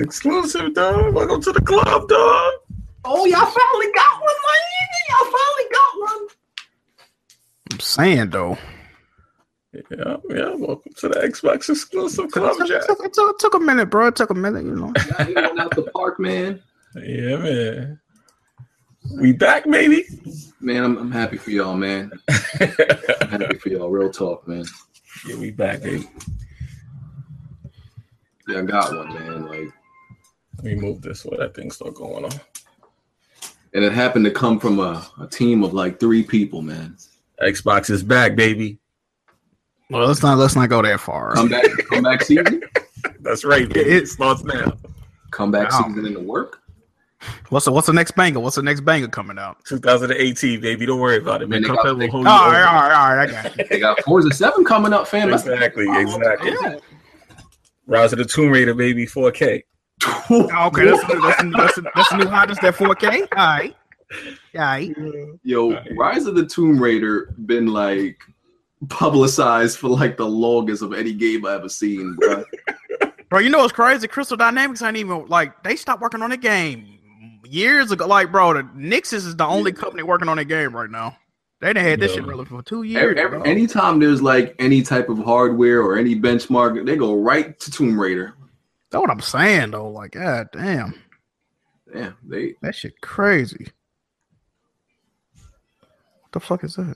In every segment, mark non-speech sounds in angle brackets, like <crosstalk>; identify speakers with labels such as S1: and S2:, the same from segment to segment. S1: Exclusive, dog. Welcome to the club, dog.
S2: Oh, y'all finally got one, my nigga. Y'all finally got one.
S3: I'm saying though,
S1: Yeah, yeah. Welcome to the Xbox exclusive club,
S3: it,
S1: Jack.
S3: took, it took- it took a minute, bro. It took a minute, you know.
S2: Y'all hit one out the park, man.
S1: Yeah, man. We back, <laughs> baby.
S2: Man, I'm, I'm happy for y'all, man. I'm
S1: yeah,
S2: happy for y'all. Real talk, man.
S1: we back, baby.
S2: Y'all got one, man. Like,
S1: Let me move this way. That thing's still going on.
S2: and it happened to come from a, a team of like three people, man.
S1: Xbox is back, baby.
S3: Well, let's not let's not go that far.
S2: Come back, come back season.
S1: That's right, baby.
S3: It-
S1: It starts now.
S2: Come back
S3: Wow.
S2: season into work.
S3: What's the, what's the next banger? What's the next banger coming out?
S1: 2018, baby. Don't worry about it, man.
S2: Man,
S1: Cuphead
S2: they got-
S1: will
S2: they-
S1: hold
S3: All
S1: you
S3: right,
S1: over.
S3: all right, all right. I
S2: <laughs>
S3: got you.
S2: They got Forza Seven coming up, fam. That's-
S1: Exactly, exactly.
S2: Yeah.
S1: Rise of the Tomb Raider, baby. 4K.
S3: Oh, Okay, that's a, that's, a, that's, a, that's a new hottest at 4K. All right, all right.
S2: <laughs> Yo, Rise of the Tomb Raider been like publicized for like the longest of any game I ever seen, bro.
S3: Bro, you know what's crazy? Crystal Dynamics ain't even like they stopped working on the game years ago. Like, bro, the Nixus is the only
S2: Yeah.
S3: company working on the game right now. They done had this shit
S1: Yeah.
S3: rolling for two years.
S2: Every, every-
S3: dog.
S2: anytime there's like any type of hardware or any benchmark, they go right to Tomb Raider.
S3: That's what I'm saying though. Like, god damn,
S2: Yeah, they
S3: that shit crazy. What the fuck is that?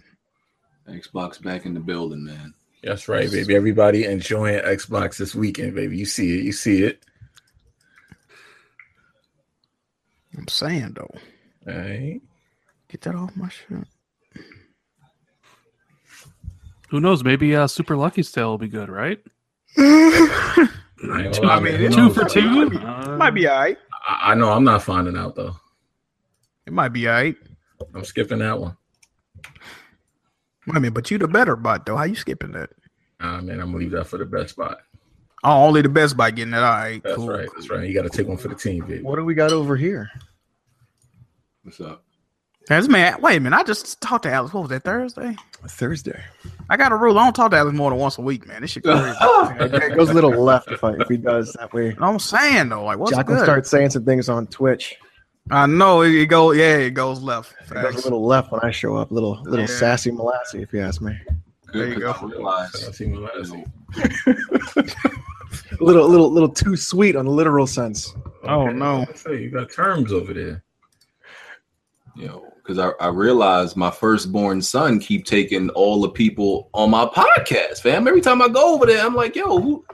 S2: Xbox back in the building, man.
S1: That's right, baby. Everybody enjoying Xbox this weekend, baby. You see it. You see it.
S3: I'm saying though.
S1: All right.
S3: Get that off my shit.
S4: Who knows? Maybe uh, Super Lucky's Tale will be good, right?
S1: ain't
S4: two,
S1: gonna lie, man.
S4: two for
S1: Might be-
S4: two.
S3: might be-
S4: Uh,
S3: might be alright.
S1: I, I know I'm not finding out though.
S3: It might be alright.
S1: I'm skipping that one.
S3: I mean, but you the better bot though. How you skipping that?
S1: Ah man, I'm gonna leave that for the best spot.
S3: Oh, only the best by getting that. All right,
S1: That's
S3: cool.
S1: right. That's right. You got to take one for the team, baby.
S5: What do we got over here?
S2: What's up?
S3: That's man. Wait a minute. I just talked to Alex. What was that Thursday?
S5: Thursday.
S3: I got a rule. I don't talk to Alex more than once a week, man. This shit crazy.
S5: Okay,
S1: <laughs>
S5: it goes a little left if, I, if he does that way.
S3: I'm saying though, like what's
S5: Jack will
S3: good?
S5: start saying some things on Twitch.
S3: I know it, it goes. Yeah, it goes left.
S5: It goes a
S3: Facts.
S5: little left when I show up. Little little
S3: Yeah.
S5: sassy molassy, if you ask me.
S3: There you
S2: Good, 'cause I
S1: Shout out
S2: realized,
S1: to you,
S2: you
S1: Malassi.
S2: know,
S5: A little little little too sweet on the literal sense.
S3: Oh,
S1: Okay,
S3: no.
S1: I say, you got terms over there.
S2: you know, because I, I realized my firstborn son keep taking all the people on my podcast, fam. Every time I go over there, I'm like, yo, who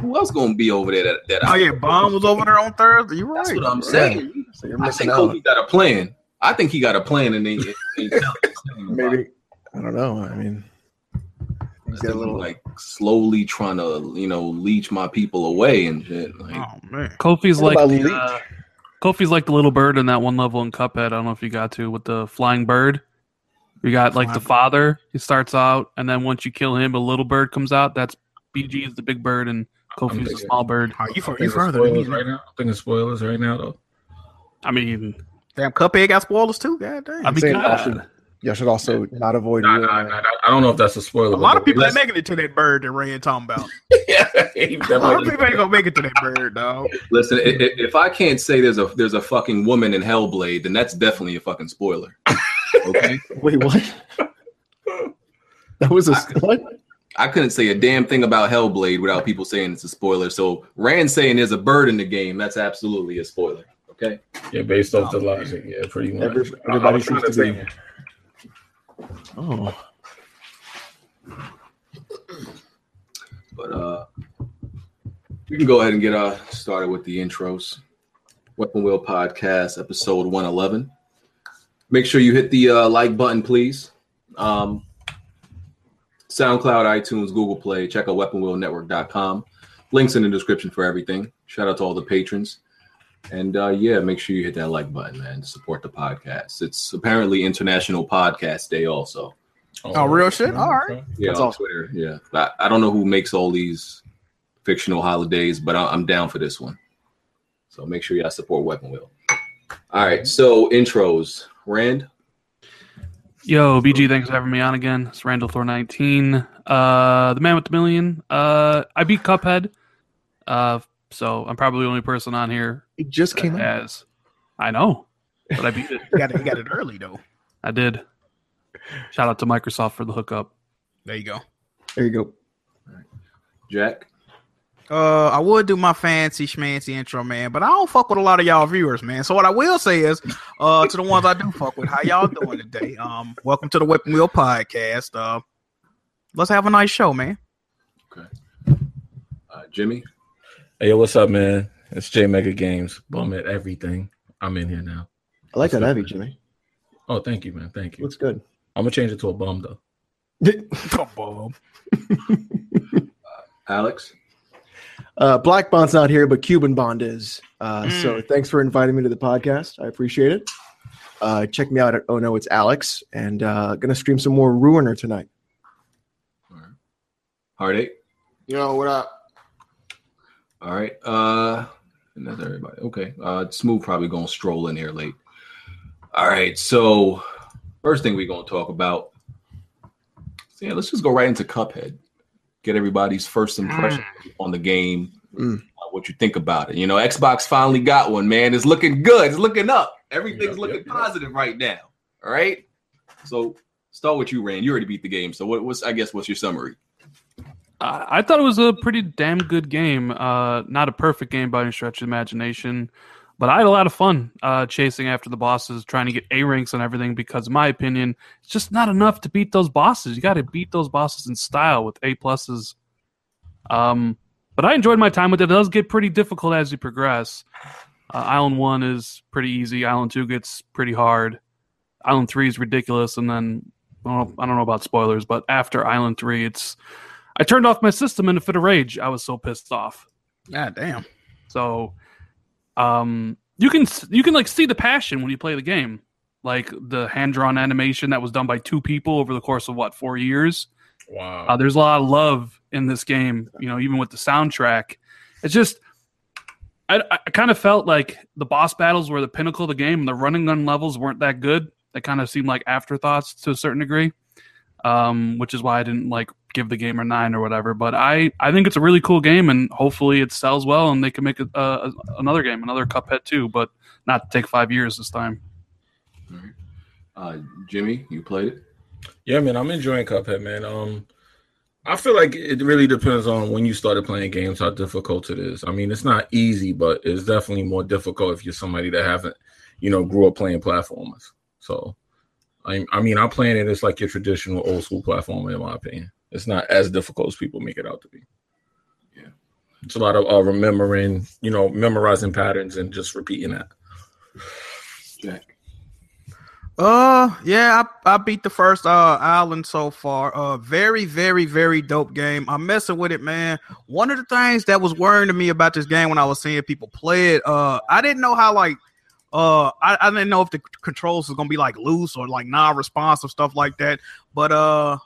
S2: who else gonna be over there that, that
S3: Oh
S2: I
S3: yeah, Bond was over there on Thursday. You right?
S2: that's what I'm
S3: bro.
S2: saying.
S5: So you're
S2: I
S5: missing
S2: think
S5: out.
S2: Kobe got a plan. I think he got a plan and they,
S3: <laughs>
S2: they tell him
S5: Maybe I don't know. I mean
S2: I
S5: he's got
S2: think
S5: a
S2: he,
S5: little
S2: like slowly trying to, you know, leech my people away and shit. Like,
S3: Oh man.
S4: Kofi's
S5: What
S4: like
S5: about
S4: the,
S5: Leech?
S4: uh, Kofi's like the little bird in that one level in Cuphead. I don't know if you got to with the flying bird. You got like the
S3: Flying bird.
S4: father. He starts out, and then once you kill him, a little bird comes out. That's BG is the big bird, and Kofi's the
S1: thinking-
S4: small bird.
S3: Oh, you
S1: I'm
S3: far,
S1: thinking
S3: you further than me.
S1: spoilers right now. I'm thinking spoilers right now though.
S4: I mean,
S3: Damn, Cuphead got spoilers too. God damn.
S4: I mean,
S5: saying
S4: God.
S5: y'all should, y'all should also not avoid
S1: Nah,
S5: you.
S1: nah, nah, nah, I don't know if that's a spoiler.
S3: a lot of people ain't
S1: that
S3: making it to that bird that Ray ain't talking about.
S1: <laughs> make.
S3: A lot of people ain't gonna make it to that bird, dog.
S2: listen, i- i- if I can't say there's a there's a fucking woman in Hellblade, then that's definitely a
S5: <laughs>
S2: fucking spoiler. Okay,
S5: Wait, what? <laughs> That was a what?
S2: I couldn't say a damn thing about Hellblade without people saying it's a spoiler. So Rand saying there's a bird in the game, that's absolutely a spoiler. Okay,
S1: <laughs> Yeah, based off the logic. Yeah, pretty much.
S5: Every-
S1: I- I
S5: everybody
S1: was trying
S5: seems to be-
S1: say-
S5: Oh.
S2: but uh, we can go ahead and get uh started with the intros. Weapon Wheel Podcast, episode one eleven. Make sure you hit the uh, like button, please. Um, SoundCloud, iTunes, Google Play. Check out weaponwheelnetwork.com. Links in the description for everything. Shout out to all the patrons. And uh, yeah, make sure you hit that like button, man. Support the podcast. It's apparently International Podcast Day, also.
S3: Oh, real shit? All right.
S1: okay.
S2: Yeah,
S5: That's
S2: on
S5: awesome.
S2: Twitter. Yeah. I, I don't know who makes all these fictional holidays, but I, I'm down for this one. So make sure y'all support Weapon Wheel. All
S5: Mm-hmm.
S2: right. So intros. Rand,
S4: Yo, BG, thanks for having me on again. It's Randall Thor 19, uh, the man with the million. Uh, I beat Cuphead. Uh, so I'm probably the only person on here
S5: It just
S4: that
S5: came out.
S4: has. I know, but I beat it.
S3: You got it, you got it early though.
S4: I did. Shout out to Microsoft for the hookup.
S3: There you go.
S5: There you go.
S2: Jack,
S3: Uh, I would do my fancy schmancy intro, man, but I don't fuck with a lot of y'all viewers, man. So what I will say is, uh, to the ones I do fuck with, how y'all doing today? Um, welcome to the Whip and Wheel Podcast. Uh, let's have a nice show, man.
S2: uh, Jimmy,
S1: Hey, yo, what's up, man? It's J Mega Games. Bum at everything. I'm in here now.
S5: I like that
S1: Let's
S5: heavy,
S1: go.
S5: Jimmy.
S1: Oh, thank you, man. Thank you.
S5: Looks good. <laughs>
S1: I'm gonna change it to a bum though.
S3: Come on.
S2: Alex,
S5: Uh, Black Bond's not here, but Cuban Bond is. Uh,
S3: Mm.
S5: So thanks for inviting me to the podcast. I appreciate it. Uh, check me out at Oh No, it's Alex, and uh, gonna stream some more Ruiner tonight.
S2: Heartache.
S6: Yo, what up?
S2: All right. Uh another everybody. Okay. Uh Smooth probably gonna stroll in here late. All right, so first thing we're gonna talk about. So yeah, let's just go right into Cuphead. Get everybody's first impression on the game,
S5: Mm.
S2: uh, what you think about it. You know, Xbox finally got one, man. It's looking good, it's looking up. Everything's
S1: Yep,
S2: looking
S1: yep, yep.
S2: positive right now. All right. So start with you, Rand. You already beat the game. So what, what's I guess what's your summary?
S4: I, I thought it was a pretty damn good game. Uh, not a perfect game by any stretch of the imagination, but I had a lot of fun uh, chasing after the bosses, trying to get A ranks and everything. Because in my opinion, it's just not enough to beat those bosses. You got to beat those bosses in style with A pluses. Um, but I enjoyed my time with it. It does get pretty difficult as you progress. Uh, Island one is pretty easy. Island two gets pretty hard. Island three is ridiculous, and then I don't know, I don't know about spoilers, but after Island three, it's I turned off my system in a fit of rage. I was so pissed off.
S3: God damn.
S4: So, um, you can s- you can like see the passion when you play the game, like the hand drawn animation that was done by two people over the course of what four years.
S1: Wow.
S4: Uh, there's a lot of love in this game, you know, even with the soundtrack. It's just, I, I kind of felt like the boss battles were the pinnacle of the game. and The running gun levels weren't that good. They kind of seemed like afterthoughts to a certain degree, um, which is why I didn't like give the game a nine or whatever. But I, I think it's a really cool game, and hopefully it sells well, and they can make a, a, a- another game, another Cuphead too, but not take five years this time.
S2: All right. Uh Jimmy, you played it?
S1: Yeah, man, I'm enjoying Cuphead, man. Um, I feel like it really depends on when you started playing games how difficult it is. I mean, it's not easy, but it's definitely more difficult if you're somebody that haven't, you know, grew up playing platformers. So, I, I mean, I'm playing it. It's like your traditional old school platformer, in my opinion. It's not as difficult as people make it out to be.
S2: Yeah.
S1: it's a lot of uh, remembering, you know, memorizing patterns and just repeating <laughs> that.
S2: Jack.
S3: Uh, yeah, I, I beat the first uh island so far. Uh, very, very, very dope game. I'm messing with it, man. One of the things that was worrying to me about this game when I was seeing people play it, uh, I didn't know how like, uh, I, I didn't know if the c- controls was gonna be like loose or like non-responsive stuff like that. But uh,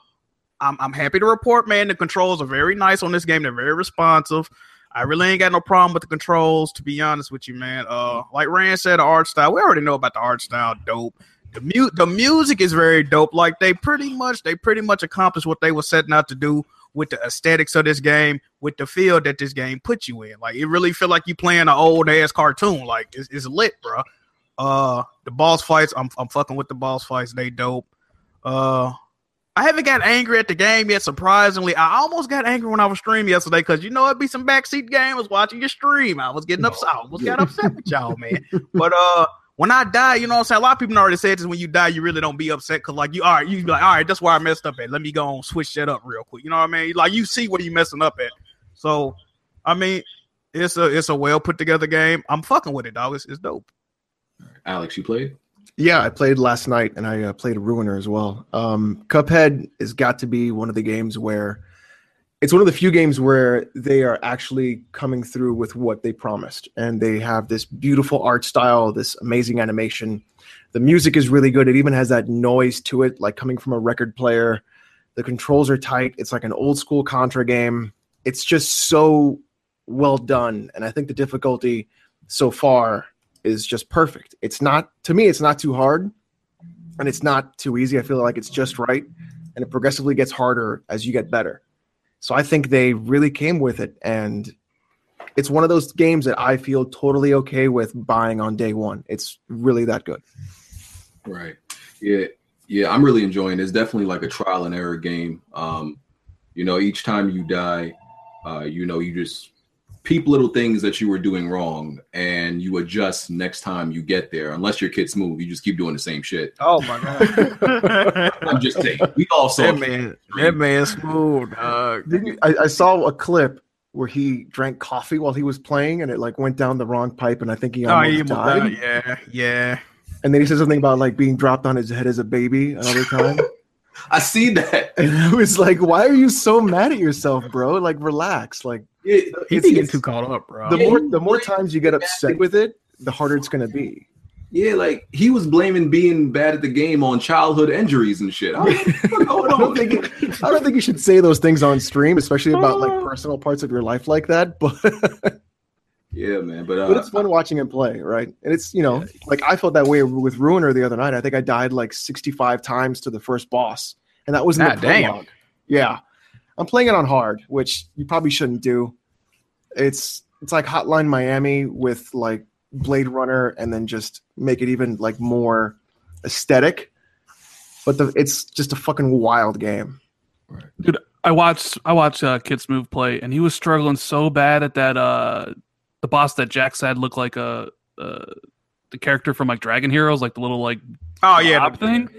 S3: I'm I'm happy to report, man. The controls are very nice on this game. They're very responsive. I really ain't got no problem with the controls, to be honest with you, man. Uh, like Rand said, the art style. We already know about the art style, dope the mu- the music is very dope. Like they pretty much they pretty much accomplished what they were setting out to do with the aesthetics of this game, with the feel that this game puts you in. Like it really feel like you playing an old ass cartoon. Like it's, it's lit, bro. Uh, the boss fights, I'm I'm fucking with the boss fights. They dope. Uh. I haven't got angry at the game yet. Surprisingly, I almost got angry when I was streaming yesterday because you know it'd be some backseat gamers watching your stream. I was getting upset. I almost got upset with y'all, man. But uh, when I die, you know what I'm saying? A lot of people already said this. When you die, you really don't be upset because, like, you all right, you be like, all right, that's where I messed up at. Let me go and switch that up real quick. You know what I mean? Like, you see what you messing up at. So, I mean, it's a it's a well put together game. I'm fucking with it, dog. It's, it's dope.
S2: Alex, you played?
S5: Yeah, I played last night, and I uh, played Ruiner as well. Um, Cuphead has got to be one of the games where it's one of the few games where they are actually coming through with what they promised, and they have this beautiful art style, this amazing animation. The music is really good. It even has that noise to it, like coming from a record player. The controls are tight. It's like an old school Contra game. It's just so well done, and I think the difficulty so far is just perfect. It's not to me, it's not too hard and it's not too easy. I feel like it's just right and it progressively gets harder as you get better. So I think they really came with it and it's one of those games that I feel totally okay with buying on day one. It's really that good.
S2: Right. Yeah. Yeah. I'm really enjoying. It. It's definitely like a trial and error game. Um, you know, each time you die, uh, you know, you just peep little things that you were doing wrong, and you adjust next time you get there. Unless your kid's move, you just keep doing the same shit.
S3: Oh my god,
S2: <laughs> I'm just saying. We all saw.
S3: that man, that man smooth, dog.
S5: Didn't you, I, I saw a clip where he drank coffee while he was playing, and it like went down the wrong pipe, and I think he
S3: Oh,
S5: almost
S3: you
S5: died.
S3: died. yeah, yeah.
S5: And then he said something about like being dropped on his head as a baby another time.
S2: I see that.
S5: and I was like, "Why are you so mad at yourself, bro? Like, relax. Like,
S3: He's
S2: It-
S5: it's-
S3: getting
S5: it's-
S3: too caught up, bro.
S5: the more the more times you get upset with it, the harder it's gonna be."
S2: yeah, like he was blaming being bad at the game on childhood injuries and shit. I don't,
S5: I don't think
S2: think.
S5: it- I don't think you should say those things on stream, especially about like personal parts of your life like that. But <laughs>
S2: Yeah, man. But, uh,
S5: but it's fun watching him play, right? And it's you know, like I felt that way with Ruiner the other night. I think I died like sixty five times to the first boss, and that was in
S3: Ah,
S5: the
S3: damn.
S5: prologue. Yeah, I'm playing it on hard, which you probably shouldn't do. It's it's like Hotline Miami with like Blade Runner, and then just make it even like more aesthetic. But the, it's just a fucking wild game.
S4: I watched I watched uh, Kids Move play, and he was struggling so bad at that uh the boss that Jack said looked like a uh, the character from like Dragon Heroes, like the little like
S3: oh yeah,
S4: Bob
S3: the-
S4: thing?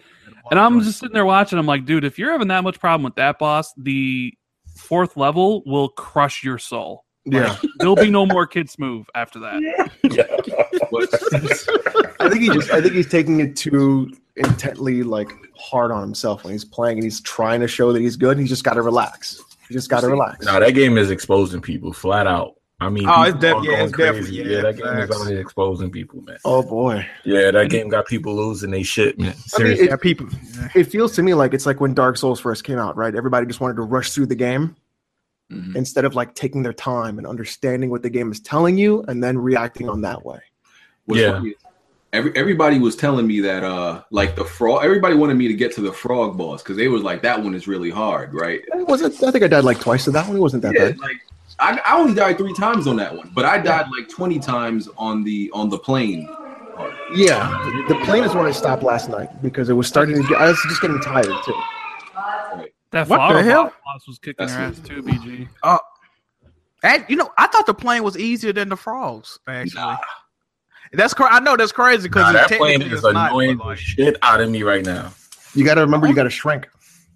S4: And I'm just sitting there watching. I'm like, dude, if you're having that much problem with that boss, the fourth level will crush your soul.
S5: Yeah,
S4: There'll be
S3: <laughs>
S4: no more kids move after that.
S1: <laughs>
S5: I think he just I think he's taking it too intently like hard on himself when he's playing and he's trying to show that he's good and he's just gotta relax. He just gotta relax.
S1: Nah, that game is exposing people flat out. I mean,
S3: Oh, it's
S1: people
S3: def-
S1: are
S3: yeah,
S1: going
S3: it's definitely-
S1: crazy.
S3: yeah,
S1: that game is
S3: facts.
S1: out here exposing people, man.
S5: Oh boy.
S1: Yeah, that game got people losing their shit, man. Seriously.
S3: Yeah, people. yeah.
S5: It feels to me like it's like when Dark Souls first came out, right? Everybody just wanted to rush through the game
S2: <laughs> Mhm.
S5: instead of like taking their time and understanding what the game is telling you and then reacting on that way.
S2: What's
S1: Yeah.
S2: funny is Every, everybody was telling me that uh like the frog everybody wanted me to get to the frog boss because they was like that one is really hard right
S5: It wasn't I think I died like twice, so that one wasn't that
S2: yeah
S5: bad.
S2: like I, I only died three times on that one but i died like 20 times on the on the plane
S5: Yeah. The, the plane is when I stopped last night because it was starting to get I was just getting tired too.
S4: That
S3: What the
S4: flower
S3: hell?
S4: boss was kicking
S2: That's
S4: their ass too, BG.
S3: And you know, I thought the plane was easier than the frogs. Actually,
S2: Nah.
S3: that's cra- I know that's crazy
S1: Nah,
S3: because
S1: that plane is
S3: not, but,
S1: annoying the
S3: like,
S1: shit out of me right now.
S5: You gotta remember you gotta shrink.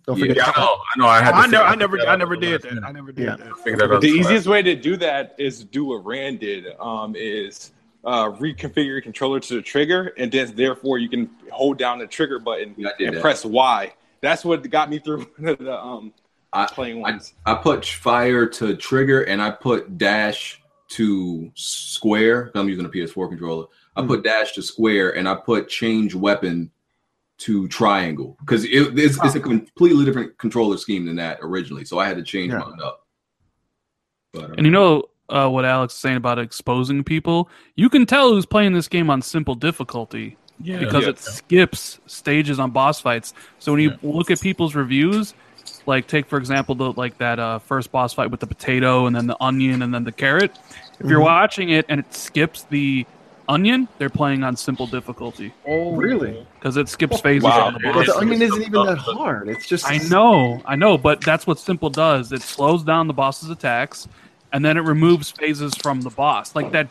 S5: Don't
S2: Yeah.
S5: forget
S1: Yeah,
S5: to
S1: I know. I know. I had. To
S3: I,
S1: figure
S3: never, I
S1: that
S3: never,
S1: out
S3: I never
S1: at the
S3: did
S1: last
S3: that.
S1: minute.
S3: I never did
S5: Yeah.
S3: that.
S1: Figure that out
S6: the
S1: at last
S6: easiest way to do that is do what Rand did um, is uh, reconfigure your controller to the trigger, and then therefore you can hold down the trigger button
S2: Yeah, I did
S6: and
S2: that.
S6: press Y. That's what got me through <laughs> the um,
S2: I-
S6: playing ones.
S2: i put fire to trigger and i put dash to square i'm using a ps4 controller i put dash to square and i put change weapon to triangle because it, it's, it's a completely different controller scheme than that originally so i had to change
S5: Yeah.
S2: mine up but um,
S4: And you know uh, what Alex is saying about exposing people? You can tell who's playing this game on simple difficulty
S1: minute. Yeah.
S4: because it skips stages on boss fights. So when you look at people's reviews, like take for example the like that uh, first boss fight with the potato and then the onion and then the carrot. If you're
S5: Mhm.
S4: watching it and it skips the onion, they're playing on simple difficulty
S5: Oh, really?
S4: because it skips phases
S6: wow.
S4: on the
S1: But
S5: But
S4: boss.
S5: the onion
S1: it's-
S5: isn't even that hard. It's just
S4: I know, I know, but that's what simple does. It slows down the boss's attacks, and then it removes phases from the boss. Like that,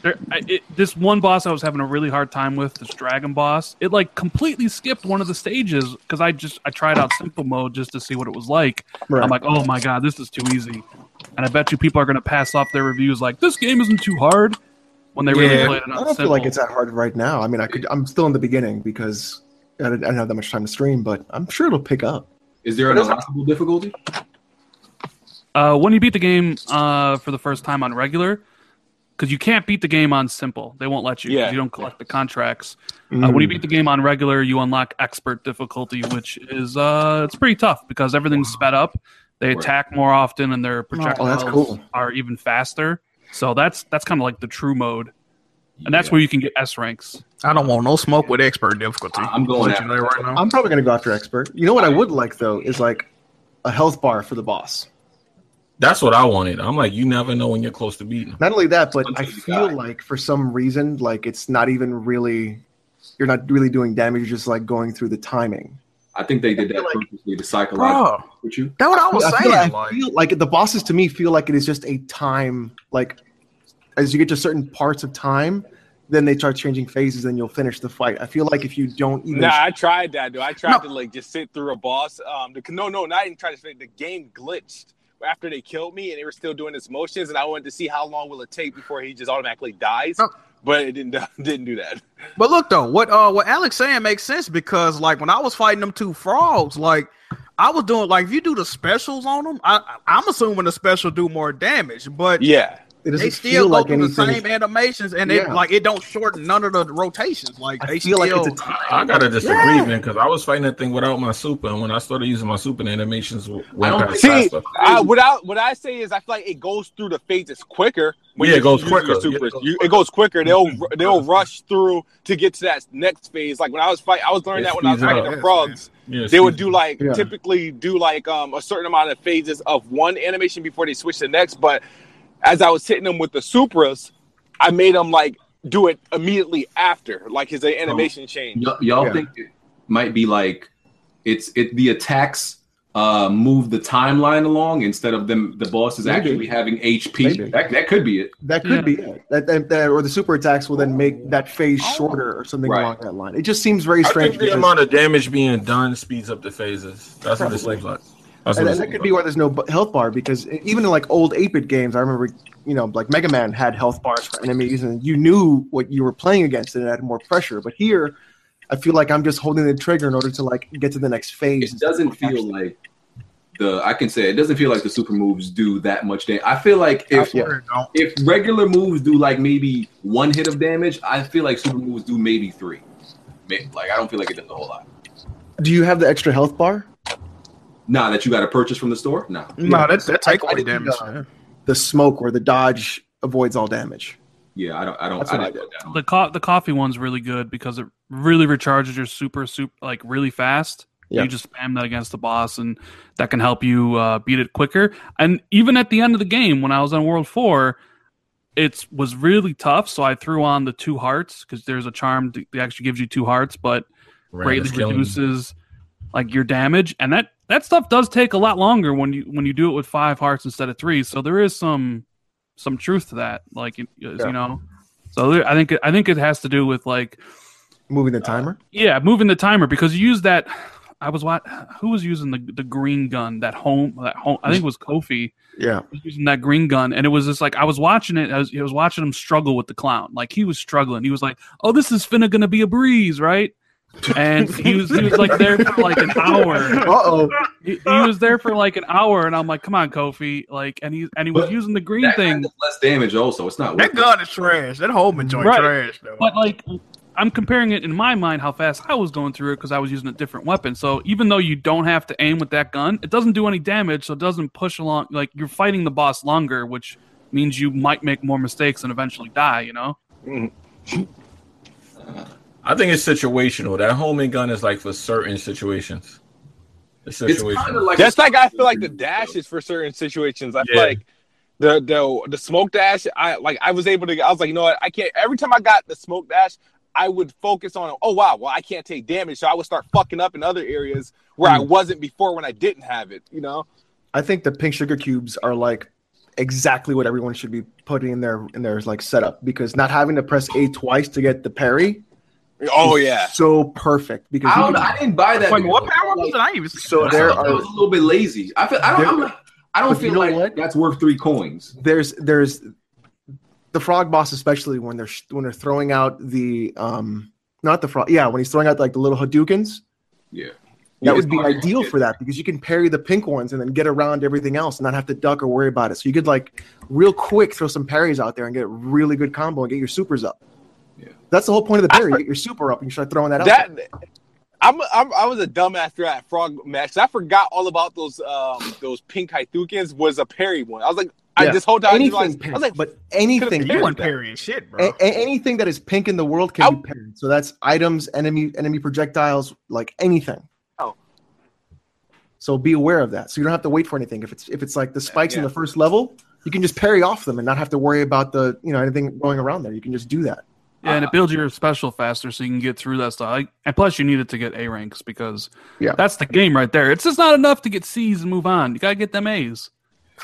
S4: there, I, it, this one boss I was having a really hard time with, this dragon boss. It like completely skipped one of the stages because I just I tried out simple mode just to see what it was like.
S5: Right.
S4: I'm like, oh my god, this is too easy, and I bet you people are gonna pass off their reviews like this game isn't too hard when they really
S3: Yeah.
S4: played it on
S5: I don't feel
S4: simple.
S5: like it's that hard right now. I mean, I could. I'm still in the beginning because I didn't, I didn't have that much time to stream, but I'm sure it'll pick up.
S2: Is there an
S5: What is it?
S2: unlockable difficulty?
S4: Uh, when you beat the game uh, for the first time on regular, because you can't beat the game on simple, they won't let you. 'cause
S6: Yeah.
S4: you don't collect the contracts. Uh,
S5: Mm-hmm. Mm.
S4: when you beat the game on regular, you unlock expert difficulty, which is uh, it's pretty tough because everything's sped up. They
S2: Right.
S4: attack more often, and their projectiles
S5: cool.
S4: are even faster. So that's that's kind of like the true mode, and that's where you can get S ranks.
S3: I don't want no smoke with expert difficulty.
S2: I'm going
S3: Let you
S2: after
S3: know right now.
S5: I'm probably gonna go after expert. You know what I would like though is like a health bar for the boss.
S1: That's what I wanted. I'm like, you never know when you're close to beating.
S5: Not only that, but I
S2: Until you
S5: feel
S2: die.
S5: like for some reason, like it's not even really, you're not really doing damage. You're just like going through the timing.
S2: I think they did
S5: I feel
S2: that
S5: like-
S2: purposely to psychological
S3: bro.
S2: with you.
S3: That's what I was
S5: I feel,
S3: saying.
S5: like, I feel like the bosses to me feel like it is just a time. Like as you get to certain parts of time, then they start changing phases, and you'll finish the fight. I feel like if you don't even,
S6: Nah, I tried that though. I tried
S3: No.
S6: to like just sit through a boss. Um, the, no, no, not even try to fit. The game glitched after they killed me, and they were still doing its motions, and I wanted to see how long will it take before he just automatically dies.
S3: No.
S6: But it didn't <laughs> didn't do that.
S3: But look though, what uh what Alex saying makes sense because like when I was fighting them two frogs, like I was doing like if you do the specials on them, I I- I'm assuming the special do more damage, but
S6: Yeah,
S5: it doesn't
S3: they still
S5: feel
S3: go
S5: like
S3: through the
S5: anything. is-
S3: same animations and it
S5: Yeah.
S3: like it don't shorten none of the rotations. Like
S5: I
S3: they
S5: feel like
S3: still,
S5: it's a time.
S1: I, I got a disagreement because I was fighting that thing without my super, and when I started using my super, the animations w- went
S2: don't
S1: past
S6: think-
S1: faster.
S6: I, what I what I say is I feel like it goes through the phases quicker.
S1: Yeah, it
S6: you
S1: goes
S6: use your
S1: quicker. Mm-hmm.
S6: supers.
S1: Yeah, it goes
S6: You- it goes quicker. They'll they'll rush through to get to that next phase. Like when I was fight, I was learning
S1: It
S6: that when I was
S1: speeds it
S6: fighting
S1: up.
S6: the frogs.
S1: Yeah,
S6: they would
S1: excuse
S6: do like
S5: Yeah.
S6: typically do like um, a certain amount of phases of one animation before they switch to the next. But as I was hitting them with the Supras, I made them like do it immediately after, like his
S1: Oh.
S6: animation change.
S2: Y- y'all
S5: Yeah.
S2: think it might be like it's it the attacks uh move the timeline along instead of them the bosses
S5: Maybe.
S2: actually having HP.
S5: Maybe.
S2: That, that could be it.
S5: That could
S4: Yeah.
S5: be it. That, that, that- or the super attacks will then make that phase
S3: Oh.
S5: shorter or something
S2: Right.
S5: along that line. It just seems very
S1: I
S5: strange.
S1: think the
S5: because-
S1: amount of damage being done speeds up the phases. That's what it seems like. That's
S5: and
S1: what it
S5: and that
S1: seems
S5: could
S1: like.
S5: be why there's no bu- health bar because e- even in like old 8-bit games, I remember you know like Mega Man had health bars for enemies and you knew what you were playing against and it had more pressure. But here, I feel like I'm just holding the trigger in order to like get to the next phase.
S2: It doesn't feel like the I can say it doesn't feel like the super moves do that much damage. I feel like
S3: I
S2: if
S3: swear it don't.
S2: if regular moves do like maybe one hit of damage, I feel like super moves do maybe three. May- Like I don't feel like it does a whole lot.
S5: Do you have the extra health bar?
S2: Nah, that you got to purchase from the store. Nah.
S5: Mm-hmm.
S3: No, that's that
S5: I-
S3: take
S5: I
S3: away
S5: did the,
S3: damage.
S5: uh, The smoke or the dodge avoids all damage.
S2: Yeah, I don't. I don't.
S5: That's
S2: I
S5: what
S2: didn't put that on.
S4: The co- the coffee one's really good because it really recharges your super super like really fast.
S5: Yeah.
S4: You just spam that against the boss, and that can help you uh, beat it quicker. And even at the end of the game, when I was on World Four, it was really tough. So I threw on the two hearts because there's a charm that actually gives you two hearts, but
S1: Random
S4: greatly
S1: is killing me.
S4: reduces like your damage and that that stuff does take a lot longer when you when you do it with five hearts instead of three so there is some some truth to that like you, you
S5: Yeah.
S4: know so there, i think it- i think it has to do with like
S5: Moving the timer.
S4: yeah moving the timer because you use that i was what who was using the the green gun that home that home i think it was kofi
S5: Uh, yeah.
S4: was using that green gun, and it was just like I was watching it. I was, I was watching him struggle with the clown. Like he was struggling. He was like, "Oh, this is finna gonna be a breeze, right?" And he was he was like there for like an hour.
S5: Uh oh.
S4: He, he was there for like an hour, and I'm like, "Come on, Kofi!" Like, and he and he was
S2: But
S4: using the green
S2: That
S4: thing,
S2: kind of less damage. Also, it's not.
S3: That gun is trash. That Holman joint
S4: Right.
S3: trash though.
S4: but like. I'm comparing it in my mind how fast I was going through it because I was using a different weapon. So even though you don't have to aim with that gun, it doesn't do any damage, so it doesn't push along. Like you're fighting the boss longer, which means you might make more mistakes and eventually die. You know?
S1: I think it's situational. That homing gun is like for certain situations. It's
S2: It's
S1: situational.
S2: kind of like
S6: That's like I
S5: <laughs>
S6: feel like the dash is for certain situations. I feel
S1: Yeah.
S6: like the the the smoke dash. I like I was able to. I was like, you know what? I can't. Every time I got the smoke dash, I would focus on. Oh wow, well I can't take damage, so I would start fucking up in other areas where
S2: Hmm.
S6: I wasn't before when I didn't have it. You know.
S5: I think the pink sugar cubes are like exactly what everyone should be putting in their in their like setup because not having to press A twice to get the parry.
S6: Oh
S2: Hmm.
S5: is
S6: yeah.
S5: so perfect because
S2: I
S5: you
S2: don't. know.
S5: can-
S2: I didn't buy that.
S3: Wait, what
S2: because,
S3: power was
S2: like,
S3: it? I ain't even see
S5: so
S2: I
S5: there
S2: thought that
S5: are
S2: was a little bit lazy. I feel. I don't.
S5: There-
S2: I'm not, I don't
S5: but you
S2: feel
S5: know
S2: like
S5: what?
S2: that's worth three coins.
S5: there's there's the frog boss especially when they're sh- when they're throwing out the um not the frog yeah when he's throwing out like the little hadoukens
S2: Yeah.
S5: that
S2: Yeah,
S5: would be
S2: it's hard to
S5: ideal
S2: get.
S5: for that because you can parry the pink ones and then get around everything else and not have to duck or worry about it so you could like real quick throw some parries out there and get a really good combo and get your supers up
S2: Yeah.
S5: that's the whole point of the parry. You get your super up and you start throwing that out.
S6: That I'm, I'm I was a dumbass through that frog match. I forgot all about those um those pink Haithukins was a parry one. I was like, I
S5: Yeah.
S6: this whole time I
S5: anything,
S6: realized, I
S5: parry,
S6: was like,
S5: but anything,
S3: you Eh,
S6: could've
S5: parry.
S3: one parrying shit, bro. Oh.
S5: A- a- anything that is pink in the world can be parried.
S3: Oh.
S5: So that's items, enemy, enemy projectiles, like anything.
S6: Oh.
S5: So be aware of that. So you don't have to wait for anything. If it's if it's like the spikes in the first level, you can just parry off them and not have to worry about the you know anything going around there. You can just do that.
S4: Yeah, and it builds your special faster so you can get through that stuff. Like, and plus, you need it to get A ranks because
S5: Yeah.
S4: that's the game right there. It's just not enough to get C's and move on. You got to get them A's.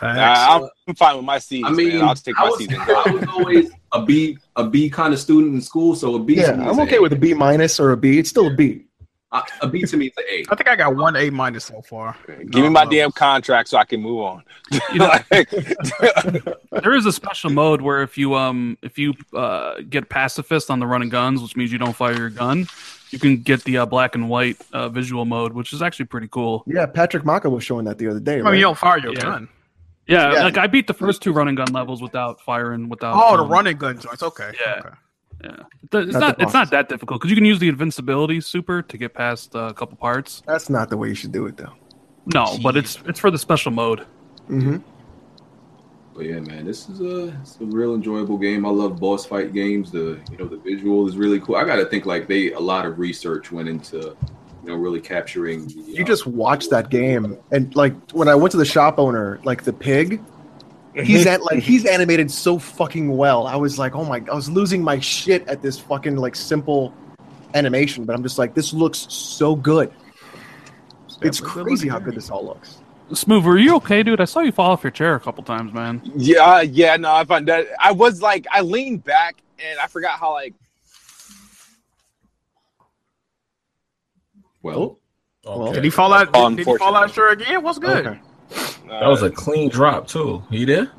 S6: I, I'm- I'm fine with my seeds.
S2: uh, I mean,
S6: man. I'll just take
S2: I
S6: my
S2: was,
S6: seeds.
S2: <laughs>
S6: and
S2: I
S6: go.
S2: was always a B, a B kind of student in school, so a B. to
S5: Yeah,
S2: me
S5: I'm
S2: is
S5: okay
S2: A.
S5: with a B minus or a B. It's still a B.
S2: I- a B to me is an <laughs>
S3: I think I got one A minus so far.
S6: Give me my
S3: No, no.
S6: damn contract so I can move on.
S4: You know-
S6: Like,
S4: There is a special mode where if you um if you uh, get pacifist on the running guns, which means you don't fire your gun, you can get the uh, black and white uh, visual mode, which is actually pretty cool.
S5: Yeah, Patrick Maka was showing that the other day.
S3: I mean,
S5: right?
S3: Oh, you don't fire your
S4: Yeah.
S3: gun.
S4: Yeah,
S5: Yeah.
S4: like I beat the first two running gun levels without firing without.
S3: Oh, the
S4: um,
S3: running gun joints. Okay.
S4: Yeah.
S3: okay.
S4: Yeah, Th- it's
S5: Not the
S4: not it's not
S5: bosses.
S4: that difficult because you can use the invincibility super to get past uh, a couple parts.
S5: That's not the way you should do it, though.
S4: No, but it's it's for the special mode.
S5: Mm-hmm.
S2: But yeah, man, this is a it's a real enjoyable game. I love boss fight games. The you know the visual is really cool. I gotta think like they a lot of research went into you know really capturing. The, uh,
S5: You just watch that game, and like when I went to the shop owner, like the pig,
S3: Mhm.
S5: he's at like he's animated so fucking well. I was like, oh my, I was losing my shit at this fucking like simple animation, but I'm just like, this looks so good. It's crazy how good this all looks.
S4: Smooth, were you okay, dude? I saw you fall off your chair a couple times, man.
S6: yeah, uh, yeah, no, I found that. I was like, I leaned back and I forgot how like
S2: well.
S5: Well,
S1: Okay.
S3: Did he fall out?
S6: Oh,
S3: Did, did he fall out
S6: unfortunately.
S3: sure again? What's good?
S5: Okay.
S6: uh,
S1: That was a clean drop too. You there?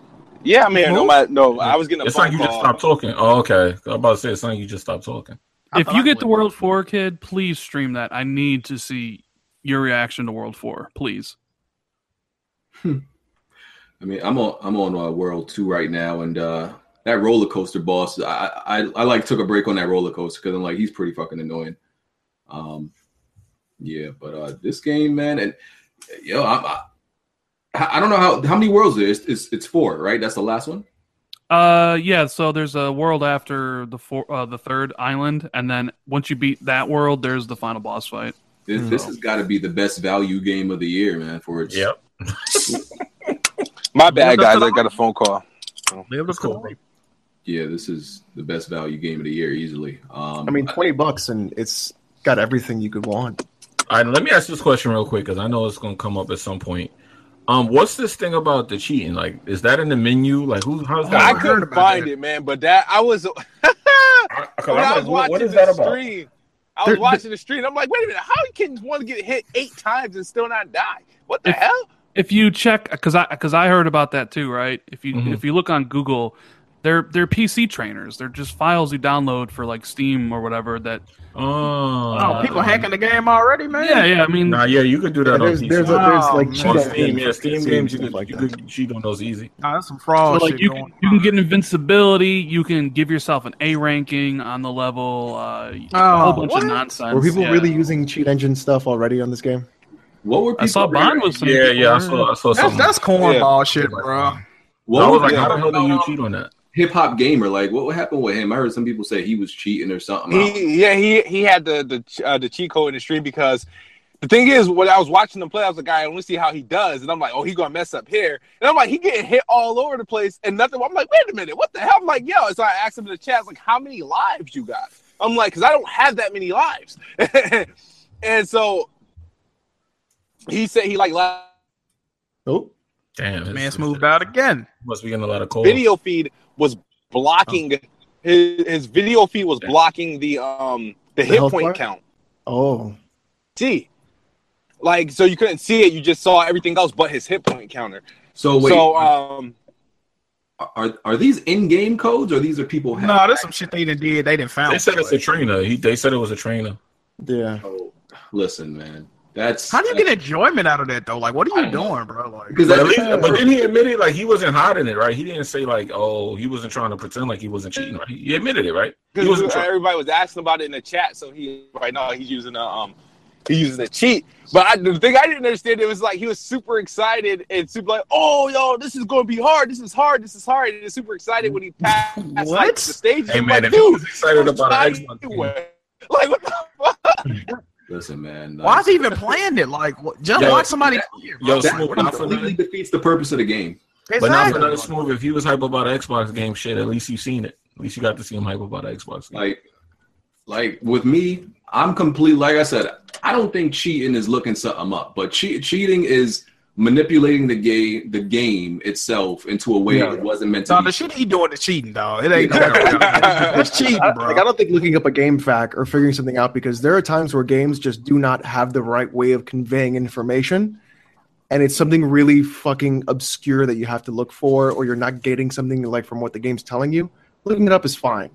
S6: yeah, man. No, my, no, I was getting a
S1: It's
S6: phone
S1: like you just
S6: call.
S1: stopped talking. Oh, okay. I'm about to say it's like you just stopped talking.
S3: I
S4: if
S3: thought
S4: you
S3: I
S4: get the
S3: would.
S4: World Four kid, please stream that. I need to see your reaction to World Four, please.
S2: I mean, I'm on I'm on uh, World Two right now, and uh that roller coaster boss, I I, I like took a break on that roller coaster because I'm like he's pretty fucking annoying. Um, yeah, but uh this game, man, and yo, I'm, I I don't know how how many worlds there is. It's, it's four, right? That's the last one.
S4: Uh, yeah. So there's a world after the four, uh, the third island, and then once you beat that world, there's the final boss fight.
S2: This, this has got to be the best value game of the year, man. For its
S6: My bad, guys. I got a phone call.
S3: Lived up to
S1: cool.
S3: the hype.
S2: yeah, this is the best value game of the year easily. Um,
S5: I mean, twenty bucks, and it's got everything you could want.
S1: All right, let me ask this question real quick because I know it's going to come up at some point. Um, what's this thing about the cheating? Like, is that in the menu? Like, who? How's that?
S6: I
S1: work?
S3: heard
S6: couldn't
S3: about
S6: find
S3: that.
S6: it, man. But that I was
S1: I, 'cause
S6: when
S1: I'm
S6: I was
S1: like, what-
S6: watching
S1: what is
S6: the
S1: that about?
S6: stream. I was
S5: There-
S6: watching the stream. I'm like, wait a minute, how can one get hit eight times and still not die? What the
S4: If-
S6: hell?
S4: If you check, because I because I heard about that too, right? If you
S3: Mm-hmm.
S1: Mhm.
S4: if you look on Google, they're they're PC trainers. They're just files you download for like Steam or whatever. That
S1: Oh,
S3: Oh, people hacking the game already, man.
S4: Uh, um, yeah, yeah. I mean,
S1: Nah, yeah, you could do that on
S5: There's,
S1: PC.
S5: there's, a,
S3: a-
S5: there's
S3: Wow,
S5: like
S3: man.
S5: cheat
S1: on
S5: on
S1: Steam,
S5: things
S1: yeah,
S5: and
S1: Steam
S5: stuff
S1: games, you could,
S5: like
S1: you
S5: that.
S1: could cheat on those easy.
S3: Nah, that's some
S4: So,
S3: fraud
S4: like
S3: Oh, shit
S4: you
S3: going
S4: can, you can
S3: on.
S4: get invincibility, you can give yourself an A ranking on the level, uh, a whole bunch
S3: what?
S4: of nonsense.
S5: Oh. Were people
S4: yeah.
S5: really using cheat engine stuff already on this game?
S2: what were people?
S4: I saw Bond was saying.
S1: Yeah,
S4: people
S1: yeah, I
S4: were-
S1: saw, I saw
S3: That's
S1: something.
S3: that's cornball shit, bro.
S2: What
S1: I was
S2: were
S1: like,
S2: people
S1: how the hell do you
S2: about
S1: cheat on that?
S2: Hip hop gamer, like what, what happened with him? I heard some people say he was cheating or something. I don't-
S6: He, yeah, he he had the the uh, the cheat code in the stream because the thing is, when I was watching him play, I was like, I want to see how he does, and I'm like, oh, he gonna mess up here, and I'm like, he getting hit all over the place and nothing. I'm like, wait a minute, what the hell? I'm like, yo, so I asked him in the chat, I was like, how many lives you got? I'm like, because I don't have that many lives, <laughs> and so he said he like la-
S5: Oh,
S1: Damn, it's-
S3: Man
S1: it's-
S3: smoothed out again.
S1: Must be getting a lot of cold.
S6: video feed was blocking his his video feed was blocking the um the, hit
S5: health
S6: point
S5: bar?
S6: count.
S5: oh,
S6: see. Like so you couldn't see it, you just saw everything else but his hit point counter.
S2: So
S1: Oh,
S2: wait,
S6: So um
S2: are are these in game codes or these are people?
S3: No,
S2: hack-
S3: that's some shit they didn't did. They didn't found.
S1: They said it's a trainer. He, they said it was a trainer.
S5: yeah.
S2: Oh, listen, man, that's
S3: How do you get enjoyment out of that though? Like, what are
S2: I
S3: you
S2: don't know.
S3: doing, bro? Like,
S2: Because
S1: But,
S2: at
S1: at least,
S2: least,
S1: but then he admitted like he wasn't hiding it, right? He didn't say like, oh, he wasn't trying to pretend like he wasn't cheating, right? He admitted it, right? He
S6: because
S1: wasn't trying.
S6: everybody was asking about it in the chat, so he right now he's using a um he's using a cheat. But I, the thing I didn't understand it was like he was super excited and super like, oh yo, this is gonna be hard, this is hard, this is hard, and he's super excited when he passed like,
S3: What?
S6: the stage.
S1: Hey
S6: I'm
S1: man,
S6: like,
S1: if he
S6: dude, <laughs>
S1: was excited about an
S6: not
S1: Xbox, game,
S6: anywhere. Like what the fuck?
S2: Listen, man.
S3: Why is he even playing it? Like, what, just
S1: Yo,
S3: watch somebody play it. bro.
S1: Yo,
S2: that
S1: Smoke, not for
S2: completely
S1: nothing.
S2: defeats the purpose of the game.
S1: But not for
S3: Exactly.
S1: nothing, Smooth. If he was hype about an Xbox game, shit, at least you've seen it. At least you got to see him hype about an Xbox game.
S2: Like, like with me, I'm complete. Like I said, I don't think cheating is looking something up, but che- cheating is manipulating the game, the game itself, into a way
S5: Yeah.
S2: it wasn't meant
S3: <laughs>
S2: to.
S3: Nah,
S2: be.
S3: the shit he doing is cheating, dog. It ain't no
S6: <laughs>
S3: It's cheating,
S5: I, <laughs> like, I
S3: bro.
S5: don't think looking up a game fact or figuring something out because there are times where games just do not have the right way of conveying information, and it's something really fucking obscure that you have to look for, or you're not getting something like from what the game's telling you. Looking it up is fine,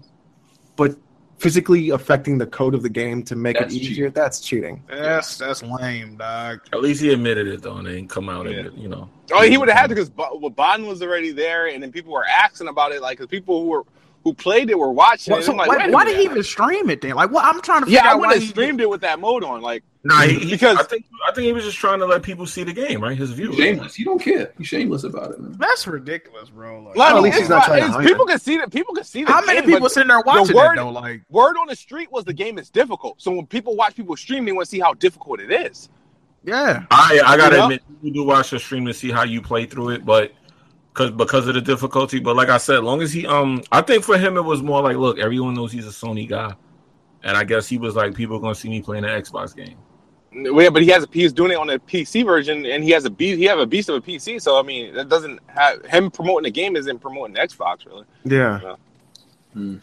S5: but physically affecting the code of the game to make
S2: That's
S5: it easier,
S2: cheating.
S5: that's cheating.
S3: That's that's lame, dog.
S1: At least he admitted it though, and they didn't come out and you know.
S6: Oh, he would have had to because well, Bond was already there, and then people were asking about it, like 'cause people who were who played it were watching.
S3: Wha-
S6: it.
S3: so
S6: I'm like,
S3: why,
S6: wait a
S3: why did
S6: minute.
S3: he even stream it then? Like, what? I'm trying to figure
S6: Yeah, I
S3: out
S6: would
S3: why
S6: have
S3: he
S6: streamed it with that mode on. Like,
S1: Nah, he, he-
S6: Because-
S1: I think I think he was just trying to let people see the game, right? His view.
S2: He's shameless. You don't care. He's shameless about it, man.
S3: <laughs> That's ridiculous, bro. Like,
S6: Well,
S5: Well,
S6: I
S5: at
S6: mean,
S5: least he's
S6: it's
S5: not
S6: not-
S5: trying to
S6: it's-
S5: hide
S6: People can see that. People can see that.
S3: how many people sitting there watching
S6: word-
S3: it though? Like,
S6: Word on the street was the game is difficult. So when people watch people stream, they want to see how difficult it is. <laughs>
S3: yeah,
S1: I I gotta
S6: You know?
S1: admit, you do watch the stream to see how you play through it, but because because of the difficulty. But like I said, long as he um, I think for him it was more like, look, everyone knows he's a Sony guy, and I guess he was like, people gonna see me playing an Xbox game.
S6: Well, Yeah, but he has a he's doing it on a PC version, and he has a beast. He have a beast of a PC. So I mean, that doesn't have him promoting the game isn't promoting Xbox really.
S5: Yeah.
S1: And,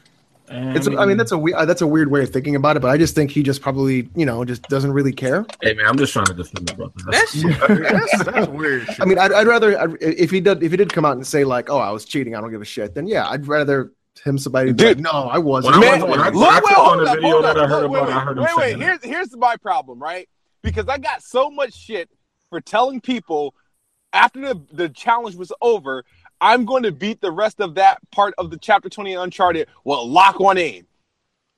S5: It's, I mean, that's a we- uh, that's a weird way of thinking about it, but I just think he just probably, you know, just doesn't really care.
S1: hey man, I'm just trying to defend the brother.
S3: that's that's, that's weird. Shit.
S5: I mean, I'd, I'd rather I'd, if he did if he did come out and say like, "Oh, I was cheating. I don't give a shit." Then yeah, I'd rather him somebody. Be like,
S6: Dude.
S5: no, I
S1: When
S5: wasn't.
S1: I
S6: Man,
S1: went- when I,
S6: Look,
S1: when I
S6: wait,
S1: clicked on
S6: hold
S1: the
S6: up,
S1: video
S6: hold
S1: that
S6: up,
S1: I heard
S6: wait,
S1: about,
S6: wait,
S1: I heard him
S6: wait,
S1: saying that.
S6: wait. Here's here's my problem, right? Because I got so much shit for telling people after the the challenge was over, I'm going to beat the rest of that part of the chapter 20 of Uncharted. Well, lock on aim.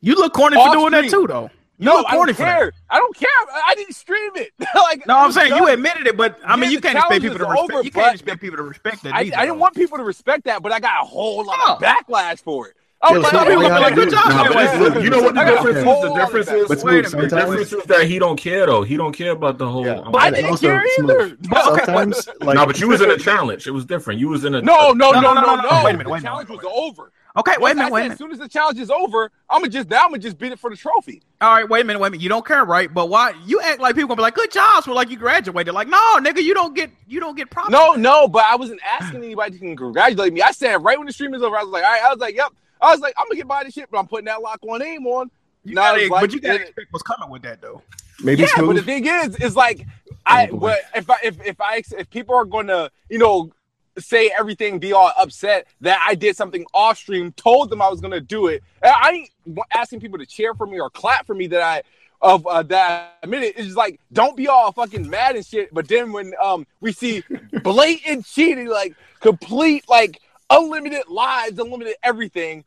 S3: you look corny for
S6: Off
S3: doing that
S6: stream.
S3: too, though. You
S6: No,
S3: look
S6: I don't
S3: corny for that.
S6: care. I don't care. I I didn't stream it. like
S3: No,
S6: it
S3: I'm
S6: was
S3: saying you
S6: done.
S3: admitted it, but I
S6: Yeah,
S3: mean, you
S6: the
S3: can't expect
S6: challenge
S3: people to
S6: is
S3: respect.
S6: over,
S3: you can't
S6: but-
S3: expect people to respect that.
S6: I,
S3: either,
S6: I didn't
S3: though.
S6: want people to respect that, but I got a whole lot of
S3: No.
S6: backlash for it. I
S5: Yeah,
S6: was like,
S5: so
S6: oh, people
S5: we
S6: gonna be
S5: gotta
S6: like,
S5: do-
S6: good job.
S5: Nah,
S1: but
S6: man.
S1: it's- you know what the
S6: I got a
S1: difference is?
S6: whole
S1: The
S6: lot of
S1: difference is-
S6: backlash.
S5: But
S3: Wait a
S5: Smoot,
S3: minute.
S1: The
S5: sometimes,
S1: difference is that he don't care though. He don't care about the whole.
S5: Yeah.
S1: um,
S6: I
S5: And
S6: didn't
S5: also,
S6: care
S5: Smoot,
S6: either.
S5: sometimes
S1: <laughs>
S5: like
S1: no, but you was
S3: <laughs>
S1: in a challenge. It was different. You was in a
S6: No,
S1: a-
S6: no, no, no, no,
S3: no, no. Wait a minute,
S6: The
S3: wait a minute,
S6: challenge
S3: wait a
S6: was over.
S3: Okay, wait a
S6: Once I
S3: minute, wait a
S6: said, As
S3: minute.
S6: soon as the challenge is over, I'm gonna just I'm gonna just beat it for the trophy.
S3: All right, wait a minute, wait a minute. You don't care, right? But why you act like people gonna be like, "Good job," so like you graduated. Like, no, nigga, you don't get, you don't get props.
S6: No, no, but I wasn't asking anybody to congratulate me. I said right when the stream is over, I was like, all right, I was like, yep. I was like, I'm gonna get by this shit, but I'm putting that lock on aim on.
S3: you
S6: no,
S3: gotta,
S6: it's like-
S3: but you gotta expect what's coming with that, though.
S5: maybe
S6: Yeah,
S5: Smoot-
S6: but the thing is, is like I what if I if, if I if people are gonna you know say everything, be all upset that I did something off stream, told them I was gonna do it. and I ain't wa- asking people to cheer for me or clap for me that I of uh, that I admit it. It's just like don't be all fucking mad and shit. But then when um we see blatant cheating, like complete like unlimited lives, unlimited
S1: <laughs>
S6: everything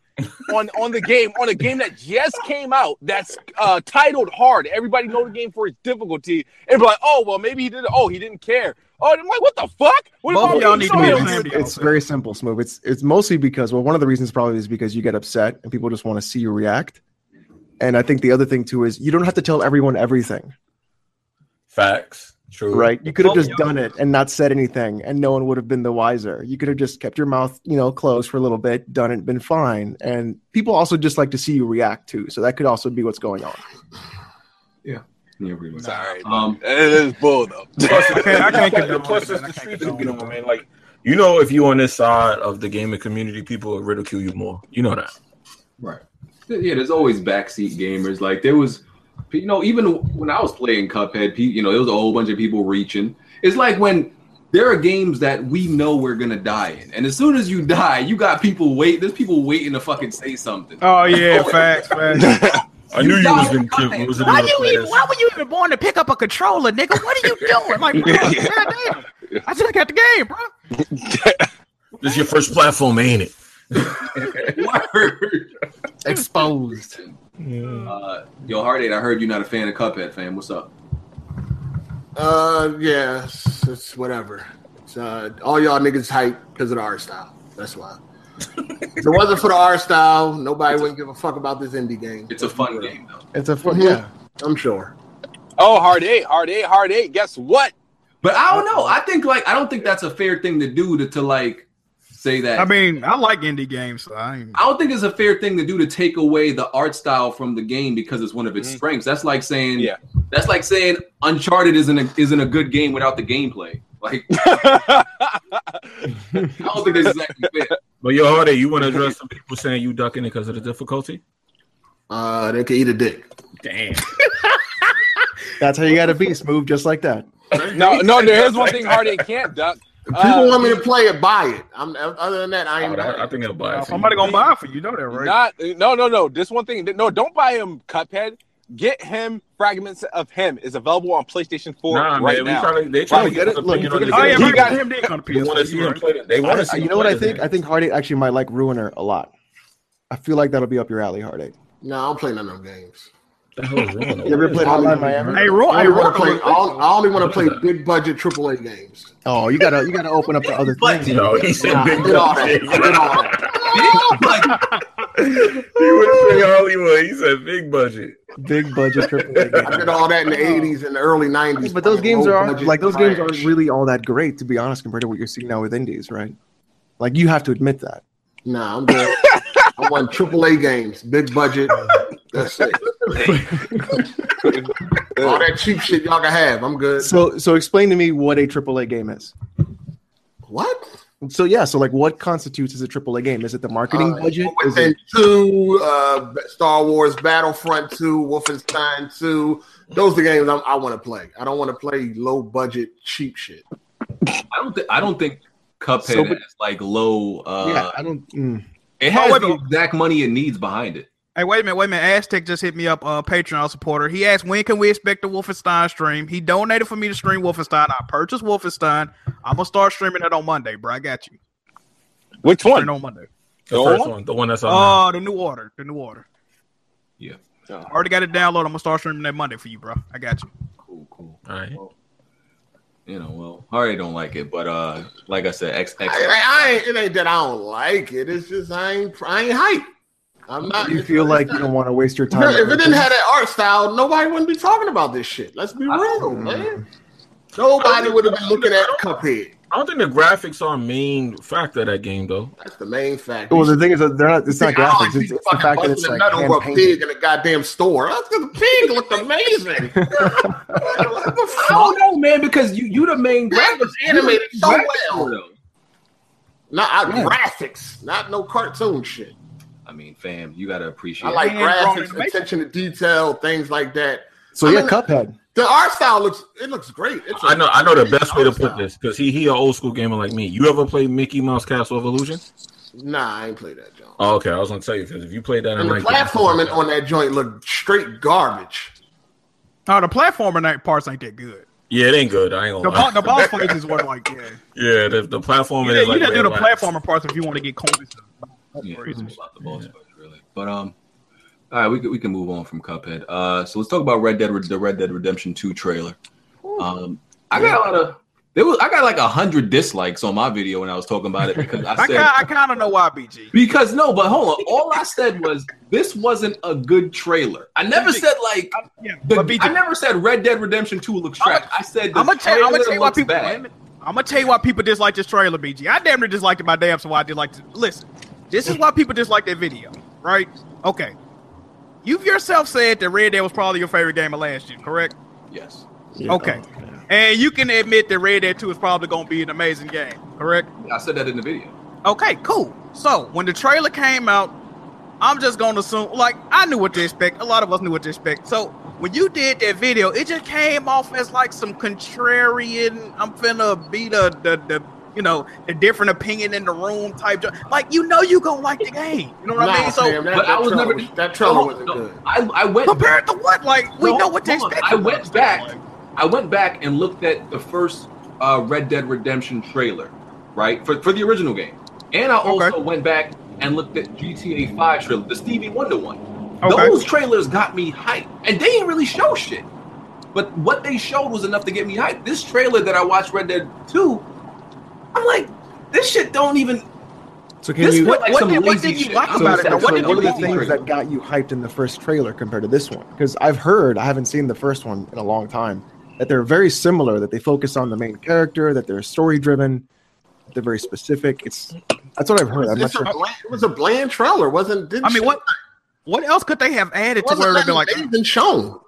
S6: on on the game on a game that just came out that's uh titled hard. Everybody know the game for its difficulty, and be like, oh well, maybe he didn't. Oh, he didn't care. Oh, and I'm like, what the fuck? What
S3: Both
S6: about
S3: of y'all
S6: me?
S3: need to
S6: So
S3: be
S6: I
S5: Smoot,
S6: don't
S3: ashamed
S6: care.
S3: of
S5: it's, it's very simple, Smoot. It's it's mostly because well, one of the reasons probably is because you get upset and people just want to see you react. And I think the other thing too is you don't have to tell everyone everything,
S1: facts. True.
S5: right? You could have
S3: Well,
S5: just
S3: yeah.
S5: done it and not said anything, and no one would have been the wiser. You could have just kept your mouth, you know, closed for a little bit, done it, been fine. And people also just like to see you react too, so that could also be what's going on.
S2: Yeah, pretty much.
S6: Sorry,
S2: Um,
S6: it is bull though.
S1: Plus, it's-
S3: can't- <laughs> I can't
S1: plus,
S3: condone
S1: plus
S3: it,
S1: it's
S3: man.
S1: the
S3: I can't
S1: streets you
S3: condone
S1: know, man. Like you know, if you on this side of the gaming community, people will ridicule you more. You know that.
S2: Right. Yeah, there's always backseat gamers. Like there was, you know, even when I was playing Cuphead, pe- you know, there was a whole bunch of people reaching. It's like when there are games that we know we're gonna die in, and as soon as you die, you got people wait. There's people waiting to fucking say something.
S3: Oh yeah, facts, facts.
S6: <laughs>
S1: I knew you
S2: know
S1: was gonna
S2: why?
S1: kill. Was
S3: Why
S1: gonna
S3: you
S1: play
S3: even?
S1: this.
S3: Why were you even born to pick up a controller, nigga? What are you doing? <laughs> Like, bro, goddamn. I just got the game, bro.
S1: <laughs> This is your first platform, ain't it?
S2: <laughs> Word.
S5: Exposed.
S2: Uh, yo, Heartache, I heard you're not a fan of Cuphead, fam. What's up?
S7: Uh, yeah, it's, it's whatever. It's, uh, all y'all niggas hype because of the art style. That's why. if it wasn't for the art style, nobody wouldn't give a fuck about this indie game.
S2: It's a fun game, though.
S5: It's a fun,
S7: Mhm.
S5: yeah.
S7: I'm sure.
S6: Oh, hard eight, hard eight, hard eight. Guess what?
S2: But I don't know. I think like I don't think that's a fair thing to do to, to like say that.
S3: I mean, I like indie games, so I ain't.
S2: I don't think it's a fair thing to do to take away the art style from the game because it's one of its
S6: Mhm.
S2: strengths. That's like saying
S6: Yeah.
S2: That's like saying Uncharted isn't a, isn't a good game without the gameplay. Like I don't think that's exactly fair.
S1: But yo, Hardy, you want to address some people saying you ducking it because of the difficulty?
S7: Uh, they can eat a dick.
S1: Damn.
S5: That's how you got to be smooth, just like that.
S6: no, no. There's one thing
S1: <laughs>
S6: hard eight can't duck.
S7: If
S6: Uh,
S7: people want me to play it, buy it. I'm other than that, I ain't.
S1: Oh, I, I think it'll buy it.
S3: Uh,
S1: for
S3: somebody
S1: you.
S3: gonna buy it for you, you know that, right?
S6: Not no no no. This one thing. No, don't buy him Cuphead. Get him fragments of him is available on PlayStation Four
S1: Nah,
S6: right
S1: man, we
S6: now.
S1: trying to, they
S5: Right,
S1: trying to
S5: get
S1: get his
S5: it? Look,
S1: opinion
S5: you
S1: on
S5: can
S1: this.
S3: oh yeah,
S6: He
S1: game.
S3: right,
S6: got-
S3: him did come to
S1: They want to
S3: PS4.
S1: see
S3: you
S1: him
S3: right.
S1: play. it. They want to
S5: I,
S1: see.
S5: you
S1: him
S5: know what
S1: play
S5: I
S1: this
S5: think?
S1: game.
S5: I think Heartache actually might like Ruiner a lot. I feel like that'll be up your alley, Heartache.
S7: No, I don't play none of them games.
S1: What the hell is wrong with
S5: You ever
S1: that?
S5: played Hotline Miami?
S3: Hey, Roy,
S7: I
S3: hey,
S7: only
S3: Roy,
S7: want to play. I only- I only want to play big budget AAA games.
S5: Oh, you gotta you gotta open up to other things.
S1: Yo, he said
S7: Nah, I
S1: big
S7: did all that. I did all
S1: budget.
S7: that.
S1: <laughs> he went to Hollywood. He said big budget.
S5: Big budget AAA
S7: I did
S5: games.
S7: all that in the '80s and the early '90s.
S5: But those
S7: playing
S5: games are
S7: low-budget
S5: like those games aren't
S7: trash.
S5: really all that great, to be honest, compared to what you're seeing now with indies, right? Like you have to admit that.
S7: Nah, I'm good. I want AAA games, big budget. That's it. All that cheap shit y'all can have. I'm good.
S5: So so explain to me what a AAA game is.
S7: What?
S5: So yeah, so like what constitutes as a AAA game? Is it the marketing
S7: Uh,
S5: budget? Is
S7: Wolfenstein
S5: it,
S7: Two, uh, Star Wars Battlefront Two, Wolfenstein Two. Those are the games I'm, I want to play. I don't want to play low budget cheap shit.
S2: I don't think I don't think Cuphead
S5: So, but-
S2: has like low. Uh,
S5: yeah, I don't. mm.
S2: It has
S3: Oh, wait,
S2: the
S3: but-
S2: exact money it needs behind it.
S3: Hey, wait a minute, wait a minute. Aztec just hit me up, uh, Patreon supporter. He asked, when can we expect the Wolfenstein stream? He donated for me to stream Wolfenstein. I purchased Wolfenstein. I'm gonna start streaming it on Monday, bro. I got you.
S6: Which
S3: Stream
S6: one?
S3: on Monday.
S1: The
S6: Go
S1: first
S6: on.
S1: one, the one that's on.
S3: Oh, the new order, the new order.
S2: Yeah.
S6: Oh.
S3: I already got it downloaded. I'm gonna start streaming that Monday for you, bro. I got you.
S2: Cool, cool.
S1: now. All right.
S2: You know, well, I already don't like it, but uh, like I said, X
S7: I,
S2: X.
S7: I, I ain't, it ain't that I don't like it. It's just I ain't I ain't hype. I'm not.
S5: You feel like you don't want to waste your
S7: uh, If
S5: time.
S7: it if it didn't have that art style, nobody wouldn't be talking about this shit. Let's be real, man. Nobody would have been looking at Cuphead.
S1: I don't think the graphics are a main factor of that game though.
S7: That's the main fact.
S5: well, the thing is that they're not. It's not
S7: I don't like
S5: graphics. It's,
S7: people
S5: it's the
S7: fucking
S5: fact that
S7: busting
S5: it's
S7: a
S5: like
S7: nut over a
S5: hand-painted.
S7: pig in a goddamn store. Look, The pig looked amazing. what the
S2: I
S7: fuck?
S2: don't know, man, because you you the main
S7: That
S2: graphics
S7: was animated so
S2: graphics
S7: well.
S2: though.
S7: Not I,
S5: Yeah.
S7: graphics, not no cartoon shit.
S2: I mean, fam, you gotta appreciate.
S7: I like
S3: Hand-drawn
S7: graphics,
S3: animation.
S7: attention to detail, things like that.
S5: So
S7: I
S5: yeah,
S7: mean-
S5: Cuphead.
S7: The art style looks it looks great. It's a-
S1: I know. I know the best way to
S7: art
S1: put
S7: style.
S1: this because he he an old school gamer like me. You ever played Mickey Mouse Castle of Illusion?
S7: Nah, I ain't played that John.
S1: Oh, okay, I was gonna tell you because if you played that,
S7: and
S1: in
S7: the
S1: like
S7: platforming on that joint looked straight garbage.
S3: Oh, the platformer night parts ain't that good.
S1: yeah, it ain't good. I ain't
S3: The,
S1: gonna.
S2: Oh.
S3: bo-
S1: Lie.
S3: the boss places were like,
S2: <laughs>
S3: yeah.
S1: Yeah, the, the platforming
S3: You
S1: is
S3: didn't
S1: like
S3: do the
S1: red lights.
S3: platformer parts if you want to get cold.
S2: Yeah, it's about the boss fight, really. But um, all right, we can we can move on from Cuphead. Uh, so let's talk about Red Dead the Red Dead Redemption Two trailer. Um, I got a lot of there was I got like a hundred dislikes on my video when I was talking about it because
S3: <laughs>
S2: I
S3: I
S2: said
S3: kind, I kind of know why, BG.
S2: because no, but hold on, all I said was this wasn't a good trailer. I never said like.
S3: Yeah,
S2: The,
S3: but BG,
S2: I never said Red Dead Redemption 2 looks
S3: I'ma-
S2: trash. I said the
S3: I'm gonna tell, I'm
S2: trailer
S3: gonna tell you why
S2: looks
S3: people.
S2: bad.
S3: I'm gonna tell you why people dislike this trailer, BG. I damn near disliked it my damn so why I disliked it. Listen, this is why people dislike that video, right? Okay, you've yourself said that Red Dead was probably your favorite game of last year, correct?
S2: Yes.
S3: Okay,
S2: oh,
S3: and you can admit that Red Dead Two is probably gonna be an amazing game, correct?
S2: I said that in the video.
S3: Okay, cool. So when the trailer came out, I'm just gonna assume like I knew what to expect. A lot of us knew what to expect. So when you did that video, it just came off as like some contrarian. I'm finna be the the, the you know the different opinion in the room type. jo- Like you know you gonna like the game. You know what I
S7: Nah,
S3: mean? So
S7: fam, that,
S2: but
S7: that
S2: I was
S7: trailer
S2: never-
S7: that trailer
S2: No,
S7: wasn't
S2: no,
S7: good.
S2: I, I went back-
S3: compared to what? Like we
S2: No,
S3: know what to
S2: hold on.
S3: expect.
S2: I
S3: from
S2: went
S3: us.
S2: back. I went back and looked at the first uh, Red Dead Redemption trailer, right? For, for the original game. And I also
S3: Okay.
S2: went back and looked at GTA 5 trailer, the Stevie Wonder one.
S3: Okay.
S2: Those trailers got me hyped. And they didn't really show shit. But what they showed was enough to get me hyped. This trailer that I watched Red Dead 2, I'm like, this shit don't even
S5: So can
S7: This
S5: you? What,
S7: felt like
S3: what
S7: some
S3: did- what
S7: lazy
S3: did you
S7: shit.
S3: like
S7: I'm
S5: so,
S3: about
S5: so,
S3: it? Now,
S7: upset
S3: what
S7: for
S3: did
S7: the
S3: you
S5: what are the
S7: lazy
S5: things
S7: trade.
S5: that got you hyped in the first trailer compared to this one? Because I've heard, I haven't seen the first one in a long time, that they're very similar. That they focus on the main character. That they're story driven. They're very specific. It's that's what I've heard. I'm not
S7: It's
S5: sure.
S7: a bland- It was a bland trailer, wasn't? Didn't
S3: I mean, what what else could they have
S7: It
S3: added to
S7: wasn't
S3: where it'd be
S7: nothing
S3: like?
S7: amazing shown.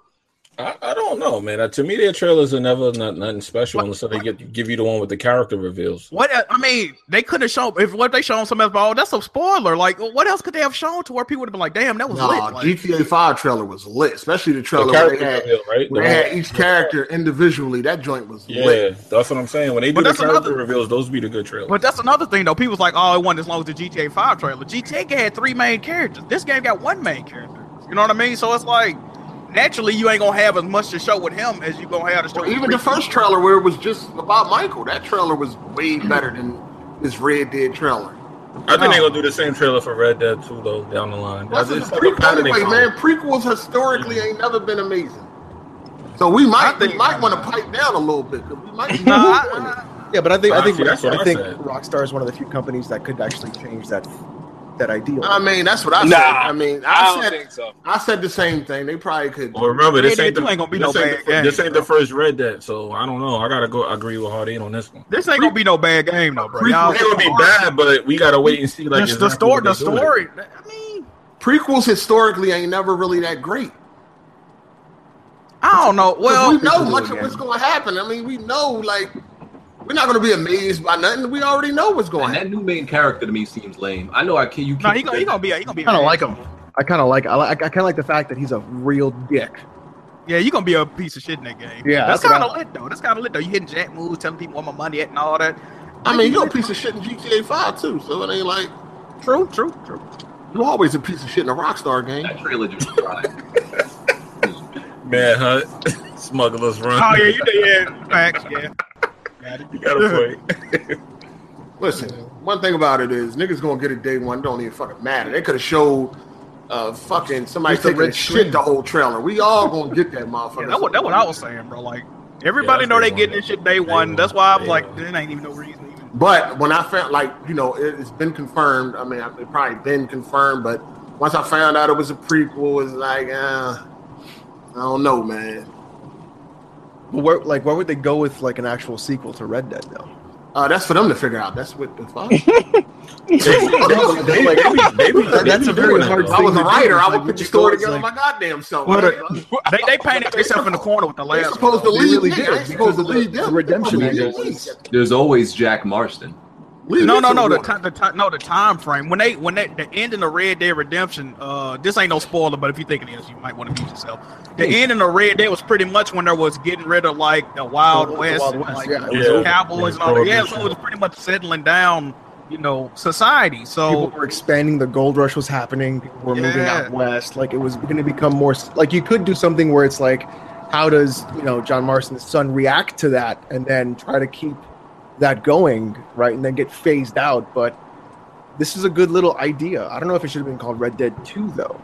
S1: I, I don't know, man. Uh, to me, their trailers are never not, nothing special
S3: What-
S1: unless they get give you the one with the character reveals.
S3: What I mean, they couldn't have shown if what they shown something else. Oh, that's a spoiler. Like, what else could they have shown to where people would have been like, "Damn, that was
S7: No,
S3: lit." Like,
S7: GTA Five trailer was lit, especially the
S1: The
S7: trailer where
S1: character
S7: they had,
S1: reveal, right? The
S7: where they
S1: one-
S7: had each character individually. That joint was lit.
S1: Yeah, that's what I'm saying. When they do
S3: But
S1: the
S3: that's
S1: character
S3: another-
S1: reveals, those be the good trailers.
S3: but that's another thing though. People's like, "Oh, it wasn't as long as the GTA Five trailer." GTA had three main characters. This game got one main character. You know what I mean? So it's like, naturally, you ain't gonna have as much to show with him as you gonna have to show.
S7: Or
S3: with
S7: even the
S3: three
S7: first trailer where it was just about Michael. That trailer was way better than this Red Dead trailer.
S1: I think they're gonna do the same trailer for Red Dead 2 though down the line.
S7: That's
S1: It's
S7: just
S1: like a
S7: prequel
S1: pattern they
S7: anyway,
S1: follow.
S7: man. Prequels historically ain't never been amazing. So we might we might want to pipe down a little bit because we might.
S3: people. Nah, I-
S5: Yeah, but I think I think
S1: Honestly, that's what
S5: I
S1: I
S5: think
S1: said.
S5: Rockstar is one of the few companies that could actually change that that ideal.
S7: I mean, that's what I said.
S6: Nah,
S7: I mean,
S6: I
S7: I,
S6: don't
S7: said
S6: think so.
S7: I said the same thing. They probably could.
S1: Well, remember this
S3: Red
S1: ain't,
S3: Dead
S1: the,
S3: 2 ain't gonna be
S1: this
S3: no
S1: ain't
S3: bad
S1: the,
S3: game,
S1: this ain't
S3: bro.
S1: the first Red Dead, so I don't know. I gotta go agree with Hardin on this one.
S3: This ain't gonna be no bad game though, bro. Y'all,
S1: It would be bad, but we gotta wait and see. Like
S3: Oh. Just the
S1: exactly
S3: story,
S1: what they do
S3: the
S1: with it.
S3: story. I mean,
S7: prequels historically ain't never really that great. 'Cause
S3: I don't know. Well,
S7: we know
S5: prequels
S7: much
S5: again.
S7: of what's going to happen. I mean, we know like we're not going to be amazed by nothing. We already know what's going
S2: And
S7: to happen.
S2: that new main character to me seems lame. I know I can't. You
S3: no,
S2: can't.
S3: he gonna he gonna be a, he gonna be. a
S5: I don't
S3: bad
S5: like him. I kind of like I like I kind of like the fact that he's a real dick.
S3: Yeah, you're gonna be a piece of shit in that game.
S5: Yeah,
S3: that's,
S5: that's what
S3: kind of lit though. That's kind of lit though. You hitting jack moves, telling people where my money at, and all that.
S7: I mean, you're a piece of shit in GTA Five too, so it ain't like
S3: True, true, true.
S7: you're always a piece of shit in a Rockstar game.
S2: That trailer just tried.
S1: Man, huh? <laughs> Smugglers run.
S3: Oh yeah, you did. Yeah, facts. Yeah.
S1: <laughs> you gotta play.
S7: Listen, one thing about it is niggas gonna get it day one. Don't even fucking matter. They could have showed uh fucking somebody
S5: Just a
S7: taking a
S5: red
S7: shit the whole trailer. We all gonna get that
S3: yeah
S7: motherfucker.
S3: that what that what I was saying, bro. Like everybody
S1: Yeah,
S3: know they
S1: that's
S3: getting
S1: day
S3: this shit day
S1: one. Day
S3: one.
S1: one.
S3: That's why I'm
S1: Day
S3: like,
S1: one.
S3: there ain't even no reason. to Even.
S7: But when I found like you know it, it's been confirmed. I mean, it probably been confirmed, but once I found out it was a prequel, it's like uh, I don't know, man.
S5: But where like where would they go with like an actual sequel to Red Dead though?
S7: Uh, that's for them to figure out. That's what the fuck.
S1: They- they- they be- they be- they
S5: That's
S1: be
S5: a very
S1: doing it,
S5: hard
S1: though.
S7: If I
S5: Thing
S7: was a
S5: to do
S7: writer,
S5: is,
S7: I
S5: like,
S7: would
S5: you
S7: put the
S5: just
S7: story
S5: go, it's
S7: together
S5: like-
S7: my goddamn self.
S5: What
S7: man.
S3: They they <laughs> painted themselves in the corner with the
S7: They
S3: last. one.
S7: supposed to
S5: They
S7: lead
S5: really
S7: me.
S5: did,
S7: I ain't supposed to
S5: because of
S7: lead
S5: the
S7: them.
S5: redemption
S7: Lead
S5: angle.
S7: me.
S2: There's always Jack Marston.
S7: Lead
S3: no,
S7: me
S3: no,
S7: to
S3: no. The
S7: one.
S3: time, the time, no, the time frame when they, when they, the ending of Red Dead Redemption. Uh, this ain't no spoiler, but if you think it is, you might want to mute yourself. The ending of Red Dead was pretty much when there was getting rid of like the Wild
S5: The
S3: West,
S5: Wild
S3: and,
S5: West,
S3: like,
S5: yeah, it
S1: was over.
S3: cowboys and all that. Yeah, so it was pretty much settling down, you know, society.
S5: People
S3: So
S5: were expanding. The gold rush was happening. People were moving
S3: Yeah.
S5: out west. Like it was going to become more s- like you could do something where it's like, how does you know John Marston's son react to that, and then try to keep that going right, and then get phased out. But this is a good little idea. I don't know if it should have been called Red Dead Two though.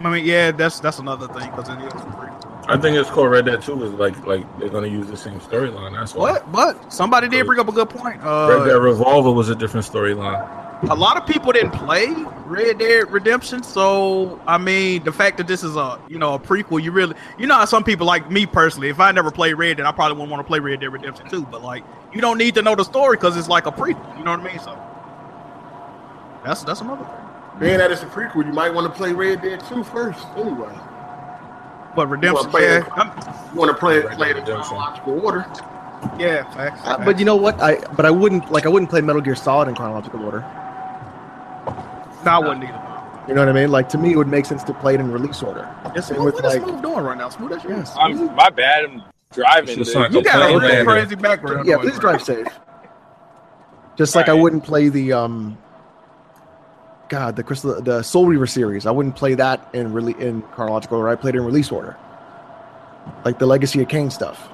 S3: I mean, yeah, that's that's another thing because it is. free.
S1: I think it's called Red Dead 2 is like like they're gonna use the same storyline. That's why.
S3: But but somebody did bring up a good point.
S1: Red Dead
S3: Uh,
S1: Revolver was a different storyline.
S3: a lot of people didn't play Red Dead Redemption, so I mean, the fact that this is a you know a prequel, you really you know how some people like me personally, if I never played Red Dead, I probably wouldn't want to play Red Dead Redemption too. But like, you don't need to know the story because it's like a prequel. You know what I mean? So that's that's another thing.
S7: Being that it's a prequel, you might want to play Red Dead 2 first. Anyway,
S3: But Redemption,
S7: play
S3: yeah,
S7: it.
S3: I'm-
S7: you want to play it
S1: Red
S7: play it in
S1: Dead Redemption.
S7: chronological order.
S3: yeah, facts,
S5: Uh,
S3: facts.
S5: but you know what? I but I wouldn't like I wouldn't play Metal Gear Solid in chronological order.
S3: No, I wouldn't either.
S5: You know what I mean? Like to me, it would make sense to play it in release order.
S3: It's
S5: Same
S3: smooth.
S5: with,
S3: What is
S5: like-
S3: Smooth doing right now? Smooth as yours.
S5: Yes.
S6: I'm, my bad. I'm driving.
S1: It's just
S6: dude.
S1: like-
S3: You got a
S1: Complain
S3: real
S1: later.
S3: crazy background.
S5: yeah,
S3: noise,
S5: please
S3: bro.
S5: drive safe. Just like I
S6: Alright.
S5: wouldn't play the um, God, the Crystal, the Soul Reaver series. I wouldn't play that in really in chronological order. I played it in release order, like the Legacy of Kane stuff.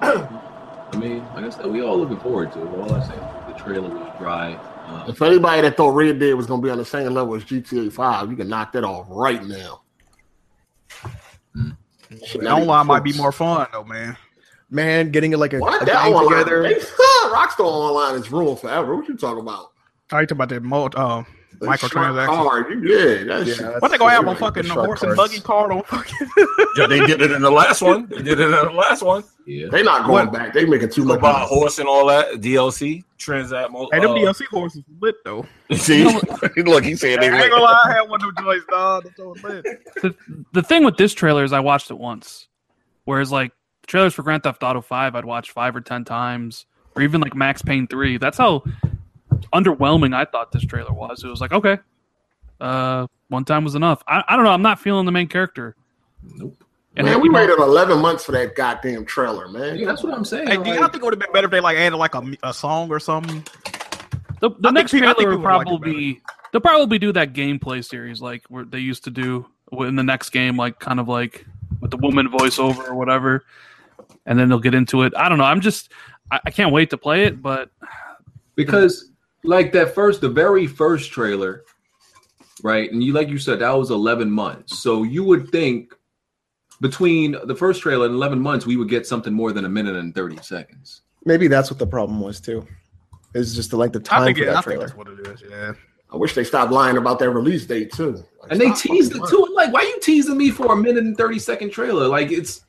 S2: I mean, like I said, we all looking forward to it. All I say, is the trailer was dry. Uh,
S7: If anybody that thought Red Dead was going to be on the same level as GTA 5, you can knock that off right now. Shit,
S3: Hmm. That one might be more fun though, man.
S5: Man, getting like a,
S7: What?
S5: a
S7: That
S5: gang
S7: one
S5: together.
S7: together. Rockstar Online is ruined forever. What you talking about?
S3: I talked about that mo- uh,
S7: The
S3: Microtransactions.
S7: shark Card. You- Yeah, that's
S5: Yeah,
S3: what they gonna have on fucking horse and buggy card on fucking?
S1: Yeah, they did it in the last one. They did it in the last one.
S6: Yeah.
S7: They not going back. They making too
S1: Go
S7: much.
S1: buy a horse and all that DLC transact. mo-
S3: hey, them
S1: uh,
S3: DLC horses lit though.
S1: See,
S6: <laughs>
S1: look, he said
S3: I
S1: they.
S3: ain't gonna lie, I had one of them joints, dog. That's all I'm saying.
S4: the, the thing with this trailer is I watched it once. Whereas like trailers for Grand Theft Auto Five, I'd watch five or ten times, or even like Max Payne Three. That's how underwhelming I thought this trailer was. It was like okay, uh, one time was enough. I, I don't know. I'm not feeling the main character.
S2: Nope.
S4: And
S7: man,
S4: you
S7: we
S4: know,
S7: waited 11 months for that goddamn trailer, man.
S2: Yeah, that's what I'm saying.
S3: Hey, do y'all
S2: like-
S3: think it would have been better if they like added like a, m- a song or something?
S4: the, the
S3: I
S4: next
S3: think pe- I think
S4: trailer will
S3: people would like it
S4: probably be they'll probably do that gameplay series like where they used to do in the next game, like kind of like with the woman voiceover or whatever, and then they'll get into it. I don't know. I'm just I, I can't wait to play it, but
S2: because like that first the very first trailer right and you like you said that was 11 months so you would think between the first trailer and 11 months we would get something more than a minute and 30 seconds
S5: Maybe that's what the problem was too. Is just the length of
S3: I
S5: time
S3: think,
S5: for
S3: it,
S5: that
S3: I think
S5: trailer.
S3: that's what it is. Yeah.
S7: I wish they stopped lying about their release date too. Like,
S2: and they
S7: stop
S2: teased
S7: fucking
S2: it
S7: lying.
S2: too I'm like why you teasing me for a minute and 30 second trailer like it's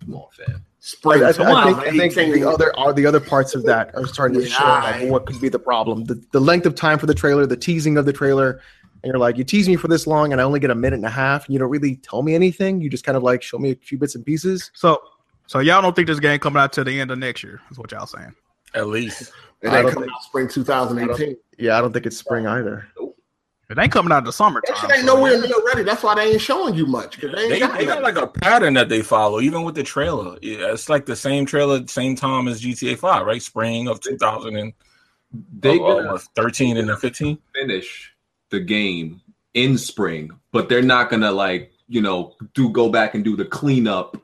S2: come on fam
S7: Spring.
S5: I, I- I
S7: Come on,
S5: think, I think
S7: man.
S5: the other are the other parts of that are starting to show
S7: Yeah.
S5: like, what could be the problem. The, the length of time for the trailer, the teasing of the trailer, and you're like, you tease me for this long, and I only get a minute and a half, and you don't really tell me anything. You just kind of like show me a few bits and pieces.
S3: So, so y'all don't think this game coming out till the end of next year? Is what y'all saying?
S1: At least
S7: And
S5: I
S7: they
S5: don't
S7: come
S5: think-
S7: out spring 2018.
S5: Yeah, I don't think it's spring either.
S3: It ain't coming out in the
S7: That
S3: summertime.
S7: shit ain't
S3: so-
S7: nowhere near ready. That's why they ain't showing you much. Cause Oh, they ain't
S1: they,
S7: got
S1: they got
S7: nothing.
S1: like a pattern that they follow, even with the trailer. Yeah, it's like the same trailer, same time as GTA Five, right? Spring of 2000 and
S2: they
S1: oh,
S2: gonna
S1: oh, 13 and then 15.
S2: finish the game in spring but they're not gonna like you know do go back and do the cleanup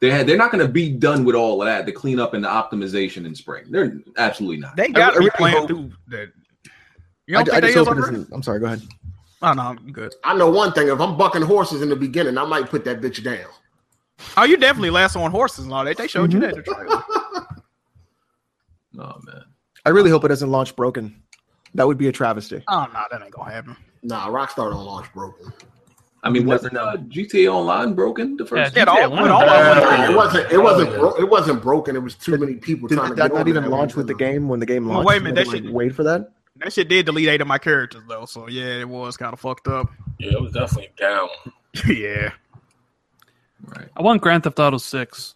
S2: they had, they're not going to be done with all of that, the cleanup and the optimization in spring. They're absolutely not.
S3: They got to
S5: really
S3: be playing
S5: hope-
S3: through that. You
S5: I,
S3: don't
S5: I just
S3: think they is
S5: hope it
S3: already?
S5: isn't. I'm sorry. Go ahead.
S3: Oh no, I'm good.
S7: I know one thing. If I'm bucking horses in the beginning, I might put that bitch down.
S3: Oh, you definitely last on horses and all that. They showed
S5: Mm-hmm.
S3: you that in the trailer.
S2: Oh man.
S5: I really hope it doesn't launch broken. That would be a travesty.
S3: Oh no, that ain't gonna happen.
S7: Nah, Rockstar don't launch broken.
S2: I mean,
S5: You
S2: was
S5: never know.
S2: uh, GTA Online broken the first?
S4: Yeah,
S3: Yeah,
S4: GTA
S3: all,
S4: Online.
S3: with all of them.
S7: Nah, it wasn't. It wasn't.
S1: Oh, yeah.
S7: Bro- it wasn't broken. It was too many people
S5: Did
S7: trying to
S5: that
S7: get
S5: not
S7: on
S5: even
S7: that
S5: launch
S7: one.
S5: with the game when the game
S3: Well,
S5: launched?
S3: wait a minute,
S5: They
S3: that
S5: didn't
S3: shit-
S5: Wait for that.
S3: That shit did delete eight of my characters though. So yeah, it was kind of fucked up. <laughs>
S1: Yeah, it was definitely down.
S3: yeah.
S2: Right.
S4: I want Grand Theft Auto Six.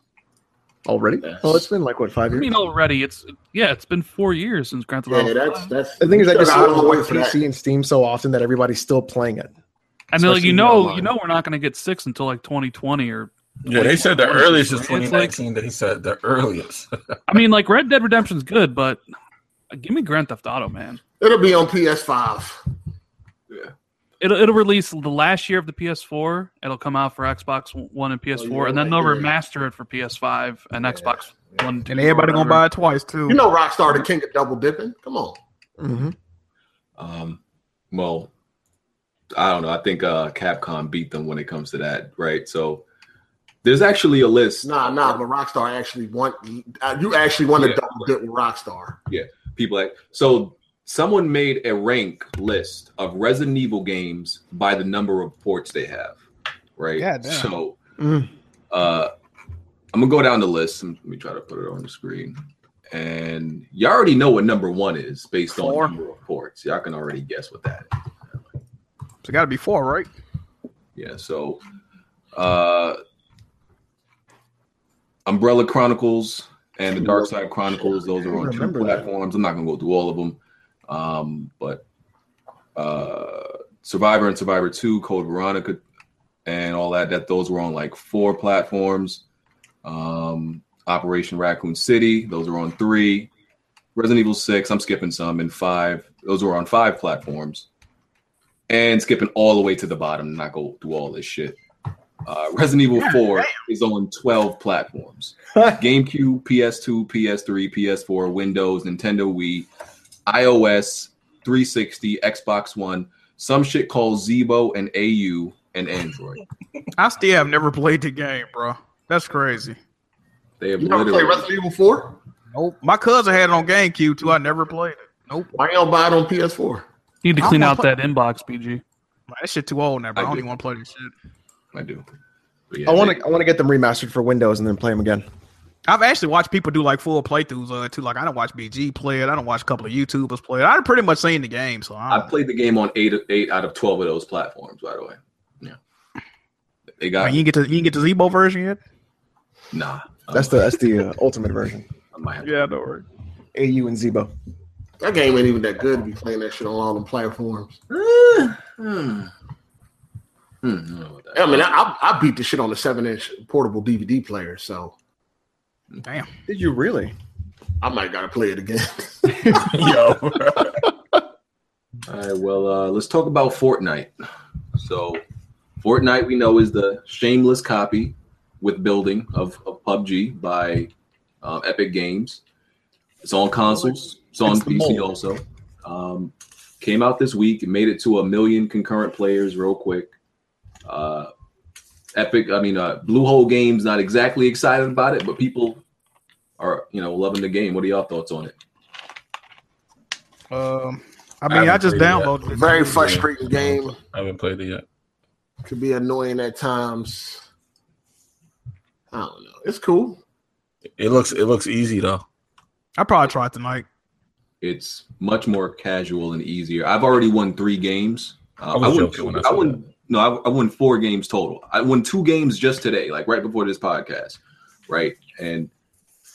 S5: Already?
S1: Yes.
S5: Oh, it's been like what five
S4: I
S5: years?
S4: mean, already it's yeah, it's been four years since Grand Theft Auto.
S7: Yeah, that's
S4: 5.
S7: that's.
S5: the thing is, I
S7: you
S5: just
S7: still got a
S5: saw
S7: long
S5: it
S7: way
S5: on
S7: for that.
S5: PC and Steam so often that everybody's still playing it.
S4: and they're like,
S5: especially
S4: you know,
S5: online.
S4: you know, we're not going to get six until like 2020 or.
S1: Yeah, they said the
S4: 2021.
S1: earliest is
S4: It's like-
S1: 2019. They said the earliest.
S4: I mean, like Red Dead Redemption's good, but give me Grand Theft Auto, man.
S7: It'll be on PS5.
S4: It'll it'll release the last year of the PS4. It'll come out for Xbox One and PS4,
S7: Oh, yeah,
S4: and then they'll
S7: yeah.
S4: remaster it for PS5 and Xbox One.
S3: And everybody gonna buy it twice too.
S7: You know, Rockstar the king of double dipping. Come on.
S5: Mm-hmm.
S2: Um, well, I don't know. I think uh, Capcom beat them when it comes to that, right? So there's actually a list
S7: Nah, nah. But Rockstar actually want uh, you actually want to
S2: Yeah.
S7: double dip with Rockstar.
S2: people like so someone made a rank list of Resident Evil games by the number of ports they have, right?
S3: God damn.
S2: So
S5: Mm.
S2: uh I'm gonna go down the list and let me try to put it on the screen. And you already know what number one is based
S3: Four.
S2: on number of ports. Y'all can already guess what that is.
S3: It's got to be four, right?
S2: Yeah, so uh Umbrella Chronicles and the Dark Side Chronicles, those are on two
S5: Remember that.
S2: platforms. I'm not gonna go through all of them. Um, but uh Survivor and Survivor 2, Code Veronica and all that, that those were on like four platforms. Um Operation Raccoon City, those are on three. Resident Evil 6, I'm skipping some, and five, those were on five platforms and skipping all the way to the bottom, not go through all this shit. Uh, Resident Evil 4 is on 12 platforms GameCube, PS2, PS3, PS4, Windows, Nintendo Wii, iOS, 360, Xbox One, some shit called Zebo and AU, and Android.
S3: I still have never played the game, bro. That's crazy.
S2: They
S7: You never play
S2: obliterated.
S7: Resident Evil Four?
S3: Nope. My cousin had it on GameCube too. I never played it.
S7: Why y'all buy it on PS4?
S4: You need to
S3: I'm
S4: clean
S3: gonna
S4: out
S3: play-
S4: that inbox, BG.
S3: Man, that shit too old now, bro. I,
S2: I
S3: don't
S2: do.
S3: even want to play this shit.
S2: I do. But yeah,
S5: I want to I want to get them remastered for Windows and then play them again.
S3: I've actually watched people do like full playthroughs of it too. Like I don't watch BG play it. I don't watch a couple of YouTubers play it. I've pretty much seen the game, so I
S2: I
S3: don't.
S2: played the game on eight eight out of twelve of those platforms. By the way, yeah, they
S3: Like,
S2: got
S3: you didn't get to you didn't get the Zebo version yet?
S2: nah.
S5: That's the that's
S4: <laughs>
S5: the uh, ultimate version.
S2: I might have-
S3: Yeah, don't worry.
S5: AU and Zebo.
S7: That game ain't even that good to be playing that shit on all them platforms.
S2: Hmm. Hmm, I don't know about that.
S7: I mean, I, I I beat the shit on the seven inch portable DVD player, so
S3: Damn.
S5: Did you really?
S7: I might gotta play it again. <laughs>
S1: Yo.
S2: All right, well, uh, let's talk about Fortnite. So, Fortnite, we know, is the shameless copy with building of, of PUBG by um, Epic Games. It's on consoles, it's on
S5: It's the
S2: PC
S5: mold.
S2: also. Um, came out this week, it made it to a million concurrent players real quick. Uh, Epic, I mean, uh, Blue Hole Games, not exactly excited about it, but people are, you know, loving the game. What are y'all thoughts on it?
S3: Um, I
S1: I
S3: mean, I,
S1: haven't played
S3: just
S1: it yet.
S3: downloaded it.
S7: Very frustrating game.
S1: I haven't played it yet.
S7: Could be annoying at times. I don't know. It's cool.
S1: It looks it looks easy though.
S3: I probably tried tonight.
S2: it's much more casual and easier. I've already won three games. Uh,
S1: I was
S2: I, won.
S1: joking when I
S2: I
S1: said
S2: won. No, I, I won four games total. I won two games just today, like right before this podcast, right? And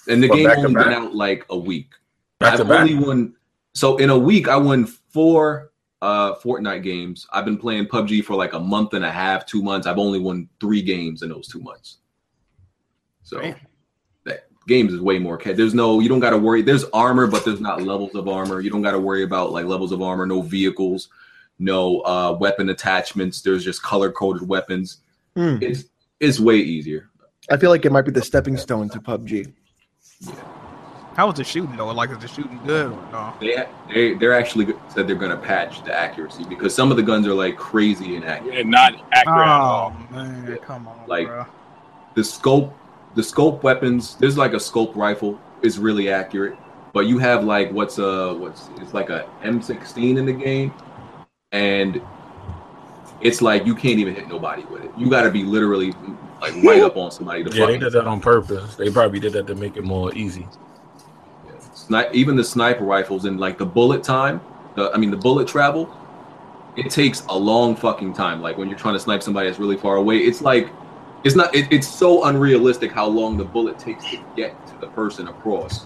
S2: and the
S1: Well,
S2: game
S1: back to
S2: only
S1: back.
S2: been out like a week.
S1: Back
S2: I've
S1: to back.
S2: only won. So in a week, I won four uh Fortnite games. I've been playing PUBG for like a month and a half, two months. I've only won three games in those two months. So
S3: Man.
S2: that games is way more. ca- There's no. You don't got to worry. There's armor, but there's not levels of armor. You don't got to worry about like levels of armor. No vehicles. No uh weapon attachments. There's just color coded weapons.
S5: Hmm.
S2: It's it's way easier.
S5: I feel like it might be the stepping stone to PUBG.
S3: How was the shooting though? Like, is the shooting good or no?
S2: They they they're actually g- said they're gonna patch the accuracy because some of the guns are like crazy inaccurate.
S6: Yeah, not accurate at
S3: Oh
S6: all.
S3: man, come on,
S2: Like-
S3: bro.
S2: the scope the scope weapons there's like a scope rifle is really accurate but you have like what's a what's it's like a m16 in the game and it's like you can't even hit nobody with it you got to be literally like right up on somebody to
S1: Yeah, they
S2: fucking
S1: did that on purpose. They probably did that to make it more easy.
S2: sni- even the sniper rifles and like the bullet time the, i mean the bullet travel it takes a long fucking time like when you're trying to snipe somebody that's really far away it's like it's not it, it's so unrealistic how long the bullet takes to get to the person across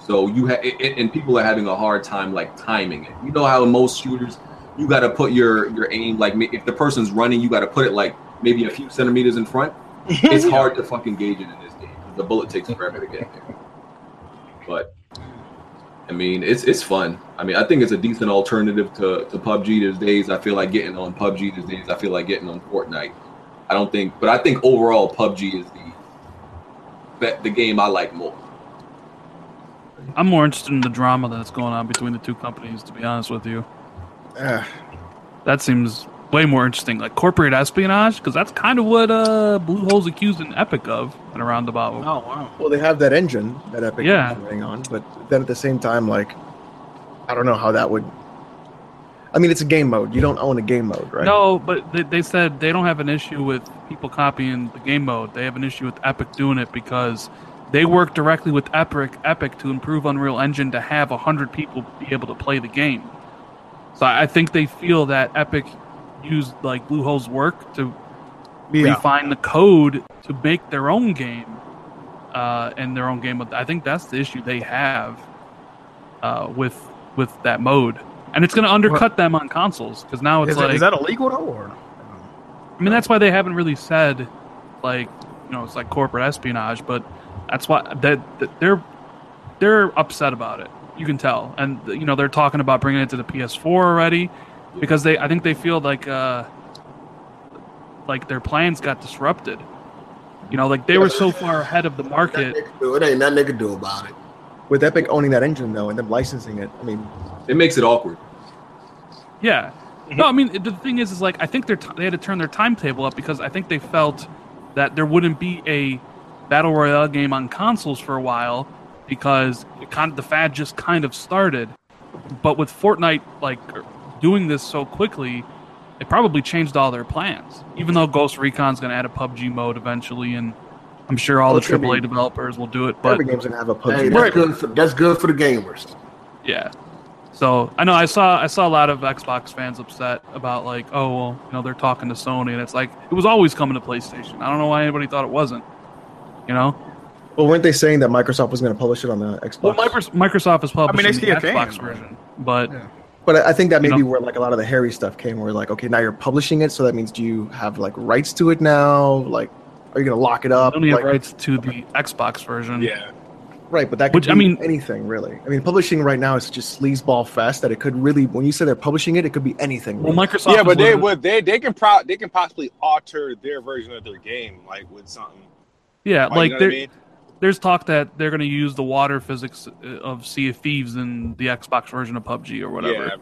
S2: so you have and people are having a hard time like timing it you know how in most shooters you got to put your your aim like ma- if the person's running you got to put it like maybe a few centimeters in front it's hard to fucking gauge it in this game the bullet takes forever to get there but I mean, it's it's fun. I mean, I think it's a decent alternative to, to PUBG these days. I feel like getting on PUBG these days. I feel like getting on Fortnite. I don't think, but I think overall PUBG is the be- the game I like more.
S4: I'm more interested in the drama that's going on between the two companies. To be honest with you,
S5: Uh,
S4: that seems way more interesting, like corporate espionage, because that's kind of what uh, Blue Hole's accusing Epic of in a roundabout.
S3: Oh wow.
S5: well, they have that engine that Epic
S4: Yeah.
S5: is running on, but then at the same time, like, I don't know how that would. I mean, it's a game mode. You don't own a game mode, right?
S4: No, but they, they said they don't have an issue with people copying the game mode. They have an issue with Epic doing it because they work directly with Epic Epic to improve Unreal Engine to have hundred people be able to play the game. So I I think they feel that Epic used like Bluehole's work to
S3: Yeah.
S4: refine the code to make their own game uh, and their own game. I think that's the issue they have uh, with with that mode, and it's going to undercut them on consoles because now it's
S3: Is,
S4: like
S3: it, is that illegal though or no?
S4: I mean, that's why they haven't really said, like, you know, it's like corporate espionage, but that's why that that they're they're upset about it. You can tell, and you know, they're talking about bringing it to the PS4 already because they, I think they feel like, uh, like their plans got disrupted. You know, like they were so far ahead of the market.
S7: Nothing they can do. It ain't nothing they can do about it.
S5: With Epic owning that engine though, and them licensing it, I mean,
S2: It makes it awkward.
S4: Yeah.
S5: Mm-hmm.
S4: No, I mean the thing is, is like I think they're t- they had to turn their timetable up because I think they felt that there wouldn't be a battle royale game on consoles for a while because it kind the fad just kind of started. But with Fortnite like doing this so quickly, it probably changed all their plans. Even though Ghost Recon's going to add a PUBG mode eventually, and I'm sure all
S5: Oh,
S4: the
S5: it's gonna
S4: AAA
S5: be-
S4: developers will do it. But
S5: Every game's gonna have a PUBG.
S7: Hey, that's good. For, that's good for the gamers.
S4: Yeah. So I know I saw I saw a lot of Xbox fans upset about like, oh well, you know, they're talking to Sony and it's like it was always coming to PlayStation. I don't know why anybody thought it wasn't. You know?
S5: Well, weren't they saying that Microsoft was going to publish it on the Xbox?
S4: Well Microsoft, Microsoft is publishing
S3: still
S4: the Xbox
S3: can, right?
S4: version. But
S3: Yeah.
S5: but I I think that
S4: You
S5: may be
S4: know?
S5: where like a lot of the hairy stuff came. Where like, okay, now you're publishing it, so that means do you have like rights to it now? Like, are you going to lock it up?
S4: Sony have
S5: Like,
S4: rights to the Xbox version.
S6: Yeah.
S5: Right, but that could
S4: Which,
S5: be
S4: I mean-
S5: anything really. I mean, publishing right now is just sleazeball fest. That it could really, when you say they're publishing it, it could be anything.
S4: Well
S5: really.
S4: Microsoft
S6: yeah, but
S4: is
S6: they
S4: limited-
S6: would they they can pro they can possibly alter their version of their game like with something.
S4: Yeah,
S6: Oh, you
S4: like
S6: know what I
S4: there,
S6: mean?
S4: there's talk that they're going to use the water physics uh, of Sea of Thieves in the Xbox version of PUBG or whatever.
S6: Yeah,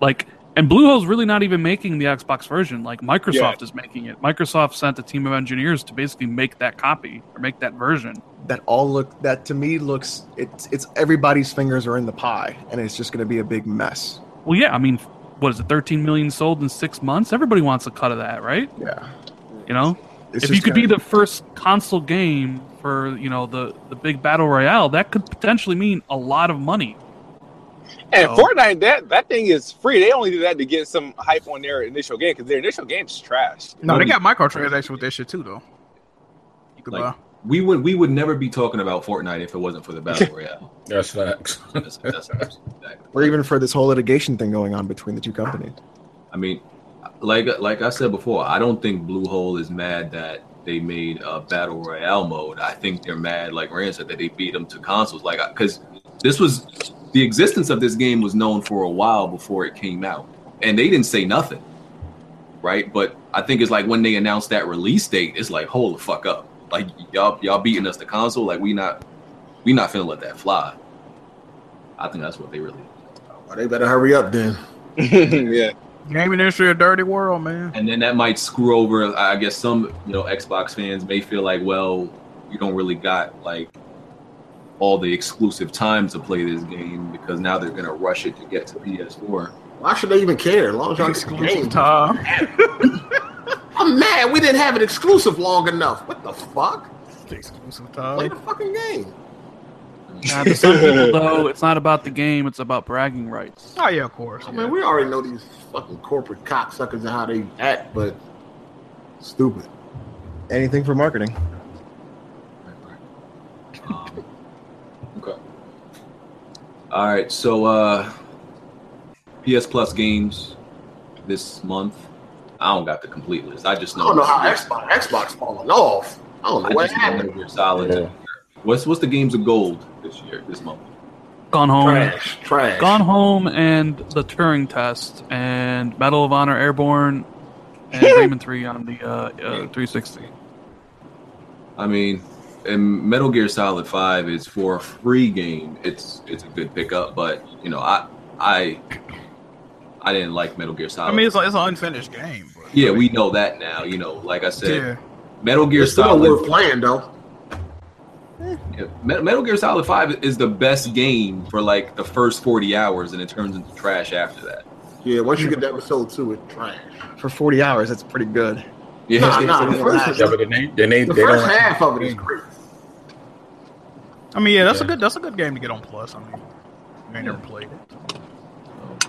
S4: like and bluehole's really not even making the xbox version like microsoft is making it microsoft sent a team of engineers to basically make that copy or make that version
S5: that all look that to me looks it's it's everybody's fingers are in the pie, and it's just going to be a big mess.
S4: well yeah i mean what is it 13 million sold in six months everybody wants a cut of that right
S5: Yeah,
S4: you know
S5: It's
S4: if you
S5: just
S4: could
S5: gonna-
S4: be the first console game for you know the the big battle royale that could potentially mean a lot of money
S3: Oh.
S6: And
S4: So-
S6: Fortnite, that that thing is free. They only do that to get some hype on their initial game because their initial game's
S3: <laughs>
S6: trash.
S3: No, they got microtransactions with that shit too, though. You could
S2: Like-
S3: buy.
S2: We would we would never be talking about Fortnite if it wasn't for the battle royale.
S1: That's facts. <laughs>
S2: That's, that's, that's, exactly.
S5: or even for this whole litigation thing going on between the two companies.
S2: I mean, like like I said before, I don't think Bluehole is mad that they made a battle royale mode. I think they're mad, like Rand said, that they beat them to consoles. Like, because this was the existence of this game was known for a while before it came out, and they didn't say nothing, right? But I think it's like when they announced that release date, it's like, hold the fuck up, like y'all y'all beating us to console. Like we not we not finna let that fly. I think that's what they really.
S7: Well, they better hurry up then.
S6: yeah.
S3: Gaming industry, a dirty world, man.
S2: and then that might screw over i guess some you know xbox fans may feel like well you don't really got like all the exclusive time to play this game because now they're going to rush it to get to ps4
S7: Why should they even care? As long as y'all
S3: Exclusive
S7: exclusive.
S3: time.
S7: <laughs> I'm mad we didn't have an exclusive long enough. What the fuck?
S3: Exclusive time.
S7: Play the fucking game.
S4: Now, to some
S5: <laughs>
S4: people though it's not about the game it's about bragging rights
S3: Oh yeah, of course.
S7: I
S3: yeah.
S7: mean, we already know these fucking corporate cocksuckers and how they act, but stupid.
S5: Anything for marketing?
S2: um, okay all right so uh ps plus games this month i don't got the complete list i just
S7: I
S2: know
S7: don't know how Xbox Xbox falling off. I don't know
S2: I
S7: what
S2: just know
S7: happened.
S2: that we're solid
S1: Yeah.
S2: what's what's the games of gold this year this month
S4: gone home
S7: Trash, trash.
S4: Gone Home and the Turing Test and Medal of Honor Airborne and Rayman 3 on the uh, uh, 360.
S2: I mean, and Metal Gear Solid Five is for a free game. It's it's a good pickup, but you know, I I I didn't like Metal Gear
S3: I
S2: Solid.
S3: mean, it's, a- it's an unfinished game. But,
S2: yeah, we know that now. You know, like I said,
S3: yeah.
S2: Metal Gear
S7: It's still worth
S2: Solid
S7: playing though.
S2: yeah, Me- Metal Gear Solid Five is the best game for like the first forty hours, and it turns into trash after that.
S7: Yeah, once you get that episode two, it's trash.
S5: For 40 hours, that's pretty good.
S2: Yeah,
S7: Nah, nah, the first,
S1: Yeah, but then they, then they,
S7: the
S1: they
S7: first
S1: don't.
S7: half of it is great.
S3: I mean, yeah, that's a
S1: Yeah.
S3: good. That's a good game to get on Plus. I mean, I ain't never played it.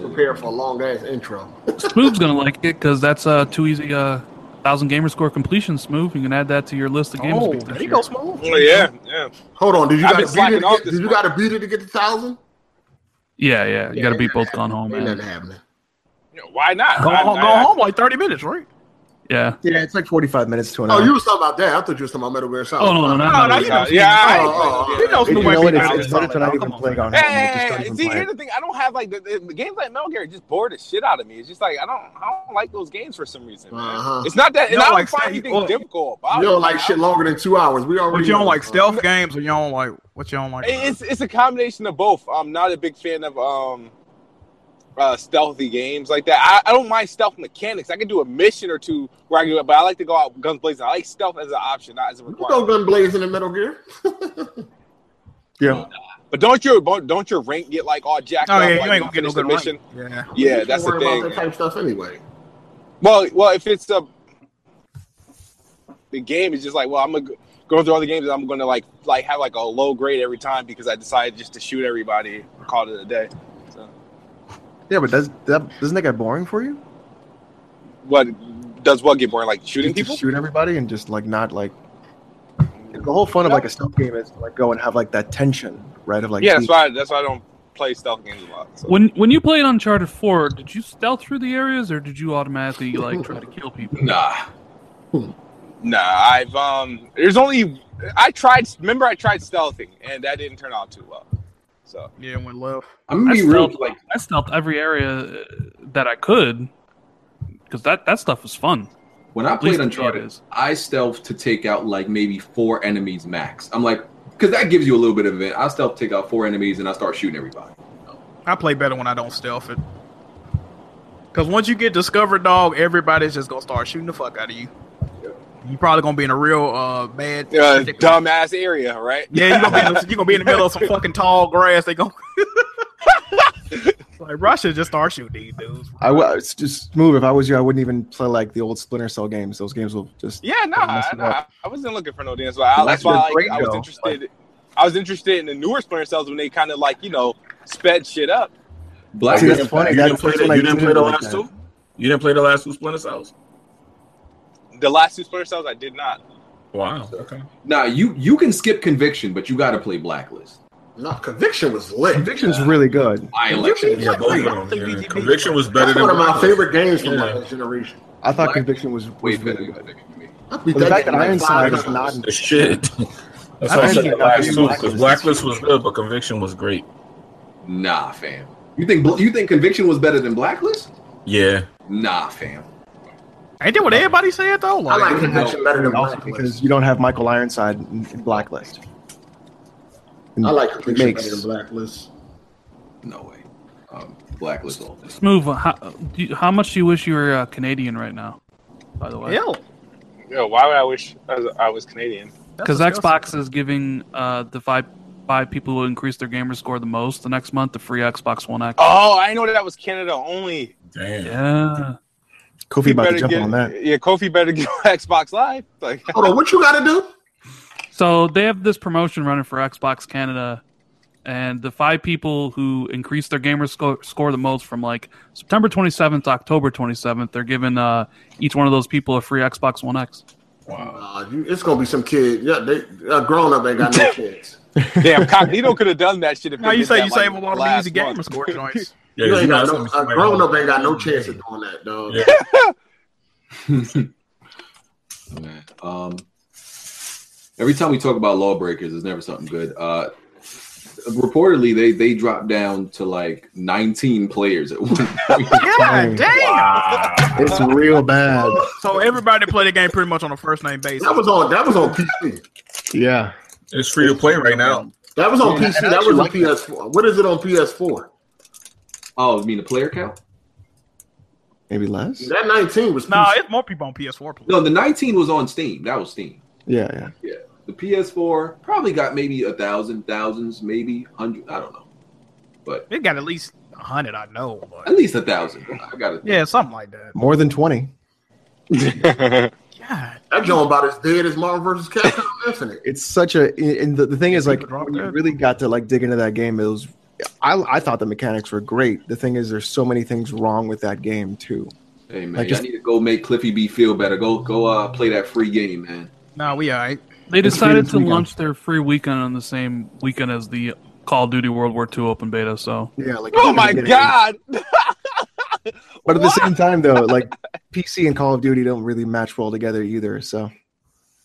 S7: Prepare for a long ass intro.
S4: Smoob's going to like it because that's uh, too easy. Uh, 1,000 gamer score completion, Smoob. You can add that to your list of games. to beat this
S3: Oh, there you
S4: year.
S3: go, smooth.
S6: Well, yeah, yeah.
S7: Hold on, did you
S6: I've
S7: got to
S6: been slacking
S7: beat it?
S6: off
S7: To get,
S6: this
S7: did you
S6: month.
S7: got to beat it to get the thousand?
S4: Yeah, yeah. You
S7: Yeah,
S4: got to
S7: yeah,
S4: beat both Gone Home
S7: Ain't nothing
S4: and.
S7: happening.
S6: You know, why
S3: <laughs>
S6: not?
S3: Go,
S6: I-
S3: home,
S6: I-
S3: go
S6: I-
S3: home like thirty minutes, right?
S4: Yeah.
S5: Yeah, it's like 45 minutes to an
S7: Oh,
S5: hour.
S7: you was talking about that. I thought you was talking about Metal Gear Solid.
S4: Oh, no, no,
S3: No,
S4: not
S3: no,
S4: Metal
S3: you
S4: Gear
S3: know,
S4: Solid.
S6: yeah, I ain't
S7: Oh, oh,
S6: playing
S7: oh.
S6: it.
S3: you know,
S5: It-
S3: Snoop
S5: you know
S3: ain't
S5: what?
S3: beat
S5: It's,
S3: Metal
S5: it's
S3: Gear
S5: better to
S3: Solid.
S5: not
S3: Come
S5: even
S3: on,
S5: play
S3: man.
S5: Gone Home. Oh,
S6: Hey,
S5: just don't
S6: hey,
S5: even
S6: see,
S5: play
S6: here's
S5: it.
S6: the thing. I don't have like the, the, the games like Metal Gear are just bored as shit out of me. It's just like I don't, I don't like those games for some reason. man.
S7: Uh-huh.
S6: It's not that, and
S3: You
S6: I
S3: don't
S6: don't
S3: like
S6: find
S3: stealth-
S6: anything
S3: well,
S6: difficult about
S7: You
S6: it.
S7: don't like
S6: Like, I-
S7: shit longer than two hours. We already.
S3: But you don't
S7: know.
S3: like stealth games, or you don't like what you don't like.
S6: It- It's it's a combination of both. I'm not a big fan of um uh, stealthy games like that. I, I don't mind stealth mechanics. I can do a mission or two where I can, but I like to go out guns blazing. I like stealth as an option, not as a
S7: You go
S6: requirement.
S7: gun blazing in Metal Gear.
S5: Yeah.
S6: But don't your don't your rank get like all jacked
S3: Oh
S6: up?
S3: yeah,
S6: like,
S3: you ain't gonna get no
S6: finish the
S3: good rank.
S6: mission?
S3: Yeah.
S6: Yeah, that's the
S7: worry
S6: thing.
S7: About that type of stuff anyway.
S6: Well, well, if it's the the game is just like, well, I'm gonna go- go through all the games and I'm gonna like like have like a low grade every time because I decided just to shoot everybody and call it a day.
S5: Yeah, but does that doesn't that get boring for you?
S6: What does what get boring? Like
S5: You
S6: shooting
S5: just
S6: people?
S5: shoot everybody and just like not like the whole fun of like a stealth game is to like go and have like that tension, right? Of like
S6: yeah,
S5: being-
S6: that's why that's why I don't play stealth games a lot. So.
S4: When when you played Uncharted Four, did you stealth through the areas or did you automatically like try to kill people?
S6: Nah. Nah, I've um there's only I tried remember I tried stealthing and that didn't turn out too well. So
S3: Yeah, it went left.
S2: I'm gonna be
S4: I
S2: real.
S4: stealth-
S2: Like
S4: I stealthed every area uh, that I could because that that stuff was fun.
S2: when I
S4: At least
S2: played
S4: the
S2: Uncharted,
S4: areas.
S2: I stealth to take out like maybe four enemies max. I'm like, because that gives you a little bit of it. I stealth take out four enemies and I start shooting everybody.
S3: I play better when I don't stealth it. Cause once you get discovered, dog, everybody's just gonna start shooting the fuck out of you. You probably gonna be in a real uh bad
S6: uh, dumbass area, right?
S3: Yeah,
S6: <laughs>
S3: you're gonna, be in, you gonna be in the middle of some fucking tall grass. They gonna <laughs> like Russia just start shooting these dudes.
S5: I w- it's just move. If I was you, I wouldn't even play like the old Splinter Cell games. Those games will just
S6: Yeah, nah,
S5: messing
S6: nah
S5: up.
S6: I wasn't looking for no dance. But I,
S5: That's
S6: that's why
S5: been
S6: like,
S5: great,
S6: I was
S5: though.
S6: interested. I was interested in the newer Splinter Cells when they kind of like you know sped shit up.
S2: Black
S5: See,
S2: Mirror-
S5: that's funny.
S1: You
S5: That's
S1: didn't play,
S5: that's
S1: the,
S5: when I
S1: you didn't play the
S5: like
S1: last
S5: that.
S1: two. You didn't play the last two Splinter Cells.
S6: The last two Splinter Cells, I did not.
S1: Wow. Okay.
S2: Nah, you you can skip conviction, but you got to play Blacklist.
S7: No, conviction was lit.
S5: Conviction's really good.
S2: I
S7: Conviction
S2: election.
S1: Yeah, both
S7: I
S1: of
S7: think we
S1: them. Yeah.
S7: did-
S1: Conviction was better
S7: That's
S1: than
S7: one of my
S1: Blacklist.
S7: favorite games from
S1: Yeah.
S7: my generation.
S5: I thought
S2: Black-
S5: Conviction was, was
S2: Way better
S5: really
S2: than
S5: good.
S2: Conviction to me.
S7: I beat
S5: But the
S7: that
S5: fact
S7: game
S5: that
S7: like
S5: Ironside
S7: five
S5: is not
S7: times.
S1: The
S7: <laughs>
S1: shit. That's why I
S5: That's
S1: said
S5: actually
S1: the
S5: not
S1: last
S5: even
S1: two because
S5: Blacklist.
S1: Blacklist was good, but Conviction was great.
S2: Nah, fam. You think you think conviction was better than Blacklist?
S1: Yeah.
S2: Nah, fam.
S3: Ain't that what everybody said though?
S7: I like
S3: Like,
S7: conviction better than
S5: Also
S7: Blacklist.
S5: because you don't have Michael Ironside in, in Blacklist.
S7: I like conviction
S5: makes-
S7: better than Blacklist.
S2: No way. Um, Blacklist all day.
S4: Smooth. uh, How, do you- how much do you wish you were uh, Canadian right now? By the way,
S3: hell,
S6: Yo, why would I wish I was, I was Canadian?
S3: that's
S4: because
S3: disgusting.
S4: Xbox is giving uh, the five five people who increase their gamer score the most the next month the free Xbox One X.
S6: Oh, I know that was Canada only.
S1: Damn.
S4: Yeah,
S5: Kofi about to
S6: better
S5: jump
S6: get-
S5: on that.
S6: Yeah, Kofi better get <laughs> on Xbox Live. Like, <laughs>
S7: Hold on, what you got to do?
S4: So they have this promotion running for Xbox Canada, and the five people who increase their gamer score, score the most from like September 27th to October 27th, they're giving uh, each one of those people a free Xbox One X.
S7: Uh, you, it's gonna be some kid. Yeah, they uh, grown up ain't <laughs> got no kids.
S6: damn, Cognito could have done that shit. If
S3: Now
S6: they
S3: you
S6: did
S3: say
S6: that,
S3: you
S6: like,
S3: save a lot of
S6: last
S3: these gamer
S6: month.
S3: score joints.
S1: Yeah,
S7: You ain't got
S1: guys
S7: no,
S1: told me
S7: uh,
S1: somebody
S7: grown up
S1: else.
S7: ain't got no chance of doing that, dog.
S1: Yeah.
S2: Man. Um, every time we talk about lawbreakers, it's never something good. Uh, reportedly, they they dropped down to like 19 players at <laughs> one point.
S3: yeah,
S5: Dang.
S3: damn.
S5: <laughs> It's real bad.
S3: So everybody play the game pretty much on a first name basis.
S7: <laughs> That was on. That was on PC.
S5: Yeah.
S1: It's free to play right <laughs> now.
S7: That was on
S5: Yeah,
S7: PC.
S5: and I
S7: That
S5: actually
S7: was on
S5: like that.
S7: PS4. What is it on PS4?
S2: oh, you mean the player count?
S5: Maybe less.
S7: That 19 was.
S3: Nah,
S7: PC.
S3: it's more people on PS4. Play.
S2: No, the 19 was on Steam. That was Steam.
S5: Yeah, yeah.
S2: The PS4 probably got maybe a thousand, thousands, maybe hundred. I don't know.
S3: It got at least hundred, I know. But
S2: At least a thousand. I got it.
S3: yeah, something like that.
S5: More than twenty.
S3: God,
S7: that joint about as dead as Marvel
S5: <laughs>
S7: versus Capcom Infinite.
S5: It's such a and the, the thing is like
S3: people drop
S5: when you
S3: dead.
S5: really got to like dig into that game, it was I I thought the mechanics were great. The thing is there's so many things wrong with that game too.
S2: Hey man,
S5: Like,
S2: I
S5: just-
S2: need to go make Cliffy B feel better. Go go uh play that free game, man.
S3: nah, we alright.
S4: They
S5: It's free
S4: decided
S5: this
S4: to
S5: weekend.
S4: launch their free weekend on the same weekend as the Call of Duty World War II open beta. So
S5: Yeah, like
S6: oh my god.
S5: But at the
S6: What?
S5: same time <laughs> though, like PC and Call of Duty don't really match well together either. So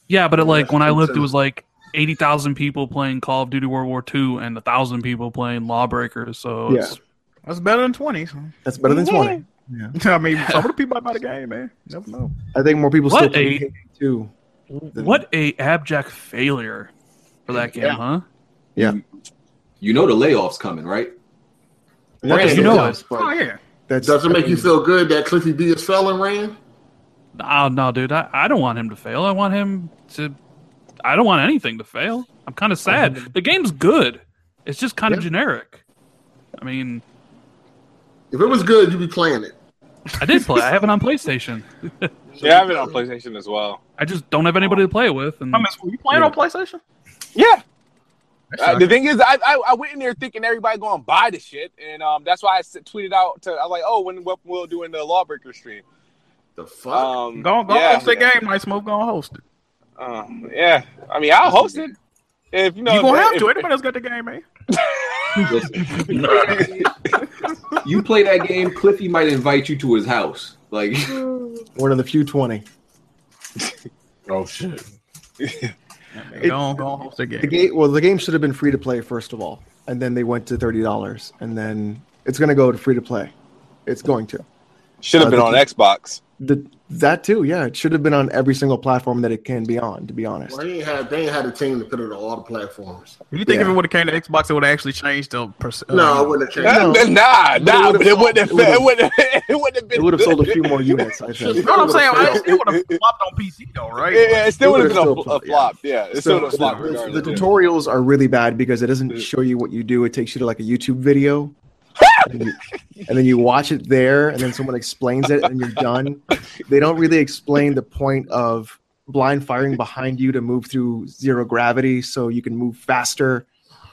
S4: yeah, but it, like when I
S5: think
S4: lived, it
S5: so.
S4: was like. 80,000 people playing Call of Duty World War II and 1,000 people playing Lawbreakers. So
S5: Yeah.
S4: it's,
S3: That's better than twenty. so.
S5: that's better than twenty.
S3: <laughs> I mean, some of <laughs> the people buy the game, man. You Never know.
S5: I think more people still
S4: What
S5: play
S4: a-
S5: KD too.
S4: what a abject failure for that game,
S5: Yeah.
S4: huh?
S2: You know the layoffs coming,
S6: <laughs>
S2: right?
S5: Not just
S4: you
S5: the
S4: know
S5: jobs, but
S3: Oh yeah.
S5: that's
S7: Does it make you feel good that Cliffy B is selling, Rand?
S4: Oh no, dude! I, I don't want him to fail. I want him to. I don't want anything to fail. I'm kind of sad. The game's good. It's just kind of
S5: Yeah.
S4: generic. I mean,
S7: If it was good, you'd be playing it.
S4: I did play. I have
S3: <laughs>
S4: it on PlayStation.
S6: Yeah, I have it on PlayStation as well.
S4: I just don't have anybody to play it with. And
S3: I mean, you playing on PlayStation?
S6: Yeah. Uh, the thing is, I, I I went in there thinking everybody going to buy the shit, and um, that's why I s- tweeted out to I was like, oh, when what we'll do in the Lawbreaker stream.
S7: The fuck?
S6: Um,
S3: Go, go
S6: yeah,
S3: host that game, Nice Move. Go host it.
S6: uh, yeah, I mean, I'll host it if you know.
S3: you gonna have
S6: if-
S3: to. Anybody else got the game, eh? man?
S2: Listen, you play that game, Cliffy might invite you to his house. Like,
S5: One of the few twenty.
S1: Oh shit!
S5: It-
S3: Go, go host that
S5: The
S3: game.
S5: game. Well, the game should have been free to play first of all, and then they went to thirty dollars, and then it's going to go to free to play. It's going to
S6: Should have been on Xbox.
S5: the that too. Yeah, it should have been on every single platform that it can be on. To be honest,
S7: Well, they ain't had they ain't had a team to put it on all the platforms.
S3: If you think if
S5: Yeah.
S3: it would have came to Xbox, it would have actually changed the uh, percent.
S7: No, it wouldn't have changed.
S5: <laughs> No.
S6: Nah, <laughs> nah, nah, but it wouldn't have.
S5: would've-
S6: It wouldn't. have- <laughs> It wouldn't have been.
S5: it would have sold a
S6: good.
S5: few more units. I
S3: You
S5: think.
S3: know what
S5: <laughs>
S3: I'm saying?
S7: It
S3: It still would have flopped on PC though, right?
S6: <laughs> Yeah, yeah, it still
S5: It
S6: would have
S5: would've
S6: been a,
S5: still
S6: fl- a
S5: flopped, yeah.
S6: flop. Yeah, it still
S5: So
S6: would have
S5: the-
S6: flopped.
S7: the-
S5: The
S6: regardless, yeah.
S5: tutorials are really bad because it doesn't show you what you do. It takes you to like a YouTube video, and, you, and then you watch it there, and then someone explains it, and you're done. They don't really explain the point of blind firing behind you to move through zero gravity, so you can move faster.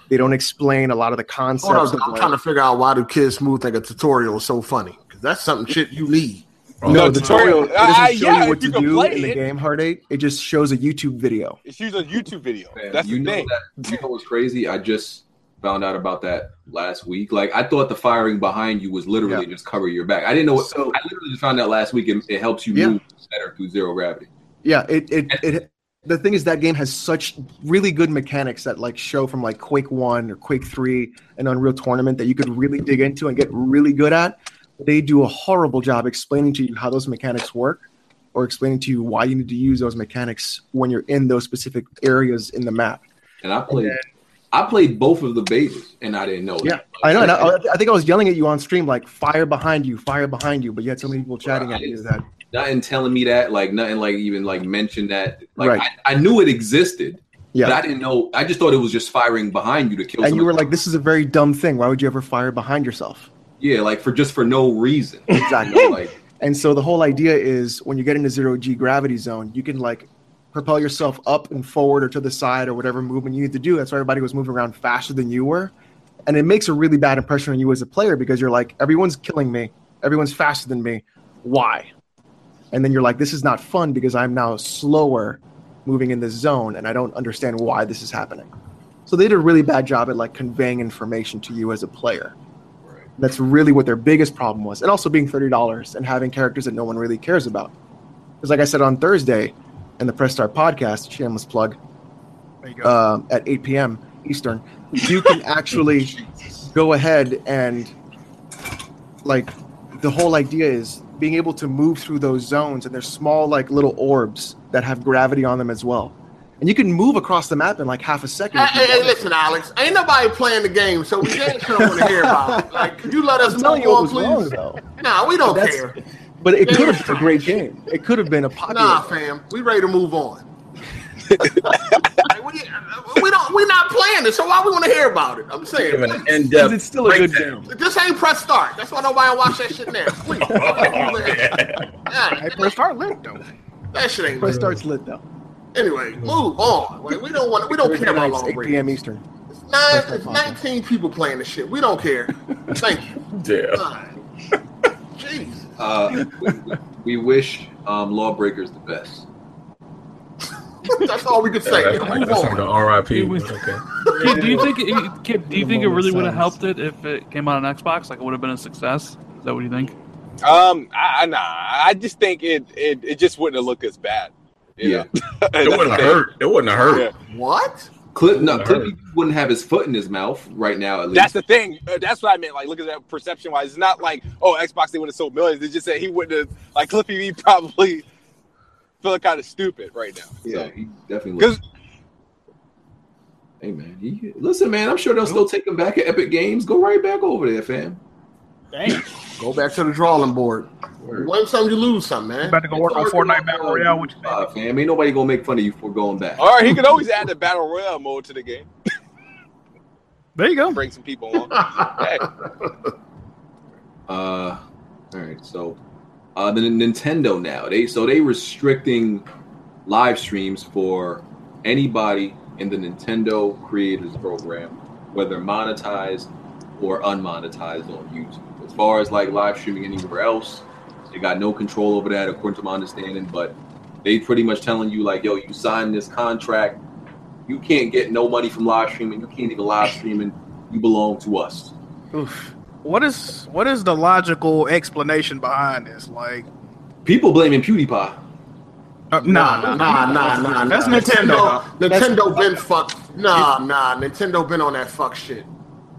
S5: They don't explain a lot of the
S7: Hold
S5: concepts.
S7: on,
S5: Of
S7: I'm trying
S5: like,
S7: to figure out why do kids smooth think a tutorial is so funny? Because that's something shit you need.
S1: <laughs>
S5: no,
S6: No,
S5: the
S6: tutorial-
S5: tutorial it doesn't
S6: Oh, Ah,
S5: show
S6: yeah,
S5: you what
S6: if you
S5: to
S6: can
S5: do
S6: play
S5: in the
S6: it.
S5: game. Heartache. It just shows a YouTube video.
S6: It's used on YouTube video.
S2: Man,
S6: That's
S2: you
S6: the
S2: know
S6: thing.
S2: that you know what's crazy? I just found out about that last week. Like I thought the firing behind you was literally just cover your back. I didn't know what
S5: So-
S2: I literally just found out last week it, it helps you
S5: Yeah.
S2: move better through zero gravity.
S5: Yeah, it, it it the thing is that game has such really good mechanics that like show from like Quake One or Quake Three and Unreal Tournament that you could really dig into and get really good at. They do a horrible job explaining to you how those mechanics work or explaining to you why you need to use those mechanics when you're in those specific areas in the map.
S2: And I played I played both of the bases and I didn't know that.
S5: Yeah, I know. And I, I think I was yelling at you on stream like "fire behind you, fire behind you," but you had so many people chatting at you that
S2: nothing telling me that, like nothing like even like mentioned that. Like
S5: Right.
S2: I, I knew it existed, but
S5: yeah.
S2: I didn't know I just thought it was just firing behind you to kill
S5: And you
S2: somebody.
S5: were like, "This is a very dumb thing. Why would you ever fire behind yourself?"
S2: Yeah, like for just for no reason.
S5: Exactly.
S2: You know, <laughs> like
S5: And so the whole idea is when you get into zero G gravity zone, you can like propel yourself up and forward or to the side or whatever movement you need to do. That's why everybody was moving around faster than you were. And it makes a really bad impression on you as a player because you're like, everyone's killing me. Everyone's faster than me. Why? And then you're like, this is not fun because I'm now slower moving in this zone and I don't understand why this is happening. So they did a really bad job at like conveying information to you as a player. That's really what their biggest problem was, and also being thirty dollars and having characters that no one really cares about. Because, like I said on Thursday, in the Press Start podcast, shameless plug,
S3: There you go.
S5: uh, at eight p.m. Eastern, you can actually go ahead and like the whole idea is being able to move through those zones, and there's small like little orbs that have gravity on them as well, and you can move across the map in like half a second.
S7: Hey,
S5: if you
S7: hey, hey,
S5: want.
S7: listen, Alex. Ain't nobody playing the game, so we ain't sure want to hear about <laughs> it. Like, could you let us
S5: I'm
S7: know,
S5: telling you what was
S7: please?
S5: wrong though.
S7: Nah, we don't
S5: That's-
S7: care.
S5: But it could have been a
S7: <laughs>
S5: great game. It could have been a popular.
S7: Nah,
S5: game.
S7: fam, we ready to move on. Like, we, we don't. We're not playing it, so why we want to hear about it? I'm saying.
S1: Give an
S7: please.
S1: in-depth.
S5: it's still a good
S1: breakdown.
S7: This ain't press start. That's why nobody watch that shit now. Please.
S1: <laughs> Oh, yeah.
S7: Yeah,
S3: Hey, press start lit though.
S7: that shit ain't.
S5: Press
S7: good.
S5: starts lit though.
S7: Anyway, move on. Like, we don't want. We don't care about
S5: It's
S7: long
S5: 8
S7: break.
S5: p.m. Eastern.
S7: It's, nine,
S5: Press
S7: it's
S5: start.
S7: 19 people playing this shit. We don't <laughs> care. Thank you.
S1: Yeah.
S7: Fine. Jesus.
S2: uh, we, we wish um, lawbreakers the best.
S7: That's all we could say.
S1: that's like,
S7: Move
S1: that's like
S7: on.
S1: an RIP.
S4: It
S3: <laughs>
S4: was-
S1: but okay.
S4: Kid, do you think? It, Kid, do you
S5: The
S4: think it
S5: moment
S4: really would have
S5: sounds-
S4: helped it if it came out on Xbox? Like it would have been a success. Is that what you think?
S6: Um, I, I- nah, I just think it, it it just wouldn't have looked as bad. You
S2: Yeah.
S6: know? <laughs> That's the
S1: <laughs> It wouldn't have
S6: thing.
S1: hurt. It wouldn't have hurt.
S6: Yeah.
S7: What?
S2: Clip, no,
S1: Wouldn't
S2: Clip
S1: hurt.
S2: wouldn't have his foot in his mouth right now. At least
S6: That's the thing. Uh, That's what I meant. Like, look at that perception wise. It's not like, oh, Xbox, they would have sold millions. They just said he wouldn't have, like, <laughs> Cliffy B probably feeling kind of stupid right now.
S2: yeah, he definitely.
S6: Because
S2: Would. Hey man, he, listen, man, I'm sure they'll still take him back at Epic Games. Go right back over there, fam.
S7: Dang. Go back to the drawing board. You win some, you lose some, man.
S3: About to go work on Fortnite Battle Royale. Which
S2: Uh, fam, ain't nobody gonna make fun of you for going back.
S6: Or he could always add the battle royale mode to the game.
S3: there you go.
S6: Bring some people on. Hey,
S2: Uh, all right. So, uh, the N- Nintendo now they so they restricting live streams for anybody in the Nintendo Creators Program, whether monetized or unmonetized on YouTube. As far as like live streaming anywhere else, they got no control over that, according to my understanding. But they pretty much telling you like, yo, you signed this contract, you can't get no money from live streaming, you can't even live streaming, you belong to us.
S3: What is what is the logical explanation behind this? Like,
S2: People blaming PewDiePie.
S3: uh, nah,
S7: <laughs> Nah, nah, nah, nah, nah.
S3: That's
S7: nah.
S3: Nintendo.
S7: Nintendo <laughs> been fucked. Nah, nah. Nintendo been on that fuck shit.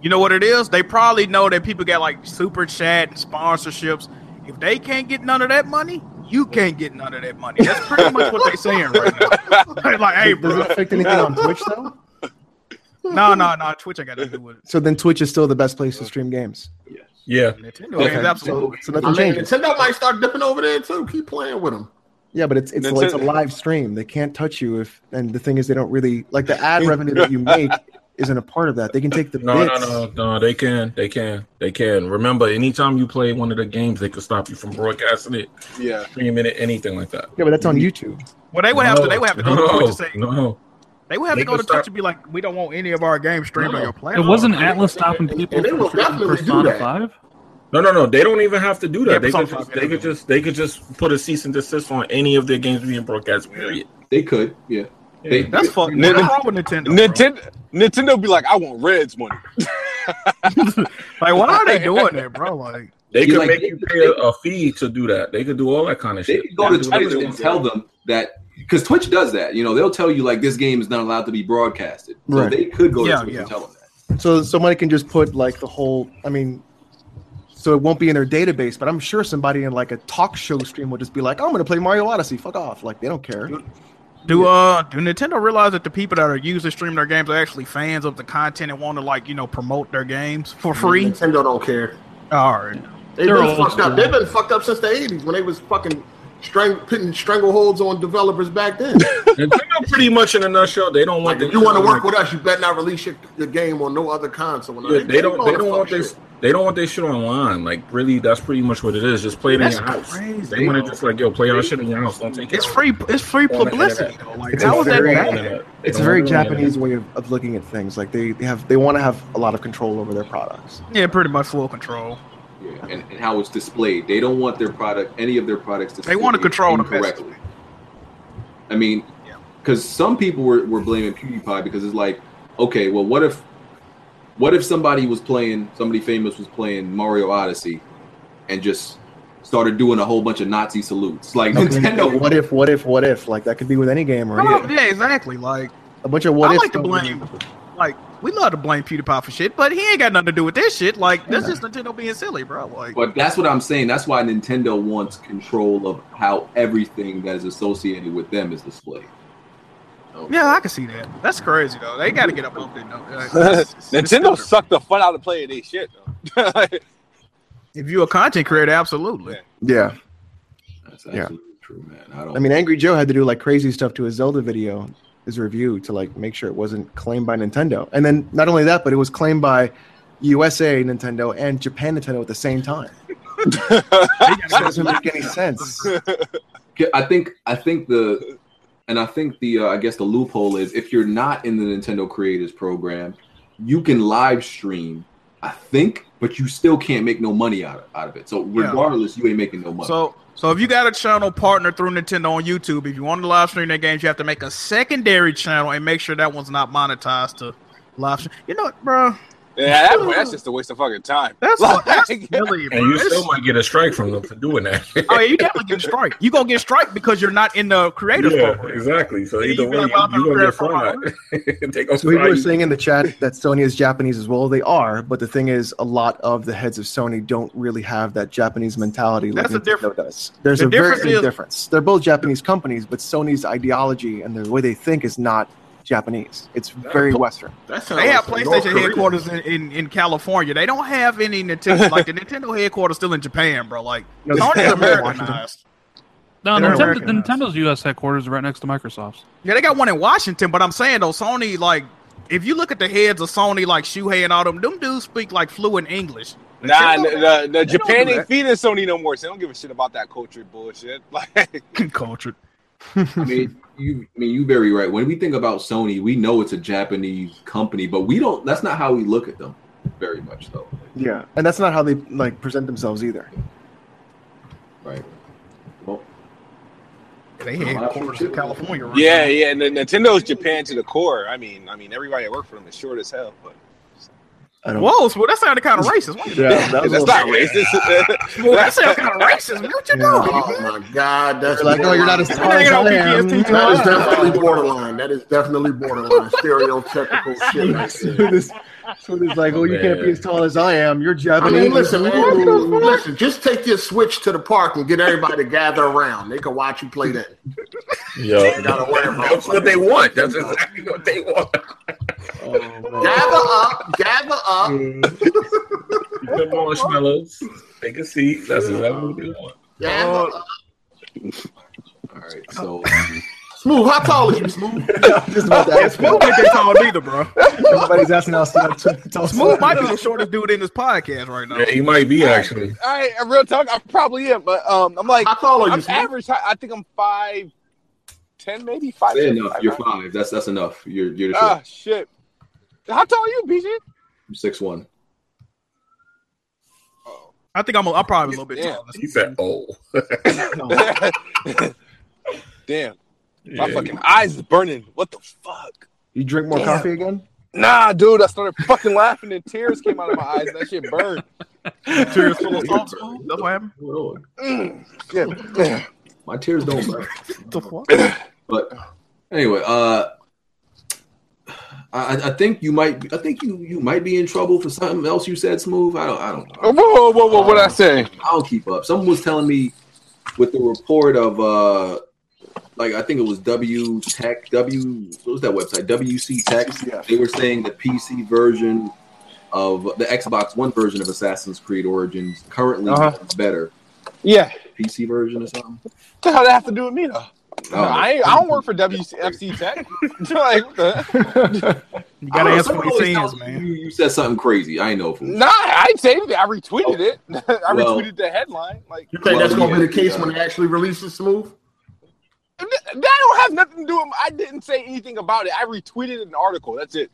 S3: You know what it is? They probably know that people got like super chat and sponsorships. If they can't get none of that money, you can't get none of that money. That's pretty much what they're saying right now. <laughs> They're like, hey,
S5: Does
S3: bro,
S5: it affect anything on Twitch though?
S3: no, no, no, Twitch, I got to do with it.
S5: So then Twitch is still the best place to stream games.
S1: Yeah.
S3: Nintendo
S5: Okay,
S3: games,
S5: so,
S3: absolutely.
S5: so
S7: I
S5: nothing
S7: mean,
S5: changes.
S7: Nintendo might start dipping over there too. Keep playing with them.
S5: Yeah, but it's it's, like, it's a
S6: Nintendo-
S5: live stream. They can't touch you if. And the thing is, they don't really like the ad revenue that you make isn't a part of that. They can take the
S1: No, no,
S5: bits.
S1: no, no. They can. They can. They can. Remember, anytime you play one of the games, they could stop you from broadcasting it, <laughs>
S6: yeah.
S1: streaming it, anything like that.
S5: Yeah, but that's on YouTube.
S3: Well, they would have to. They would have to go to Twitch
S1: no,
S3: and say.
S1: no.
S3: They would have
S1: They
S3: to go to
S1: could start-
S3: Twitch and be like, we don't want any of our games streamed on
S7: No.
S3: your
S4: It
S3: platform.
S4: wasn't Atlas stopping
S7: and-
S4: people
S7: and they
S4: from
S7: will
S4: streaming
S7: definitely do
S4: Persona
S7: that.
S4: Five.
S1: No, no, no. They don't even have to do that.
S3: Yeah,
S1: they
S3: Persona
S1: could just,
S3: five,
S1: they
S3: yeah.
S1: could just they could just put a cease and desist on any of their games being broadcast. Period.
S2: They could, yeah. They,
S3: That's fucked.
S6: Nin-
S3: What's wrong with Nintendo? bro?
S6: Nintendo, Nintendo be like, I want Reds money.
S3: Like, why are they doing that, bro? Like,
S1: They
S2: You
S1: could
S2: like-
S1: make you pay a, a fee to do that. They could do all that kind of
S2: they
S1: shit.
S2: could go to
S1: That's what they
S2: Twitch
S1: do.
S2: and tell them that because Twitch does that. You know, they'll tell you like this game is not allowed to be broadcasted. So
S5: Right.
S2: they could go to
S3: Yeah,
S2: Twitch
S3: yeah.
S2: and tell them that.
S5: So somebody can just put like the whole. I mean, so it won't be in their database. But I'm sure somebody in like a talk show stream will just be like, "I'm going to play Mario Odyssey." Fuck off! Like they don't care.
S3: do uh do Nintendo realize that the people that are usually streaming their games are actually fans of the content and want to like you know promote their games for free?
S7: Nintendo don't care.
S3: All right,
S7: They've
S4: They're
S7: been
S4: old
S7: fucked
S4: school.
S7: up. They've been fucked up since the '80s when they was fucking strang- putting strangleholds on developers back
S1: <laughs>
S7: then.
S1: Nintendo pretty much in a nutshell. They don't want
S7: Like,
S1: the
S7: if you want to work with us, you better not release your, your game on no other console.
S1: Yeah, they don't.
S7: know
S1: They
S7: the
S1: don't
S7: fuck
S1: want
S7: shit.
S1: their. They don't want their shit online. Like really, that's pretty much what it is. Just play it in
S3: That's
S1: your house.
S3: crazy.
S1: They want to just like yo, play our shit in your house. Don't take it
S3: it's
S1: out.
S3: free. It's free
S1: On the
S3: publicity.
S1: internet.
S3: though. Like,
S5: It's
S3: how is that
S5: very-
S3: bad?
S1: internet.
S5: It's a
S1: Don't
S5: very
S1: worry about it.
S5: Japanese way of, of looking at things. Like they they have they want to have a lot of control over their <laughs> products.
S3: Yeah, pretty much full control.
S2: Yeah, and, and how it's displayed. They don't want their product, any of their products, to
S3: They wanna control the message.
S2: I mean,
S3: Yeah.
S2: because some people were, were blaming PewDiePie because it's like, okay, well, what if, what if somebody was playing, somebody famous was playing Mario Odyssey, and just started doing a whole bunch of Nazi salutes? Like
S5: <laughs>
S2: Nintendo,
S5: What if? What if? What if? Like that could be with any game, right?
S3: Oh, yeah, exactly. Like,
S5: A bunch of what
S3: I
S5: ifs.
S3: like to
S5: don't really-
S3: blame. Like, we love to blame PewDiePie for shit, but he ain't got nothing to do with this shit. Like, that's just Nintendo being silly, bro. Like,
S2: But that's what I'm saying. That's why Nintendo wants control of how everything that is associated with them is displayed. Oh,
S3: yeah, I can see that. That's crazy though. They got to get up on that. though. Like, it's- it's- it's
S6: Nintendo
S3: stupid.
S6: sucked the fun out of playing they shit though. <laughs> Like,
S3: If you're a content creator, absolutely.
S6: Yeah.
S5: Yeah,
S2: That's
S5: Yeah.
S2: absolutely true, man. I don't.
S5: I mean, Angry Joe had to do like crazy stuff to his Zelda video, his review, to like make sure it wasn't claimed by Nintendo. And then not only that, but it was claimed by USA Nintendo and Japan Nintendo at the same <laughs> time. It doesn't make any sense.
S2: I think I think the, and I think the uh, I guess the loophole is if you're not in the Nintendo Creators Program, you can live stream. I think, but you still can't make no money out of, out of it. So
S3: Yeah.
S2: regardless, you ain't making no money.
S3: So, so if you got a channel partner through Nintendo on YouTube, if you want to live stream their games, you have to make a secondary channel and make sure that one's not monetized to live stream. You know, what, bro,
S6: yeah, that, that's just a waste of fucking time.
S3: that's,
S6: <laughs> Like,
S3: that's
S6: yeah.
S3: silly, bro.
S1: And you
S3: It's-
S1: still might get a strike from them for doing that.
S3: oh yeah, you definitely get strike. You gonna get strike because you're not in the creators
S1: yeah,
S3: program.
S1: exactly. So
S3: Yeah,
S1: either
S3: you
S1: way, you,
S3: feel like, well,
S1: you gonna get fried.
S3: I'm
S1: <laughs> they gonna
S5: So people
S1: fry
S5: are
S1: you.
S5: saying in the chat that Sony is Japanese as well. They are, but the thing is, a lot of the heads of Sony don't really have that Japanese mentality like
S3: That's a
S5: Nintendo
S3: difference.
S5: does. There's
S3: The
S5: a very
S3: difference
S5: big
S3: is-
S5: difference. They're both Japanese companies, but Sony's ideology and the way they think is not Japanese. It's very Western.
S1: That sounds
S3: They have
S1: like North
S3: PlayStation
S1: Korea.
S3: headquarters in, in, in California. They don't have any Nintendo. like the Nintendo headquarters still in Japan, bro. Like
S5: No,
S3: Sony's
S5: they're
S3: Americanized.
S4: No,
S5: They're
S4: Nintendo, the
S5: Americanized.
S4: Nintendo's U.S. headquarters are right next to Microsoft's.
S3: Yeah, they got one in Washington, but I'm saying though, Sony like if you look at the heads of Sony, like Shuhei and all them, them dudes speak like fluent English. <laughs>
S6: Nah,
S3: Nintendo-
S6: the, the, the
S3: don't
S6: Japan
S3: do
S6: ain't
S3: that.
S6: feeding Sony no more. So they don't give a shit about that culture bullshit. <laughs> Like,
S3: cultured.
S2: I mean, you I mean you very right. When we think about Sony, we know it's a Japanese company, but we don't that's not how we look at them very much though.
S5: Yeah, and that's not how they like present themselves either.
S2: Right. Well,
S3: They headquarters in California. Right
S6: yeah,
S1: Mm-hmm.
S6: yeah. And then Nintendo's Japan to the core. I mean, I mean, everybody that worked for them is short as hell. But
S5: I
S3: now.
S5: don't.
S3: Whoa, so that sounded kind of racist. Wait a
S5: <laughs>
S3: minute.
S5: Yeah,
S6: <laughs>
S5: that was
S6: that's
S5: a little-
S6: not racist. <laughs>
S3: Well, that sounds kind of racist. man. What you
S5: Yeah.
S3: doing?
S7: <laughs> Oh my god, that's
S5: Like, oh, you're not as tall
S3: They
S5: as
S3: got
S5: I am.
S3: PTSD
S5: <laughs>
S3: too.
S7: That is definitely borderline. That is definitely borderline stereotypical shit. right there.
S5: so <laughs> this, so this, like, oh, you can't be as tall as I am. You're
S7: I
S5: Japanese.
S7: mean,
S5: <laughs>
S7: listen, man. Listen, just take your Switch to the park and get everybody to gather around. They can watch you play that.
S1: Yeah.
S7: They gotta worry about
S1: That's what they want. That's exactly what they want.
S7: Gather up, gather up.
S1: The marshmallows. Take a seat. That's exactly what they want.
S7: Gather up.
S2: all right. So
S7: Smooth, how tall is you, <laughs> Smooth?
S5: I'm just about to
S3: Yeah,
S5: ask.
S3: Smooth ain't that tall neither, bro. <laughs>
S5: Everybody's asking us to tell
S3: Smooth might be the shortest dude in this podcast right now.
S1: Yeah, he might be actually.
S6: I, I real talk. I probably am, but um, I'm like,
S7: How tall are
S6: I'm
S7: you, Smooth?
S6: average. I, I think I'm five, ten, maybe five.
S2: say
S6: ten,
S2: enough.
S6: five,
S2: You're
S6: nine.
S2: five. That's that's enough. You're you're the short.
S6: Ah, shit. How tall are you, BG?
S2: I'm six one.
S3: I think I'm. A, I'm probably a little bit
S6: Yeah.
S3: taller.
S1: He said, "Oh,
S6: <laughs> Damn,
S1: yeah.
S6: my fucking eyes is burning. What the fuck?
S5: You drink more
S6: Yeah.
S5: coffee again?
S6: Nah, dude, I started fucking laughing and tears came out of my eyes. and That shit
S7: <laughs>
S6: burned.
S3: Tears full of salt,
S6: <laughs>
S3: Smooth. That's what happened.
S2: Hold on.
S6: Shit.
S2: My tears
S5: <laughs>
S2: don't burn.
S5: The fuck?
S2: But anyway, uh, I, I think you might. I think you you might be in trouble for something else you said, smooth. I don't. I don't.
S6: Whoa, whoa, whoa, whoa! What
S2: Oh.
S6: I say?
S2: I don't keep up. Someone was telling me with the report of uh, like I think it was W Tech W. What was that website? WC Tech.
S5: Yeah.
S2: They were saying the PC version of the Xbox One version of Assassin's Creed Origins currently
S6: Uh-huh.
S2: is better
S6: Yeah.
S2: PC version or something.
S6: What the hell that have to do with me though?
S2: Oh.
S6: No, I ain't, I don't work for WFC Tech. <laughs> like, what the-
S7: <laughs>
S3: You
S2: I
S3: gotta answer
S2: don't know, Oh, someone
S3: for your sins,
S2: always tells me
S3: man.
S2: You, you said something crazy. I ain't know. if it was-
S6: Nah, I saved it. I retweeted it. <laughs> I
S2: Well-
S6: retweeted the headline. Like
S7: You think that's gonna be the case when they actually release it, Smooth?
S6: th- that don't have nothing to do with. I didn't say anything about it. I retweeted an article. That's it.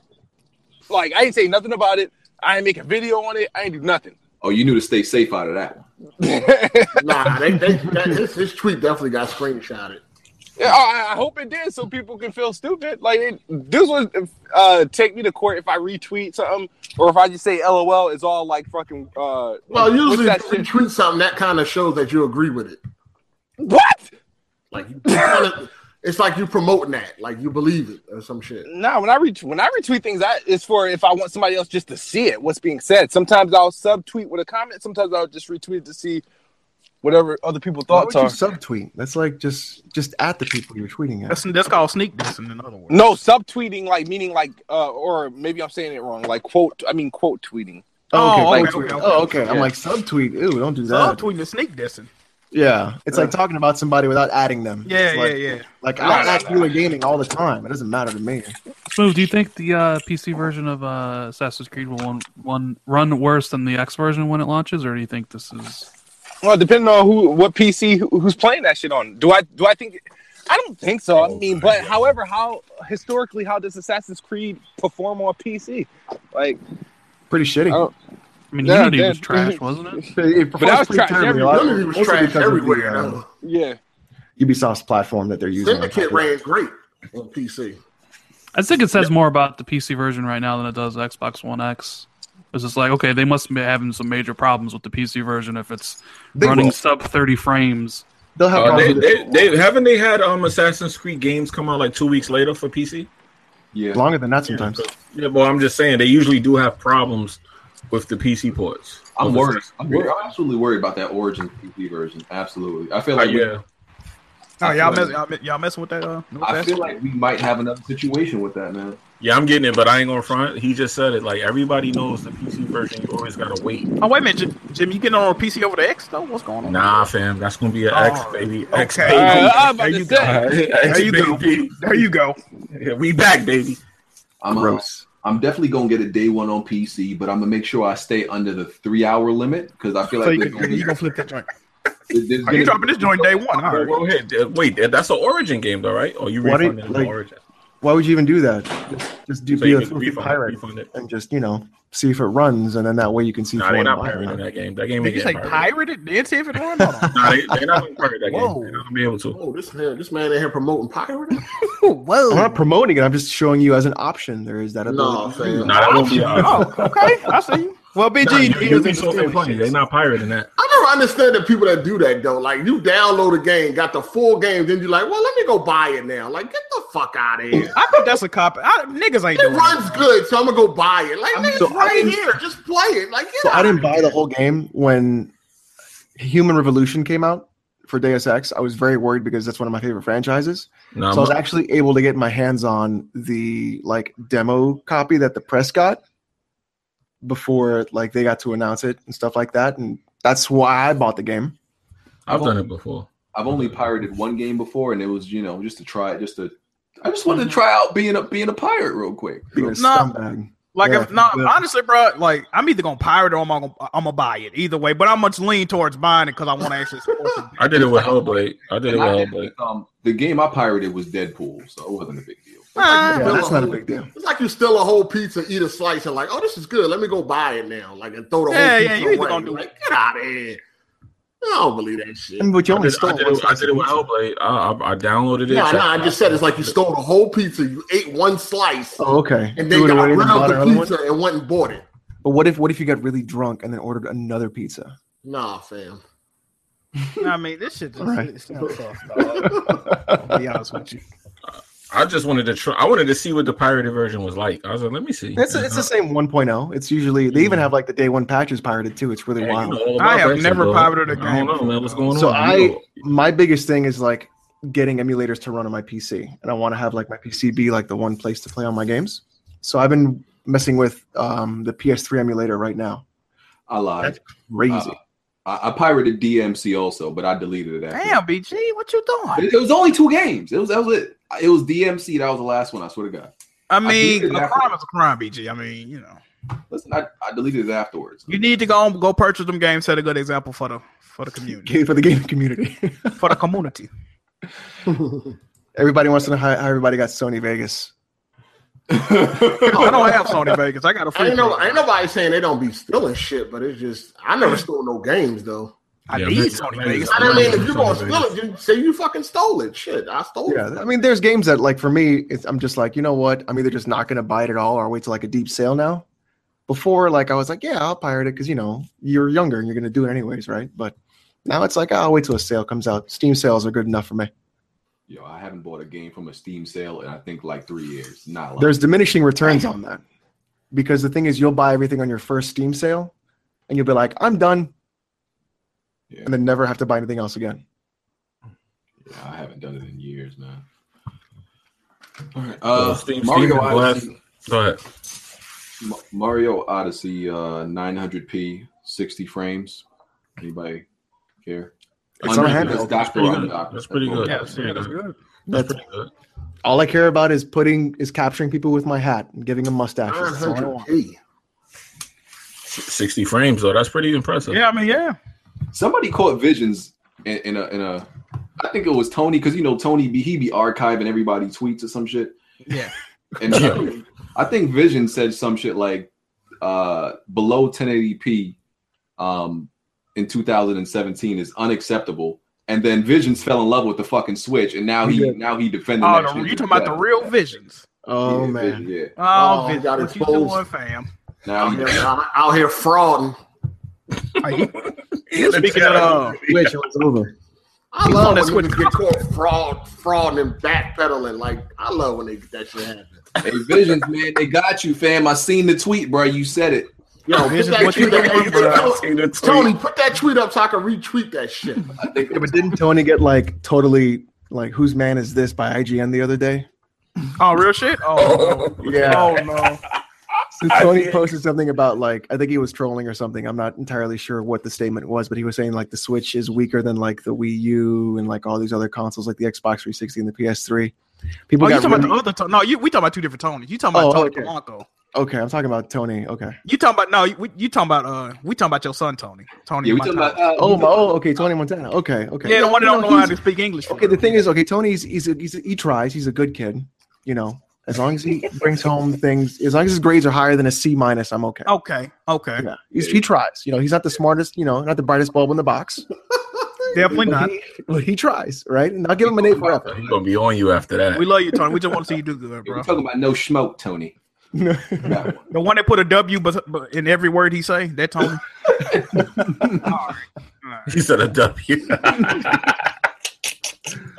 S6: Like I didn't say nothing about it. I ain't make a video on it. I ain't do nothing. <laughs>
S2: Oh, you knew to stay safe out of that one.
S6: yeah,
S7: Nah, they, they, <laughs> that, his, his tweet definitely got screenshotted.
S6: Oh, I, I hope it did so people can feel stupid. Like it, this was uh, take me to court if I retweet something or if I just say LOL. It's all like fucking. Uh,
S7: Well,
S6: what's
S7: usually
S6: that
S7: if you
S6: shit?
S7: tweet something, that kind of shows that you agree with it.
S6: what?
S7: Like you kinda- it's like you promoting that, like you believe it or some shit.
S6: Nah, when I retweet when I retweet things, I it's for if I want somebody else just to see it, what's being said. Sometimes I'll subtweet with a comment. Sometimes I'll just retweet to see whatever other people
S5: Why
S6: thoughts
S5: would you
S6: are.
S5: subtweet? That's like just just at the people you're tweeting at.
S3: That's that's called sneak dissing. In other words,
S6: no, subtweeting like meaning like uh or maybe I'm saying it wrong. Like quote, I mean quote tweeting.
S3: Oh,
S5: quote
S3: okay,
S5: tweet.
S3: okay, okay.
S5: Oh, okay. I'm
S6: Yeah.
S5: like subtweet. Ooh, don't do
S3: so I'm
S5: that.
S3: tweeting the sneak dissing.
S5: Yeah, it's like talking about somebody without adding them.
S3: Yeah,
S5: It's like,
S3: yeah, yeah.
S5: Like
S6: Nah,
S5: I
S6: nah,
S5: ask
S6: nah.
S5: you a gaming all the time. It doesn't matter to me.
S4: Smooth, do you think the uh, PC version of uh, Assassin's Creed will one, one, run worse than the X version when it launches, or do you think this is?
S6: Well, depending on who what PC who, who's playing that shit on. Do I do I think I don't think so. I mean, but however, how historically how does Assassin's Creed perform on PC? Like
S5: Pretty shitty.
S6: Oh.
S4: I mean,
S6: Yeah,
S4: Unity was
S6: that-
S4: trash, wasn't it?
S5: It
S6: But
S5: performs
S6: that was
S5: pretty
S6: trash
S5: terribly.
S6: everywhere.
S5: a lot-
S7: Unity was
S5: mostly
S7: trash
S5: because of the,
S7: everywhere.
S5: uh,
S7: though.
S6: yeah.
S5: Ubisoft's platform that they're using.
S7: Syndicate ran great on PC.
S4: I think it says more about the PC version right now than it does Xbox One X. It's just like, okay, they must be having some major problems with the PC version if it's
S5: They
S4: running
S5: will.
S4: sub thirty frames.
S5: They'll have
S1: Uh, they,
S5: problems with
S1: they, they, haven't they had um Assassin's Creed games come out like two weeks later for PC?
S2: Yeah.
S5: it longer than that sometimes.
S1: Yeah, well, I'm just saying they usually do have problems with the PC ports.
S2: I'm
S1: Of
S2: worried.
S1: Assassin's
S2: I'm,
S1: Creed.
S2: wor- I'm absolutely worried about that Origin PC version. Absolutely. I feel
S1: Oh,
S2: like
S1: yeah,
S3: Oh, y'all,
S2: feel
S3: mess, y'all, mess- y'all messing with that? Uh, North
S2: I
S3: West?
S2: feel like we might have another situation with that, man.
S1: Yeah, I'm getting it, but I ain't gonna front. He just said it. Like everybody knows the PC version, you always gotta wait.
S3: oh, wait a minute, Jim, Jim, you getting on a PC over the X though? What's going on?
S1: Nah, fam, that's gonna be an X,
S3: Oh,
S1: baby.
S3: okay.
S1: X,
S6: All
S1: baby.
S6: right, I'm about
S3: There
S6: to
S3: you
S6: say.
S1: <laughs> X,
S3: There you go.
S1: baby.
S3: There you go.
S1: Yeah, we back, baby.
S2: I'm uh,
S5: Gross.
S2: I'm definitely gonna get a day one on PC, but I'm gonna make sure I stay under the three hour limit because I feel
S3: So
S2: like
S3: you,
S2: there's
S3: can,
S2: gonna
S3: you
S2: be-
S3: gonna flip that joint?
S2: there's- there's
S3: Are Oh, you
S2: gonna-
S3: dropping this joint day
S5: <laughs>
S3: one? All right.
S1: Go ahead. Uh, Wait, that- that's an Origin game though, right? Or you
S5: What
S1: refunded
S5: it-
S1: it,
S5: like-
S1: on Origin?
S5: Why would you even do that? Just, just do
S1: So
S5: be
S1: you
S5: a
S1: can
S5: filthy
S1: refund, it,
S5: pirate
S1: refund it.
S5: and just you know see if it runs, and then that way you can see.
S1: Nah,
S5: if
S1: they're
S5: you
S1: not
S5: wanna buy it or
S1: pirating
S5: not.
S1: that game. That game
S3: Did
S1: ain't
S3: you say
S1: getting pirated.
S3: pirated? Did see if it run? Hold on.
S1: <laughs> Nah, they, they're not gonna pirate that
S3: Whoa.
S1: game. They're not gonna be able to.
S7: Oh, this man, this man in here promoting pirate.
S5: I'm
S3: Whoa.
S5: not promoting it. I'm just showing you as an option. There is that
S7: No,
S5: ability.
S7: fam.
S1: Nah, that won't be.
S3: Oh,
S1: Nah,
S3: okay. I see you. Well, BG,
S1: you,
S3: he
S1: you
S3: was
S1: be
S3: in the
S1: so
S3: stealing
S1: funny.
S3: shit.
S1: They're not pirating that.
S7: I never understand the people that do that though. Like you download a game, got the full game, then you like, well, let me go buy it now. Like, get the fuck out of here.
S3: I think that's a cop. I, niggas ain't
S7: It
S3: doing that.
S7: runs good, so I'm gonna go buy it. Like,
S5: I
S7: I
S5: mean,
S7: it's
S5: so I
S7: right
S5: didn't-
S7: here. Just play it. Like, get
S5: So I
S7: out
S5: didn't
S7: of
S5: buy
S7: here.
S5: the whole game when Human Revolution came out for Deus Ex. I was very worried because that's one of my favorite franchises.
S1: Nah,
S5: so I was
S1: I'm-
S5: actually able to get my hands on the like demo copy that the press got before like they got to announce it and stuff like that. And that's why I bought the game.
S1: I've done it before.
S2: I've only pirated one game before, and it was you know just to try it, just to. I just
S3: Mm-hmm.
S2: wanted to try out being a being a pirate real quick.
S5: Being a
S3: Nah.
S5: scumbag.
S3: Like,
S5: Yeah,
S3: if, no,
S5: yeah.
S3: honestly, bro, like, I'm either gonna pirate or I'm gonna, I'm gonna buy it. Either way, but I'm much lean towards buying it because I want to actually
S1: <laughs>
S3: support the <laughs>
S1: I did it with Hellblade. I did it
S2: And
S1: with
S2: I had-
S1: Hellblade.
S2: um, the game I pirated was Deadpool, so it wasn't a big deal.
S3: Ah,
S5: Yeah, that's not a big deal.
S7: It's like you steal a whole pizza, eat a slice, and like, oh, this is good. Let me go buy it now. Like, and throw the
S3: Yeah,
S7: whole
S3: yeah,
S7: pizza
S3: you either
S7: away.
S3: gonna do
S7: like, get out of here. I don't believe that shit.
S5: And but you
S1: I
S5: only
S1: did, I
S5: stole
S1: did
S5: one
S1: it, I
S5: slice
S1: did it
S5: of
S1: with
S5: pizza.
S1: Hellblade. I, I, I downloaded it.
S7: No, no, I
S1: checked it
S7: just
S1: out.
S7: said it's like you stole the whole pizza, you ate one slice,
S5: Oh, okay.
S7: and
S5: Threw
S7: then
S5: it
S7: got
S5: away
S7: rid
S5: and bought
S7: of the
S5: another one?
S7: pizza and went and bought it.
S5: But what if what if you got really drunk and then ordered another pizza?
S7: Nah, fam.
S3: I mean, this shit just
S5: Right.
S3: it's not soft, dog. I'll be honest with you.
S1: I just wanted to try. I wanted to see what the pirated version was like. I was like, let me see. <laughs>
S5: It's it's the same 1.0. It's usually they even have like the day one patches pirated too. It's really
S1: Yeah, you
S5: wild.
S1: know all
S3: I
S1: about
S3: have
S1: that shit,
S3: never
S1: bro.
S3: pirated a
S1: I
S3: game
S1: don't know, man. What's going
S5: So
S1: on?
S5: I-
S1: You know.
S5: My biggest thing is like getting emulators to run on my PC, and I want to have like my PC be like the one place to play all my games. So I've been messing with um, the PS3 emulator right now.
S2: I lied. Uh,
S5: Crazy.
S1: Uh.
S2: I, I pirated DMC also, but I deleted it. After.
S3: Damn, BG, what you doing?
S2: It, it was only two games. It was that was it. It was DMC. That was the last one. I swear to God.
S3: I mean,
S2: I
S3: a
S2: did it after-
S3: crime is a crime, BG. I mean, you know,
S2: Listen, I, I deleted it afterwards.
S3: you need to go go purchase them games. Set a good example for the for the
S5: <laughs>
S3: community,
S5: for the gaming community. <laughs>
S3: for the community.
S7: <laughs>
S5: everybody wants to know how, how everybody got Sony Vegas.
S3: Oh, I don't have Sony Vegas. I got a
S7: I
S3: free.
S7: ain't, no,
S3: program.
S7: ain't nobody saying they don't be stealing shit, but it's just I never stole no games though.
S3: I
S1: Yeah,
S3: need
S1: man,
S3: Sony
S1: man,
S3: Vegas.
S7: I
S1: man,
S7: don't mean
S1: man,
S7: if you
S1: Sony
S7: gonna
S1: Vegas.
S7: steal it, you say you fucking stole it. Shit, I stole
S5: Yeah,
S7: it.
S5: I mean, there's games that like for me, it's, I'm just like, you know what? I'm either just not gonna buy it at all, or I'll wait till like a deep sale now. Before, like I was like, yeah, I'll pirate it because you know you're younger and you're gonna do it anyways, right? But now it's like, I'll wait till a sale comes out. Steam sales are good enough for me.
S2: Yo, I haven't bought a game from a Steam sale in I think like three years. Not like
S5: There's diminishing returns on that because the thing is, you'll buy everything on your first Steam sale, and you'll be like, I'm done,
S2: Yeah.
S5: and then never have to buy anything else again.
S2: Yeah, I haven't done it in years, man. All right,
S1: Well,
S2: uh,
S1: Steam-
S2: Mario,
S1: Steam and
S2: Odyssey,
S1: Go ahead.
S2: Ma- Mario Odyssey, uh, 900p, 60 frames. Anybody care?
S5: It's on handheld.
S2: Undocked. It's
S1: That's
S2: Doctor
S1: pretty good.
S2: Undocked.
S1: That's pretty
S2: what
S1: good.
S2: it
S3: Yeah,
S2: is.
S1: That's pretty good.
S3: good.
S1: That's
S5: That's
S1: pretty good.
S5: all I care about is putting is capturing people with my hat and giving them mustaches.
S7: Nine
S5: That's all I
S7: hundred
S5: want.
S7: p.
S1: Sixty frames though. That's pretty impressive.
S3: Yeah, I mean, yeah.
S2: Somebody caught visions in, in a in a. I think it was Tony because you know Tony be he be archiving everybody tweets or some shit.
S3: Yeah.
S2: <laughs> And uh, I think Vision said some shit like uh, below 1080p um, in 2017 is unacceptable. And then Visions fell in love with the fucking Switch, and now he
S5: Yeah.
S2: now he defending.
S3: Oh, the,
S2: that shit
S3: you
S2: to
S3: talking about the
S2: death.
S3: real visions?
S5: Oh
S2: Yeah,
S5: man.
S2: Vision, yeah.
S3: Oh,
S7: Oh,
S3: visions, what
S7: got
S3: you
S7: exposed.
S3: doing, fam? <laughs>
S2: Now
S7: Out
S2: he,
S7: here, out here frauding.
S3: Are you, you speaking of uh,
S5: Switch, it was over.
S7: I
S3: He's on
S7: love
S3: that
S7: when
S3: Switch.
S7: niggas get caught fraud, frauding and backpedaling. Like I love when they get that shit happen.
S2: hey, Visions, man, they got you, fam. I seen the tweet, bro. You said it.
S7: Yo, put
S3: Vision,
S7: that
S3: what you
S7: tweet <laughs> up,
S3: doing, bro?
S7: Tony. Put that tweet up so I can retweet that shit.
S2: I think
S5: Yeah, but didn't Tony get like totally like whose man is this by IGN the other day.
S3: Oh, real shit.
S1: <laughs>
S3: Oh, no. Oh no.
S5: So Tony posted something about like I think he was trolling or something. I'm not entirely sure what the statement was, but he was saying like the Switch is weaker than like the Wii U and like all these other consoles like the Xbox 360 and the PS3. People
S3: Oh, you
S5: got
S3: talking
S5: really-
S3: about the other? Tony? no, you we talking about two different Tonys. You talking about
S5: Oh,
S3: Tony
S5: okay.
S3: Polanco.
S5: okay. I'm talking about Tony. Okay.
S3: You talking about no? You, you talking about uh? We talking about your son Tony? Tony?
S2: Yeah, we talking
S3: Montana.
S2: about. Uh,
S5: Oh, my, oh, okay. Tony Montana. Okay. Okay.
S3: Yeah, the one that don't
S5: No,
S3: know how
S5: he's-
S3: to speak English.
S5: Okay, the thing is, okay, Tony's he's, a, he's a, he tries. He's a good kid, you know. As long as he brings home things, as long as his grades are higher than a C minus, I'm okay.
S3: Okay, okay,
S5: yeah, he's, he tries. You know, he's not the smartest, you know, not the brightest bulb in the box,
S3: definitely
S5: but
S3: not.
S5: he, but he tries, right? And I'll give him an A for effort.
S1: He's gonna be on you after that.
S3: We love you, Tony. We just want to see you do good,
S2: We're
S3: bro.
S2: talking about no smoke, Tony. That one.
S3: The one that put a W but, but in every word he say, that Tony. All right. All right.
S1: he said a
S5: <laughs>
S1: W.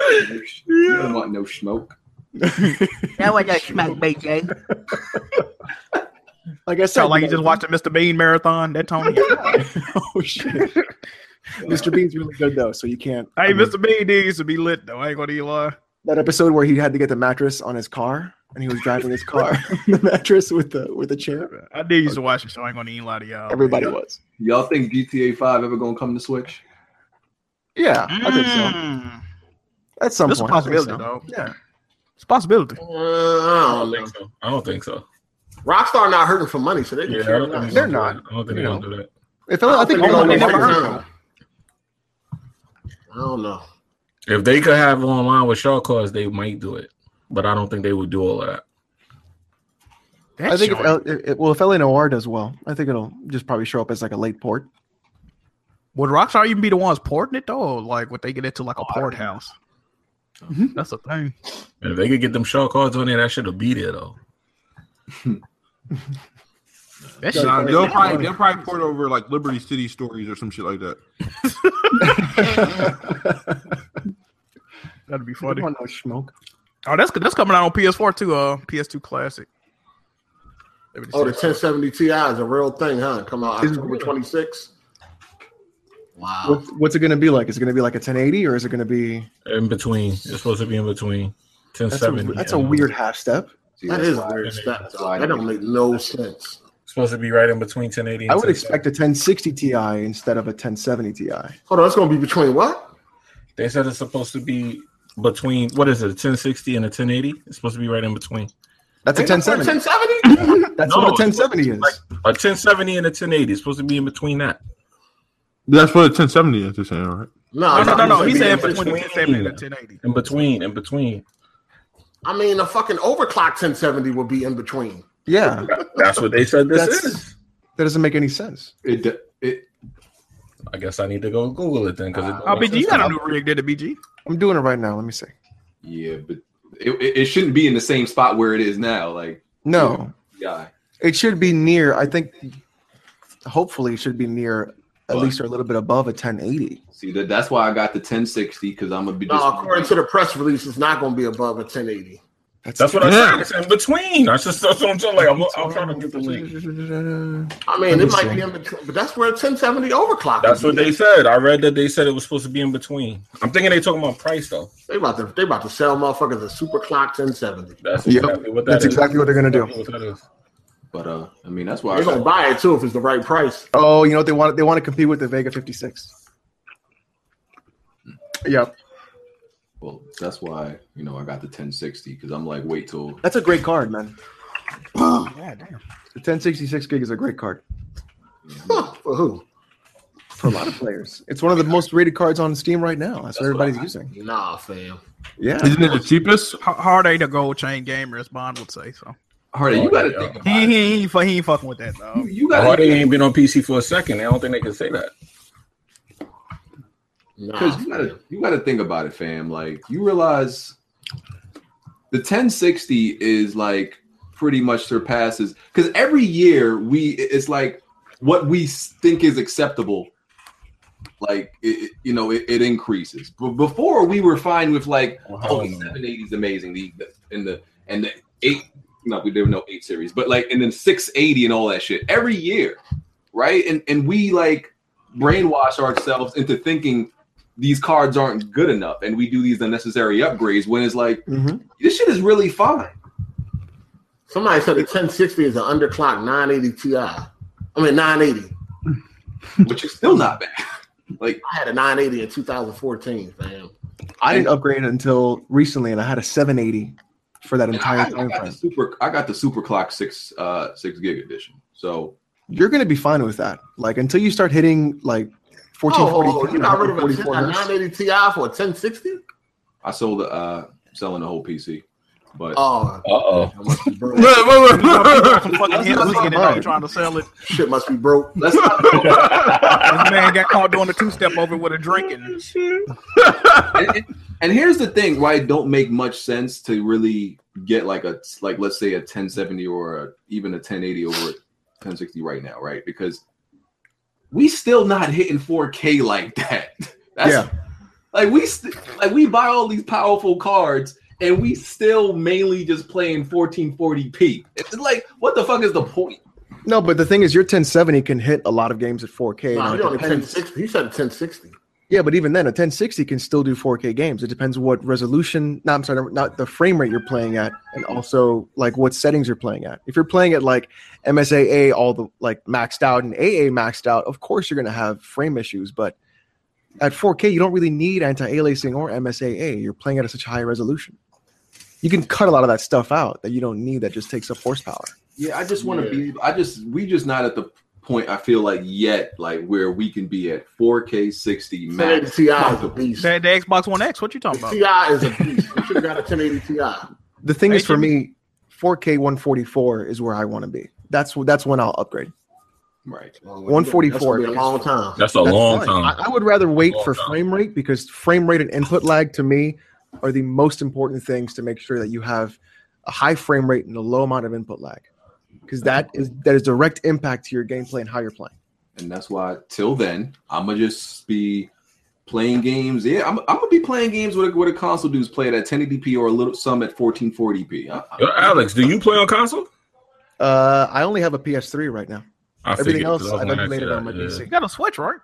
S2: No sh- You don't want no smoke.
S8: That was a smack, BJ.
S5: like I said,
S3: Sound like you just watched the Mr. Bean marathon. That
S5: <laughs>
S3: Tony.
S5: oh shit, Mr. Bean's really good though, so you can't. I
S3: <laughs> hey,
S5: mean,
S3: Mr. Bean did used to be lit though. I ain't gonna even lie.
S5: That episode where he had to get the mattress on his car, and he was driving his car, <laughs> the mattress with the with the chair.
S3: I did used to watch the show. I ain't gonna even lie to y'all.
S5: Everybody was.
S2: Y'all think GTA Five ever gonna come to Switch?
S5: Yeah, I think so.
S3: Mm.
S5: At some
S3: This is a
S5: point, I think
S3: possibility,
S5: so.
S3: dog.
S5: Yeah.
S3: It's a possibility.
S1: I
S7: Uh, I
S1: don't
S7: don't know.
S1: think so. I don't think so.
S7: Rockstar not hurting for money, so they
S1: Yeah,
S7: can
S1: I
S7: care
S1: don't
S7: less.
S1: think
S5: They're
S1: they're
S5: not.
S1: gonna do that. I don't think they're gonna do that.
S5: You know. If I, I think
S7: they're
S5: all
S7: gonna
S5: the
S7: never
S5: marketers
S7: earn
S5: know.
S7: them. I don't know.
S1: If they could have online with Shaw cars, they might do it. But I don't think they would do all of that.
S3: That
S5: I think if
S3: showing-
S5: L, it, it- well, if LA Noir does well, I think it'll just probably show up as like a late port.
S3: Would Rockstar even be the ones porting it though? Like, would they get it to like a port house? That's the thing.
S1: And if they could get them Shaw cars on there, that should have be there though.
S3: That shit.
S9: Nah, they'll probably they'll probably port over like Liberty City stories or some shit like that.
S3: That'd be funny.
S5: Come on, no smoke.
S3: Oh, that's that's coming out on PS4 too. Uh, PS2 Classic. Let me just
S7: Oh, the
S3: see.
S7: 1070 Ti is a real thing, huh? Come out
S5: Is it
S7: October
S5: really?
S7: 26th.
S1: Oh.
S7: Wow.
S5: What's, what's it going to be like? Is it going to be like a 1080 or is it going to be?
S1: In between, it's supposed to be in between. Ten
S5: That's a,
S1: seventy.
S5: that's a weird half step.
S2: See,
S7: That
S2: that's
S7: is a
S2: why-
S7: weird step.
S2: that's
S7: though.
S2: why
S7: That
S2: they-
S7: don't make no sense.
S1: supposed to be right in between ten eighty.
S5: I would expect a 1060 Ti instead of a 1070 Ti.
S7: Hold on, it's gonna be between what?
S1: They said it's supposed to be between what is it, ten sixty and a ten eighty? It's supposed to be right in between.
S5: That's a
S7: Ain't no
S5: 1070.
S7: 1070?
S5: That's
S1: No,
S5: what a
S1: it's
S5: 1070 is.
S1: like- A ten seventy and a ten eighty. It's supposed to be in between that.
S9: That's what a 1070 is. They're saying, all right.
S7: No,
S3: No, no, no, no. He
S1: It's
S3: said
S1: between.
S3: between the 1070 and the 1080.
S1: In between, in between.
S7: I mean, a fucking overclock 1070 would be in between.
S5: yeah,
S1: That's what they said this
S5: That's-
S1: is.
S5: that doesn't make any sense.
S2: It, d- it,
S1: I guess I need to go Google it then because
S3: Oh, BG, you got a new rig there, to BG.
S5: I'm doing it right now. Let me see.
S2: yeah, but it, it, it shouldn't be in the same spot where it is now. Like,
S5: No,
S2: yeah,
S5: it should be near. I think, hopefully, it should be near at
S2: What?
S5: least or a little bit above a 1080.
S2: see that that's why I got the 1060 because I'm gonna be.
S7: No, according to the press release, it's not gonna be above a 1080.
S1: That's what I said. It's in between. I just that's what I'm saying. Like I'm, I'm trying to get the link.
S7: I
S5: Let
S7: mean,
S5: me
S7: it might
S5: see.
S7: be in between, but that's where a 1070 overclock.
S1: That's what
S7: would be.
S1: they said. I read that they said it was supposed to be in between. I'm thinking they talking about price though.
S7: They about to they about to sell motherfuckers a super clock 1070.
S1: That's
S5: Yep.
S1: exactly what that
S5: That's
S1: is.
S5: exactly what they're gonna do.
S1: That's what that is.
S2: But uh, I mean that's why I
S7: They're gonna
S2: got,
S7: buy it too if it's the right price. <laughs>
S5: Oh, you know what they want? They want to compete with the Vega 56. Yep,
S2: well that's why you know I got the 1060 because I'm like wait till
S5: that's a great card, man. The 1066 gig is a great card
S7: Huh, for who?
S5: for a lot of players. It's one of the most rated cards on Steam right now. That's, what
S2: That's what
S5: everybody's
S2: I-
S5: using.
S7: Nah, fam.
S5: Yeah.
S9: Isn't it the cheapest? <laughs>
S3: How hard ain't a gold chain gamer, as Bond would say. So
S7: Oh,
S2: Hardy, you gotta think
S3: he
S2: about
S3: he
S2: it.
S3: he, ain't fu- he ain't fucking with that though.
S2: <laughs> You- You
S1: Oh,
S2: gotta
S1: they ain't been on PC for a second. I don't think they can say that.
S7: Nah,
S2: Because you gotta you gotta think about it, fam. Like you realize the 1060 is like pretty much surpasses because every year we it's like what we think is acceptable. Like it, it- you know, it, it increases. But before we were fine with like, oh, the 780 is amazing. The, the and the and the eight. No, we there were no eight series, but like and then 680 and all that shit every year, right? And and we like brainwash ourselves into thinking these cards aren't good enough, and we do these unnecessary upgrades. When it's like this shit is really fine.
S7: Somebody said the 1060 is an underclock 980 Ti. I mean 980.
S2: Which is still not bad. Like
S7: I had a 980 in 2014, fam.
S5: I didn't upgrade until recently, and I had a 780 for that
S2: And
S5: entire
S2: I, I
S5: time
S2: got
S5: frame.
S2: the super. I got the super clock six uh six gig edition. So
S5: You're going to be fine with that. Like until you start hitting like
S7: Oh,
S5: 1440.
S7: you got rid of a, 10 a
S5: 44 hertz.
S7: 980 Ti for a 1060?
S2: I sold uh selling the whole PC, but
S7: Oh,
S1: oh.
S7: that must be broke.
S3: Some fucking hands in it all trying to sell it.
S7: Shit must be broke.
S2: let's not
S3: This man got caught doing a two step over with a drinking.
S2: and, and here's the thing why it don't make much sense to really get like a like let's say a 1070 or a, even a 1080 over a 1060 right now right because we still not hitting 4k like that <laughs> that's
S5: Yeah.
S2: like we st- like we buy all these powerful cards and we still mainly just playing 1440p it's like what the fuck is the point
S5: No, but the thing is, your 1070 can hit a lot of games at 4K.
S7: No,
S5: Now,
S7: he
S5: it
S7: on a
S5: depends-
S7: 1060. He said a 1060.
S5: Yeah, but even then, a 1060 can still do 4K games. It depends what resolution. No, I'm sorry, not the frame rate you're playing at, and also like what settings you're playing at. If you're playing at like MSAA all the like maxed out and AA maxed out, of course you're gonna have frame issues. But at 4K, you don't really need anti-aliasing or MSAA. You're playing at such high resolution. You can cut a lot of that stuff out that you don't need. That just takes up horsepower.
S2: Yeah, I just want to
S7: Yeah.
S2: be. I just we just not at the point I feel like yet, like where we can be at 4K 60
S7: 1080
S2: max.
S7: Ti is a beast.
S3: The, the Xbox One X, what you talking
S7: The
S3: about?
S7: Ti is a beast. You should have got a 1080 Ti.
S5: The thing is, for
S3: Hey,
S5: me, 4K 144 is where I want to be. That's that's when I'll upgrade.
S2: Right.
S7: Well,
S5: 144.
S7: That's gonna be a long time.
S1: That's a
S5: That's
S1: long
S5: fine.
S1: time.
S5: I, I would rather wait
S1: Long
S5: for
S1: time.
S5: frame rate because frame rate and input lag to me are the most important things to make sure that you have a high frame rate and a low amount of input lag because that is that is direct impact to your gameplay and how you're playing.
S2: And that's why till then I'ma just be playing games. Yeah, I'm, I'm gonna be playing games with a, with a console dudes playing at 1080p or a little some at 1440p. I, I-
S1: Yo, Alex, do you play on console?
S5: Uh, I only have a PS3 right now.
S1: I
S5: Everything
S1: figured, 'cause
S5: else
S1: I was
S5: I've
S1: gonna
S5: emulated
S1: ask you
S5: on my
S1: that, yeah.
S5: PC
S3: You got a Switch, right?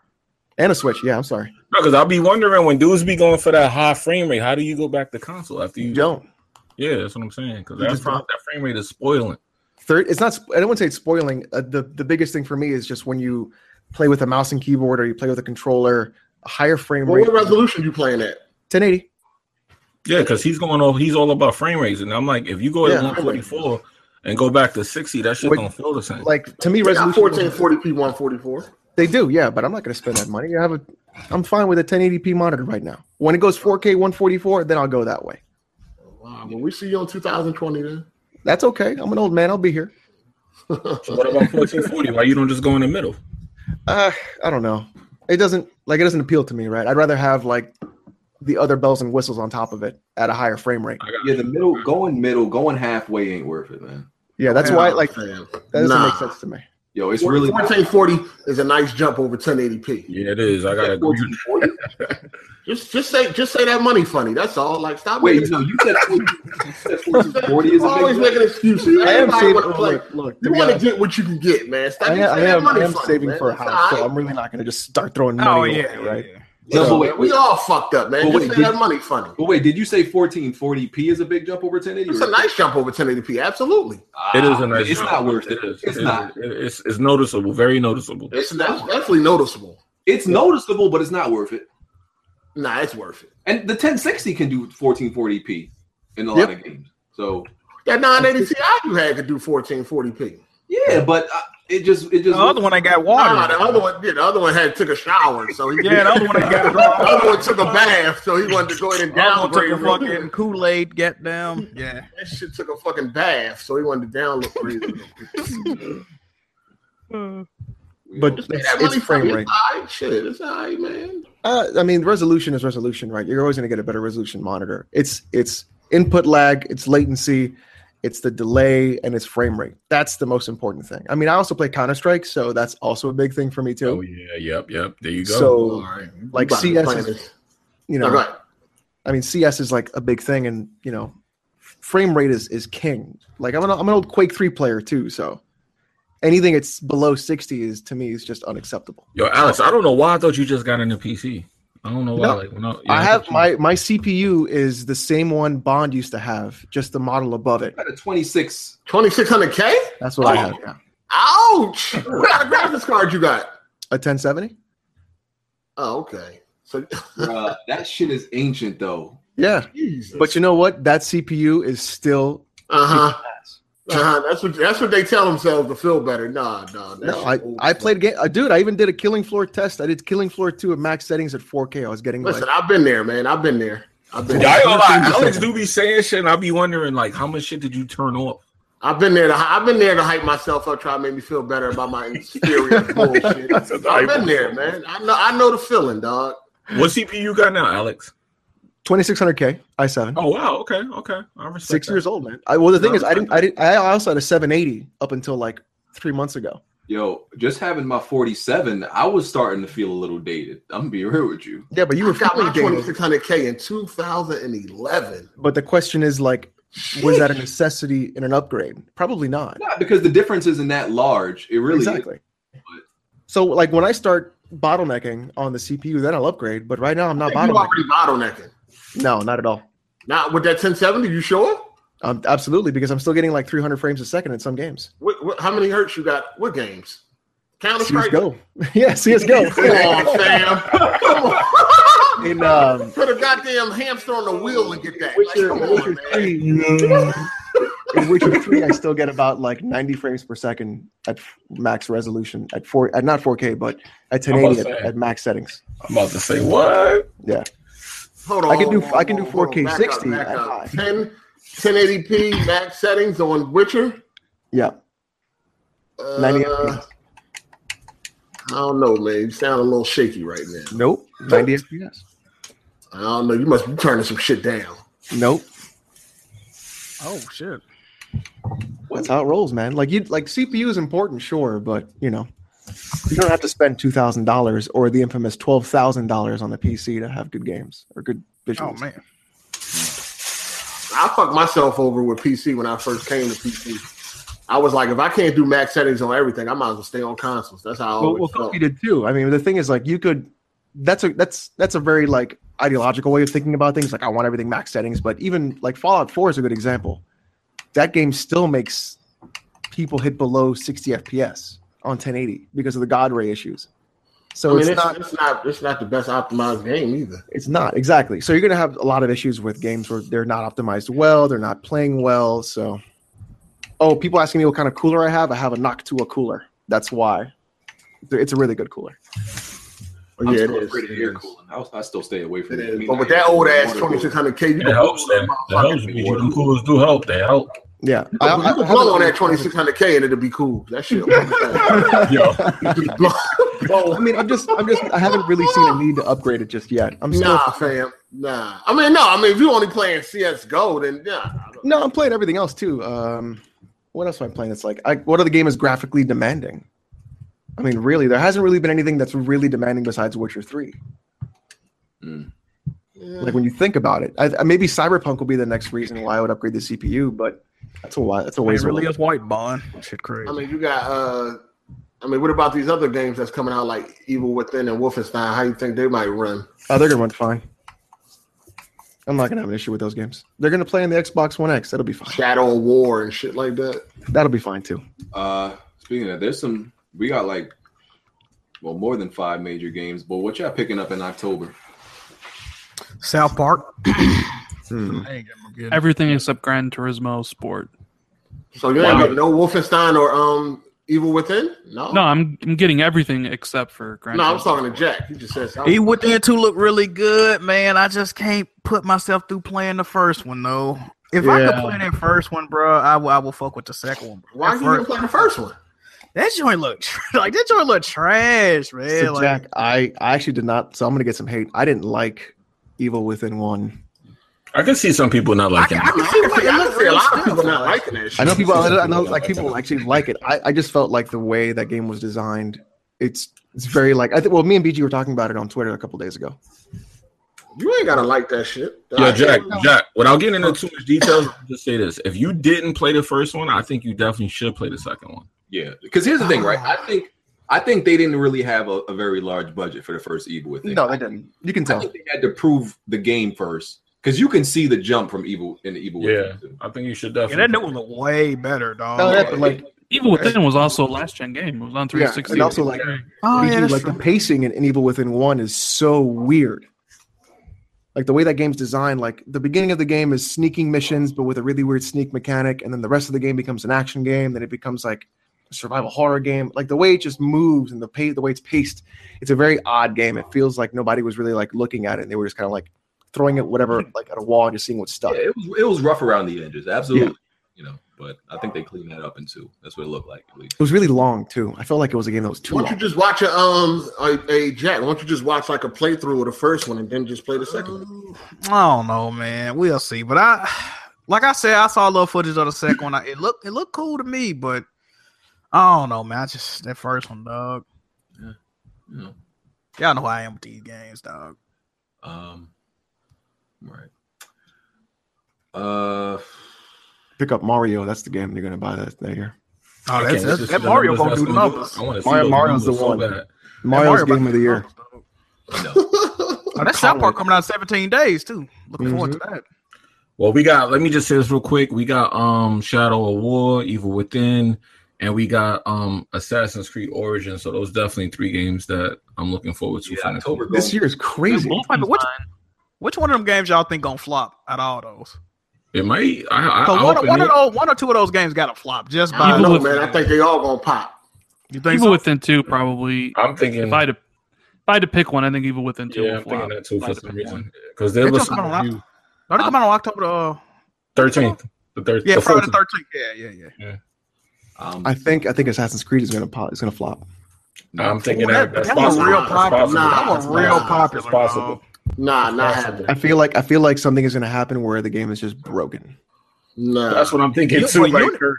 S5: and a Switch. Yeah, I'm sorry.
S1: No, because I'll be wondering when dudes be going for that high frame rate, how do you go back to console after you?
S5: You don't.
S1: Yeah, that's what I'm saying. Because
S5: You
S1: that,
S5: just
S1: frame-
S5: don't.
S1: that frame rate is spoiling.
S5: third it's not sp- i don't want to say it's spoiling uh, the the biggest thing for me is just when you play with a mouse and keyboard or you play with a controller a higher frame
S7: Well,
S5: rate
S7: what resolution you playing at?
S5: 1080
S1: Yeah, because he's going all he's all about frame rates, and I'm like, if you go to
S5: Yeah.
S1: 144 and go back to 60, that shit
S5: Wait.
S1: don't feel the same.
S5: like to me
S7: They got
S5: resolution
S7: 1440p 144.
S5: they do yeah but i'm not going to spend that money i have a i'm fine with a 1080p monitor right now when it goes 4k 144 then i'll go that way
S7: Oh, Wow, when we see you in 2020 then. <laughs>
S5: that's okay i'm an old man i'll be here
S1: what about 1440? Why you don't just go in the middle?
S5: uh, i don't know it doesn't like it doesn't appeal to me right i'd rather have like the other bells and whistles on top of it at a higher frame rate
S1: I got
S2: yeah, the middle going middle going halfway ain't worth it, man.
S5: yeah that's why like that
S7: fam.
S5: doesn't
S7: nah.
S5: make sense to me
S2: Yo, it's really.
S7: 1440 is a nice jump over 1080p.
S1: yeah, it is. I got to agree. with-
S2: 1440?
S7: Just just say just say that money funny. That's all. Like stop
S2: Wait,
S7: making-
S2: no, you said 14- you said 1440 is a
S7: You're always
S2: big.
S7: making excuses.
S5: I am
S7: Everybody
S5: saving.
S7: wanna play.
S5: Look, look, to
S7: You
S5: be
S7: want to
S5: honest,
S7: get what you can get, man. Stop
S5: I
S7: you
S5: am,
S7: say
S5: I
S7: that
S5: am,
S7: money
S5: I am
S7: funny,
S5: saving
S7: man.
S5: for a
S7: It's
S5: house,
S7: all
S5: so
S7: right.
S5: I'm really not going to just start throwing money.
S3: Oh
S5: away,
S3: yeah,
S5: right.
S3: yeah.
S2: No, but
S5: So-
S2: wait,
S7: we
S2: wait,
S7: all fucked up, man.
S2: But
S7: Just
S2: wait,
S7: say
S2: did-
S7: that money funny.
S2: but wait, did you say 1440p is a big jump over 1080?
S7: It's
S2: or-
S7: a nice jump over 1080p. Absolutely.
S1: It is a nice.
S2: It's
S1: jump.
S2: not worth it.
S1: It is.
S2: It's
S1: It is.
S2: not.
S1: It- It's it's noticeable. Very noticeable.
S7: It's that's definitely noticeable.
S2: It's noticeable, but it's not worth it.
S7: Nah, it's worth it.
S2: And the 1060 can do 1440p in a lot of games. So
S7: That 980 Ti you had could do 1440p.
S2: yeah, but uh, it just
S3: The
S2: it just
S3: other one ain't got water.
S7: Nah, the other one, yeah, the other one had took a shower, so he
S3: yeah, the other one ain't got
S7: <laughs> The
S3: water.
S7: other one took a bath, so he wanted to go ahead and
S3: The other one
S7: downgrade.
S3: took a
S7: real
S3: fucking
S7: quick.
S3: Kool Aid. Get down. <laughs> Yeah.
S7: That shit took a fucking bath, so he wanted to downgrade. real quick.
S5: <laughs> But
S7: Just pay
S5: it's,
S7: that
S5: it's
S7: money
S5: frame
S7: for it.
S5: rate.
S7: All right, shit, it's all right, man.
S5: Uh, I mean, resolution is resolution, right? You're always going to get a better resolution monitor. It's it's input lag, it's latency, it's the delay, and it's frame rate. That's the most important thing. I mean, I also play Counter Strike, so that's also a big thing for me
S1: Oh
S5: too.
S1: yeah. Yep. Yep. There you go.
S5: So
S7: right,
S5: like
S7: You about to
S5: CS
S7: play
S5: is-
S7: this.
S5: you know,
S7: All right.
S5: I mean, CS is like a big thing, and you know, f- frame rate is is king. Like I'm an I'm an old Quake three player too, so anything that's below sixty is to me is just unacceptable.
S1: Yo, Alex, I don't know why I thought you just got into PC. I don't know why.
S5: No.
S1: Like when I,
S5: I have my my CPU is the same one Bond used to have, just the model above it.
S2: Got a 26.
S7: 2600K?
S5: That's what I
S7: Oh.
S5: have. Yeah. <laughs>
S7: Ouch! What kind of graphics card you got?
S5: A 1070.
S7: Oh, okay. So, <laughs>
S2: Bruh, uh, <laughs> that shit is ancient though.
S5: Yeah,
S7: Jesus.
S5: but you know what? That CPU is still.
S7: uh huh. Uh-huh. That's what that's what they tell themselves to feel better. Nah, nah. that
S5: No,
S7: shit
S5: I,
S7: old
S5: I
S7: stuff.
S5: played a game. Uh, dude, I even did a Killing Floor test. I did Killing Floor 2 at max settings at 4K. I was getting like
S7: Listen, I've been there, man. I've been there. I've been.
S1: I
S7: There.
S1: ain't gonna lie,
S5: <laughs>
S1: Alex do be saying shit, and I be wondering like, how much shit did you turn off?
S7: I've been there. To, I've been there to hype myself up, try to make me feel better about
S5: <laughs>
S7: my inferior bullshit. I've been there, man. I know. I know the feeling, dog.
S1: What CPU you got now, Alex?
S5: 2600K i7.
S1: Oh wow, okay, okay. I respect
S5: Six
S1: that.
S5: years old, man. I, well, the thing
S1: No,
S5: is, I
S1: I-
S5: didn't, I didn't, I also had a 780 up until like three months ago.
S2: Yo, just having my 47, I was starting to feel a little dated. I'm gonna be real with you.
S5: Yeah, but you were
S7: I got
S5: fully
S7: my
S5: gaming.
S7: 2600K in 2011.
S5: But the question is, like, was that a necessity in an upgrade? Probably not.
S2: Not because the difference isn't that large. It really is.
S5: exactly. So, like, when I start bottlenecking on the CPU, then I'll upgrade. But right now, I'm not
S7: You already
S5: bottlenecking.
S7: bottlenecking.
S5: No, not at all.
S7: Not with that 1070. You sure?
S5: Um, absolutely, because I'm still getting like 300 frames a second in some games.
S7: What, what, how many hertz you got? What games? Counter Strike. Come
S5: CS:GO, <laughs> yeah, CS:GO.
S7: on, fam. Come on.
S5: in um,
S7: Put a goddamn hamster on the wheel and get that. Like,
S5: Witcher,
S7: come
S5: in Witcher
S7: on, man.
S5: Three, in Witcher Three, I still get about like 90 frames per second at f- max resolution at four, at not 4K, but at
S1: I'm about
S5: 1080
S1: to
S5: at,
S1: say.
S5: at max settings.
S1: I'm about to say what?
S5: Yeah,
S7: Hold on.
S5: I can do-
S7: hold on,
S5: I can do
S7: hold on,
S5: 4K
S7: hold on.
S5: 60
S7: Back up, back up.
S5: at
S7: 10, 1080p max settings on Witcher.
S5: yeah,
S7: Uh,
S5: 90
S7: I
S5: FPS.
S7: don't know, man. You sound a little shaky right now.
S5: Nope, 90 FPS.
S7: I don't know. You must be turning some shit down.
S5: Nope.
S3: Oh shit.
S5: That's how it rolls, man. Like you, like CPU is important, sure, but you know, you don't have to spend two thousand dollars or the infamous twelve thousand dollars on the PC to have good games or good
S3: Oh
S5: visuals.
S3: man.
S7: I fucked myself over with PC when I first came to PC. I was like, if I can't do max settings on everything, I might as well stay on consoles. That's how I
S5: well,
S7: always
S5: well
S7: felt.
S5: Kofi did too. I mean, the thing is, like, you could. That's a that's that's a very like ideological way of thinking about things. Like, I want everything max settings, but even like Fallout Four is a good example. That game still makes people hit below sixty FPS on 1080 because of the God ray issues. So
S7: I mean,
S5: it's,
S7: it's
S5: not
S7: it's not it's not the best optimized game either.
S5: It's not exactly. So you're going to have a lot of issues with games where they're not optimized well, they're not playing well. So, oh, people asking me what kind of cooler I have. I have a Noctua cooler. That's why. It's a really good cooler.
S7: Oh,
S2: I'm
S7: yeah, it
S2: still
S7: is.
S2: afraid
S7: It
S2: of air
S7: is.
S2: cooling. I, was, I still stay away from
S7: It
S2: it.
S7: is. But with that old ass 2600K, you
S1: It
S7: can
S1: helps them. It helps.
S7: motherfucking
S1: You
S7: water.
S1: them <laughs> coolers do help. They help.
S5: Yeah.
S7: Oh, You
S5: I- I-
S7: can
S5: I have
S7: blow on
S5: a-
S7: that
S5: <laughs>
S7: 2600K and it'll be cool. That shit.
S1: Yo,
S5: <laughs> I mean, I'm just, I'm just, I haven't really seen a need to upgrade it just yet. I'm still,
S7: nah, fam. Nah. I mean, no. I mean, if you only playing CS:GO, then nah. I don't-
S5: no, I'm playing everything else too. Um, what else am I playing? That's like, I, what other game is graphically demanding? I mean, really, there hasn't really been anything that's really demanding besides Witcher 3. like when you think about it. I, I- maybe Cyberpunk will be the next reason why I would upgrade the CPU, but that's a while. That's a
S3: It
S5: ways.
S3: really
S5: away.
S3: is white bond. Shit crazy.
S7: I mean, you got. uh I mean, what about these other games that's coming out like Evil Within and Wolfenstein? How you think they might run?
S5: Oh, they're gonna run fine. I'm not gonna have an issue with those games. They're gonna play on the Xbox One X. That'll be fine.
S7: Shadow of War and shit like that.
S5: That'll be fine too.
S2: Uh, speaking of, that, there's some. We got like, well, more than five major games. But what y'all picking up in October?
S3: South Park.
S5: Hmm.
S4: Everything except Gran Turismo Sport.
S7: So you ain't got no Wolfenstein or um Evil Within? No.
S4: No, I'm, I'm getting everything except for Gran
S7: No, I'm
S4: Turismo.
S7: talking to Jack. He just said
S3: He
S7: something.
S3: would then too look really good, man. I just can't put myself through playing the first one though. If I could
S5: Yeah.
S3: play that first one, bro, I will. I will fuck with the second one. Bro.
S7: Why
S3: that,
S7: can't you
S3: first,
S7: play the first one?
S3: that joint look <laughs> like that joint look trash, man.
S5: so
S3: like,
S5: Jack, I I actually did not. So I'm gonna get some hate. I didn't like Evil Within One.
S1: I can see some people not liking.
S7: I
S1: it.
S7: can see, I can see a lot of people not liking that shit.
S5: I know people. I know like people actually like it. I, I just felt like the way that game was designed. It's it's very like I think. Well, me and BG were talking about it on Twitter a couple days ago.
S7: You ain't gotta like that shit.
S1: Yo, Jack, Jack. Without getting into too much details, I'll just say this: if you didn't play the first one, I think you definitely should play the second one.
S2: Yeah, because here's the thing, right? I think I think they didn't really have a, a very large budget for the first Evil Within.
S5: No, they didn't. You can
S2: I
S5: tell.
S2: think they had to prove the game first because you can see the jump from Evil in the Evil
S1: Yeah,
S2: Within. too.
S1: I think you should
S3: Yeah, that
S1: definitely.
S3: new one look way better, dog.
S5: No, that, but like,
S4: Evil Within was also a last gen game. It was on 360.
S5: and also like,
S3: oh, yeah,
S5: dude,
S3: that's
S5: like
S3: true.
S5: the pacing in Evil Within One is so weird. Like the way that game's designed, like the beginning of the game is sneaking missions, but with a really weird sneak mechanic, and then the rest of the game becomes an action game. Then it becomes like a survival horror game. Like the way it just moves and the pace, the way it's paced, it's a very odd game. It feels like nobody was really like looking at it. They were just kind of like throwing it
S3: <laughs>
S5: whatever like at a wall and just seeing what stuck.
S2: Yeah, it was it was rough around the edges, absolutely. You know, but I think they cleaned that up in two. That's what it looked like at least.
S5: It was really long too. I felt like it was a game that was too
S7: Why don't
S5: long.
S7: you just watch a um a, a Jack? Why don't you just watch like a playthrough of the first one and then just play the second? one?
S3: I don't know, man. We'll see. But I, like I said, I saw a little footage of the second one. I, it looked it looked cool to me, but I don't know, man. I just that first one, dog.
S2: Yeah.
S3: Y'all know how I am with these games, dog.
S2: Um, right. Uh,
S5: Pick up Mario. That's the game you're gonna buy that that year.
S3: Oh,
S1: I
S3: that's,
S1: can't-
S3: that's,
S1: it's
S3: that
S1: just the
S3: Mario gonna
S1: numbers,
S3: do
S1: that's
S3: numbers.
S1: I want to see
S5: Mario-
S1: those
S5: Mario's the
S1: numbers so
S5: one.
S1: bad.
S5: Mario's
S3: Mario about
S5: game
S3: to
S5: of the
S3: do
S5: year.
S3: numbers, dog.
S7: <laughs>
S2: no.
S3: Oh, that South Park coming out in 17 days too. Looking forward to that.
S1: Well, we got. Let me just say this real quick. We got um Shadow of War, Evil Within, and we got um Assassin's Creed Origins. So those definitely three games that I'm looking forward to.
S2: yeah,
S1: for next
S2: October going,
S5: This year is crazy.
S4: Wolfenstein.
S3: Wait, but which, which one of them games y'all think gonna flop out of all those?
S1: It might. I, I,
S3: So
S1: I
S3: one,
S1: hope it
S3: one of
S1: is.
S3: those, one or two of those games gotta flop just
S7: I
S3: by
S7: don't know,
S4: Evil
S7: man. I think they all gonna pop.
S3: you think
S4: Evil
S3: so?
S4: Within 2 probably.
S1: I'm thinking.
S4: If I had to, if I had to pick one, I think Evil Within 2
S1: yeah,
S4: will
S1: I'm
S4: flop.
S1: thinking that too
S4: If I
S1: for
S4: had to
S1: some
S4: pick one.
S1: reason because there
S3: It
S1: was
S3: took
S1: some
S3: a lot.
S1: review-
S3: No, they come out on October uh,
S1: 13th, the third,
S3: yeah,
S1: the
S3: Friday the
S1: 14th.
S3: 13th. Yeah, yeah, yeah.
S2: um,
S5: I think I think Assassin's Creed is gonna pop. Is gonna flop.
S1: I'm thinking
S3: Ooh,
S1: that,
S3: that-
S1: that's
S3: that was
S1: possible.
S7: real
S1: That's
S7: popular.
S1: possible.
S7: Nah,
S1: That's
S7: that was
S1: possible.
S7: real
S1: That's
S3: popular,
S1: possible.
S3: dog.
S7: Nah, not
S1: possible.
S7: happening.
S5: I feel like I feel like something is gonna happen where the game is just broken.
S7: Nah,
S1: That's what I'm thinking
S3: You-
S1: too.
S3: but
S1: Like,
S3: you-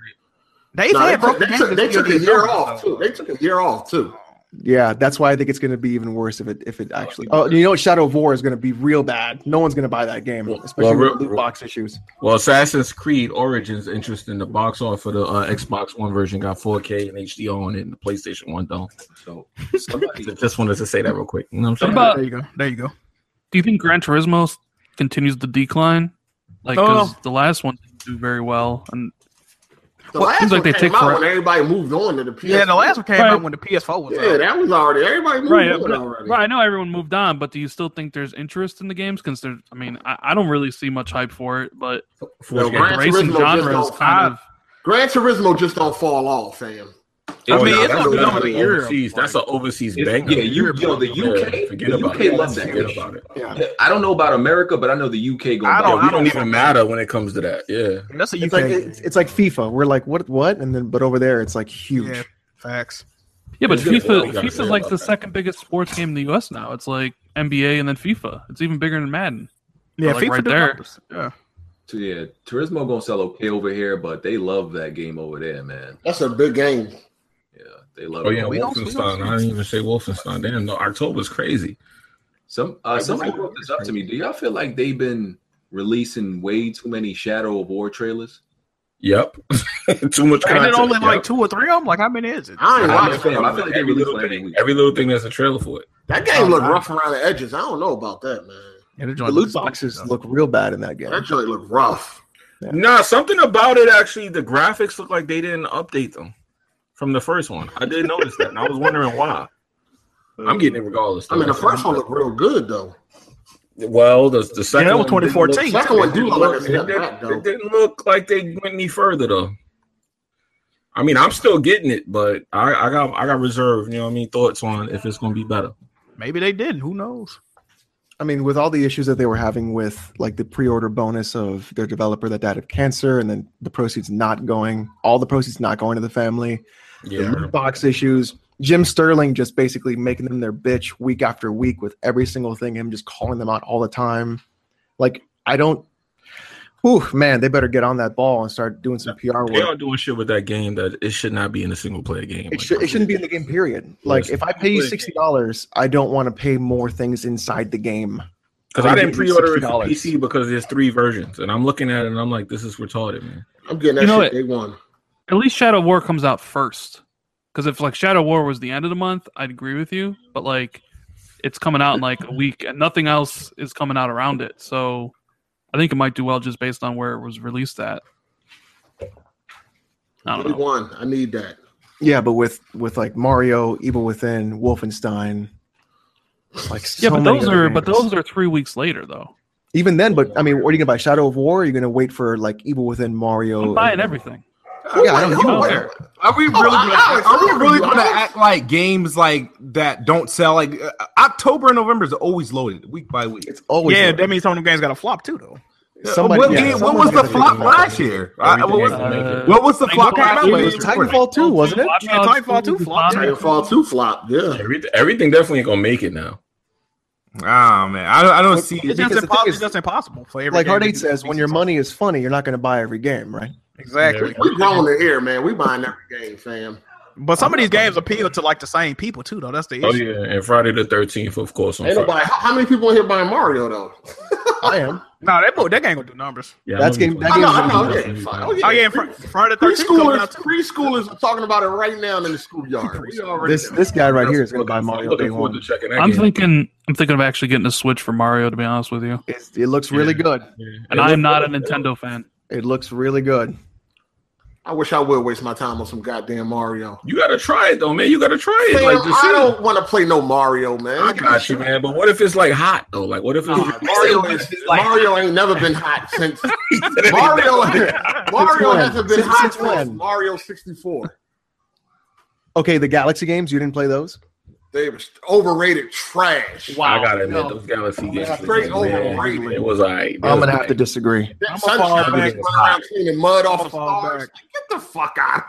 S3: They've
S7: Nah, they,
S3: had
S7: took,
S3: broken
S7: they,
S3: games
S7: took, they
S3: this year
S7: took a
S3: these
S7: year
S3: numbers,
S7: off
S3: though.
S7: too. They took a year off too.
S5: Yeah, that's why I think it's gonna be even worse if it if it actually. Oh, you know what? Shadow of War is gonna be real bad. No one's gonna buy that game,
S1: Well,
S5: especially
S1: well,
S5: with
S1: real-
S5: the loot box issues.
S1: well, Assassin's Creed Origins interest in the box office for the uh, Xbox One version got 4K and HDR on it, and the PlayStation One don't.
S2: so somebody,
S1: <laughs> Just wanted to say that real quick. You know what I'm
S4: What
S1: saying?
S4: about?
S3: There you go. There you go.
S4: Do you think Gran Turismo s- continues the decline? Like,
S3: No, no,
S4: because the last one didn't do very well, and
S7: The
S4: Well, it
S7: last
S4: seems
S7: one
S4: like they
S7: came
S4: take
S7: out
S4: for-
S7: when everybody moved on to the PS.
S3: Yeah, the last one came
S4: Right.
S3: out when the PS4 was
S7: Yeah,
S3: out.
S7: that was already everybody moved
S4: right,
S7: on
S4: but-
S7: already.
S4: right. I know everyone moved on, but do you still think there's interest in the games? Consider, I mean, I, I don't really see much hype for it, but
S1: Forge
S7: No,
S1: Game.
S7: Gran
S4: the racing
S7: Turismo just
S4: genre is
S7: don't-
S4: kind of.
S7: Gran Turismo just don't fall off, fam.
S3: I mean,
S1: Oh, nah,
S3: it's
S1: that's
S3: gonna be
S1: definitely
S3: over the year.
S1: Overseas. That's an overseas
S2: It's-
S1: banger.
S2: yeah, you- yo, the
S1: Yeah,
S2: UK
S1: forget
S2: the
S1: about
S2: UK
S1: it.
S2: loves that
S1: Forget
S2: game.
S1: about it.
S2: I don't know about America, but I know the UK going.
S3: I
S1: Yeah,
S3: don't-
S1: we don't even matter when it comes to that. Yeah.
S3: That's a UK.
S5: It's like it's, it's like FIFA. We're like what what, and then but over there it's like huge.
S3: yeah, facts.
S4: Yeah, but
S1: It's gonna-
S4: FIFA,
S1: we gotta say
S4: FIFA's like
S1: about
S4: the
S1: that.
S4: second biggest sports game in the U.S. now. It's like NBA and then FIFA. It's even bigger than Madden.
S3: Yeah,
S4: like,
S3: FIFA
S4: right
S3: do
S4: there.
S3: numbers. Yeah.
S2: So, yeah, Turismo gonna sell okay over here, but they love that game over there, man.
S7: That's a big game.
S2: Yeah, they love.
S1: Oh
S2: it.
S1: yeah,
S3: We don't- we don't
S1: Wolfenstein. I didn't even say Wolfenstein. Damn, no, October's crazy.
S2: Some uh, somebody brought this up to me. Do y'all feel like they've been releasing way too many Shadow of War trailers?
S1: Yep. <laughs> Too much
S3: And
S1: content.
S3: then only
S1: Yep.
S3: like two or three of them. Like, how many is it?
S7: I ain't
S2: I
S7: watching
S2: understand.
S7: that.
S2: I feel like they
S1: every
S2: release
S1: little
S2: like every
S1: thing.
S2: week.
S1: Every little thing that's a trailer for it.
S7: That game
S3: Oh,
S7: looked
S3: nah.
S7: rough around the edges. I don't know about that, man.
S3: Yeah,
S5: The loot boxes look real bad in that game.
S7: That joint looked rough.
S1: Nah, something about it actually. The graphics look like they didn't update them from the first one. I did notice that, and I was wondering why. I'm getting it regardless.
S7: I mean, the first one
S1: looked
S7: looked real good though.
S1: well. The, the second
S3: that was
S1: one didn't look-
S3: 2014.
S7: The second one do look like a
S1: It
S7: step
S1: didn't,
S7: back though.
S1: it didn't look like they went any further though. I mean, I'm still getting it, but I, I got I got reserved. You know what I mean? Thoughts on if it's gonna be better.
S3: Maybe they didn't. Who knows?
S5: I mean, with all the issues that they were having with like the pre-order bonus of their developer that died of cancer, and then the proceeds not going, all the proceeds not going to the family, the loot box issues, Jim Sterling just basically making them their bitch week after week with every single thing, him just calling them out all the time. Like, I don't. Ooh, man, they better get on that ball and start doing some PR
S1: they
S5: work.
S1: are doing shit with that game that it should not be in a single player game.
S5: It, should, it shouldn't be in the game, period. Like, if I pay you $60, I don't want to pay more things inside the game.
S1: because I didn't
S5: It's
S1: pre-order it for
S5: $60.
S1: PC because there's three versions, and I'm looking at it and I'm like, this is retarded, man.
S7: I'm getting that
S4: You know
S7: shit
S4: it-
S7: day one.
S4: At least Shadow of War comes out first. Because if like Shadow War was the end of the month, I'd agree with you. But like, it's coming out in like a week, and nothing else is coming out around it. So I think it might do well just based on where it was released at. I don't
S7: Only
S4: know.
S7: one. I need that.
S5: Yeah, but with with like Mario, Evil Within, Wolfenstein, like
S4: Yeah,
S5: so
S4: but
S5: many
S4: those
S5: other
S4: are but
S5: games.
S4: those are three weeks later though.
S5: even then. But I mean, what are you gonna buy? Shadow of War? Are you gonna wait for like Evil Within, Mario?
S4: I'm buying everything.
S5: Yeah, I don't
S7: Who
S5: know.
S7: would-
S4: care.
S9: Are we really?
S7: Oh,
S9: gonna,
S7: Alex,
S9: are we
S7: I'm
S9: really
S7: with
S9: going to
S7: you, Alex.
S9: act like games like that don't sell? Like uh, October and November is always loaded, week by week.
S5: It's always
S3: Yeah,
S5: like-
S3: that means some of them games got to flop too, though.
S5: somebody-
S9: what,
S5: yeah,
S9: game, what
S5: someone
S9: was the
S5: gotta
S9: flop
S5: make it.
S9: last year? Uh, what,
S1: Everything
S9: was,
S1: ain't gonna make it.
S9: what was the flop last
S4: Titanfall
S9: year?
S5: It was Titanfall 2, wasn't it?
S4: Watch
S3: Yeah,
S4: Dogs
S3: Titanfall 2 flopped.
S4: Dishonored.
S7: Titanfall two flop.
S5: uh,
S7: Yeah.
S1: Everything, everything definitely ain't gonna make it now.
S9: Oh man, I, don't- I don't
S5: What-
S9: see.
S5: Because
S3: It's
S5: the
S3: just,
S5: thing
S3: impossible.
S5: is-
S3: it's just impossible for every
S5: Like
S3: game to
S5: Hardate
S3: do
S5: says,
S3: that.
S5: when your money is funny, you're not gonna buy every game, right?
S3: exactly.
S7: We grown in here, man. We buying every game, fam.
S3: But some of these games appeal to like the same people too, though. That's the issue.
S1: Oh yeah, and Friday the thirteenth, of course. On
S7: Ain't
S1: Friday.
S7: nobody. How, how many people in here buying Mario though?
S5: I am.
S3: No, that boy, that game gonna do numbers.
S1: Yeah,
S5: That's
S1: I'm
S5: game- that
S7: I know. I
S5: game's
S7: know.
S1: gonna
S7: Yeah,
S1: be
S7: fine.
S1: fine.
S7: Oh, yeah.
S3: Oh yeah, fr- Friday the 13th coming
S7: Preschoolers,
S3: out too.
S7: preschoolers are talking about it right now in
S4: <laughs>
S7: the schoolyard. We
S5: <laughs>
S7: already
S5: This
S7: know.
S5: this guy right here is gonna buy
S1: I'm
S5: Mario Day
S1: looking forward
S5: One.
S1: to checking that
S4: I'm
S1: game.
S4: thinking I'm thinking of actually getting a Switch for Mario to be honest with you.
S5: It's, it looks really good.
S4: And I am not a Nintendo fan.
S5: It looks really good.
S7: I wish I would waste my time on some goddamn Mario.
S1: You gotta try it though, man. You gotta try it.
S7: Fam,
S1: like, to
S7: I
S1: see.
S7: don't want to play no Mario, man.
S1: I got you, man. But what if it's like hot though? Like, what if it's <laughs>
S7: Mario is Mario ain't never been hot since Mario.
S1: Mario?
S7: Mario
S5: when?
S7: hasn't been
S5: Since-
S7: hot
S5: since
S7: since
S5: when?
S7: Mario sixty four.
S5: Okay, the Galaxy games, you didn't play those?
S7: They was overrated trash.
S1: I gotta admit, those Galaxy games,
S7: Straight
S1: man,
S7: overrated.
S1: it was alright.
S5: I'm gonna have to disagree.
S7: That
S3: I'ma fall
S7: sunshine
S1: back.
S7: was running around cleaning mud off
S3: I'ma
S7: of
S3: fall back.
S7: stars. Get the fuck out.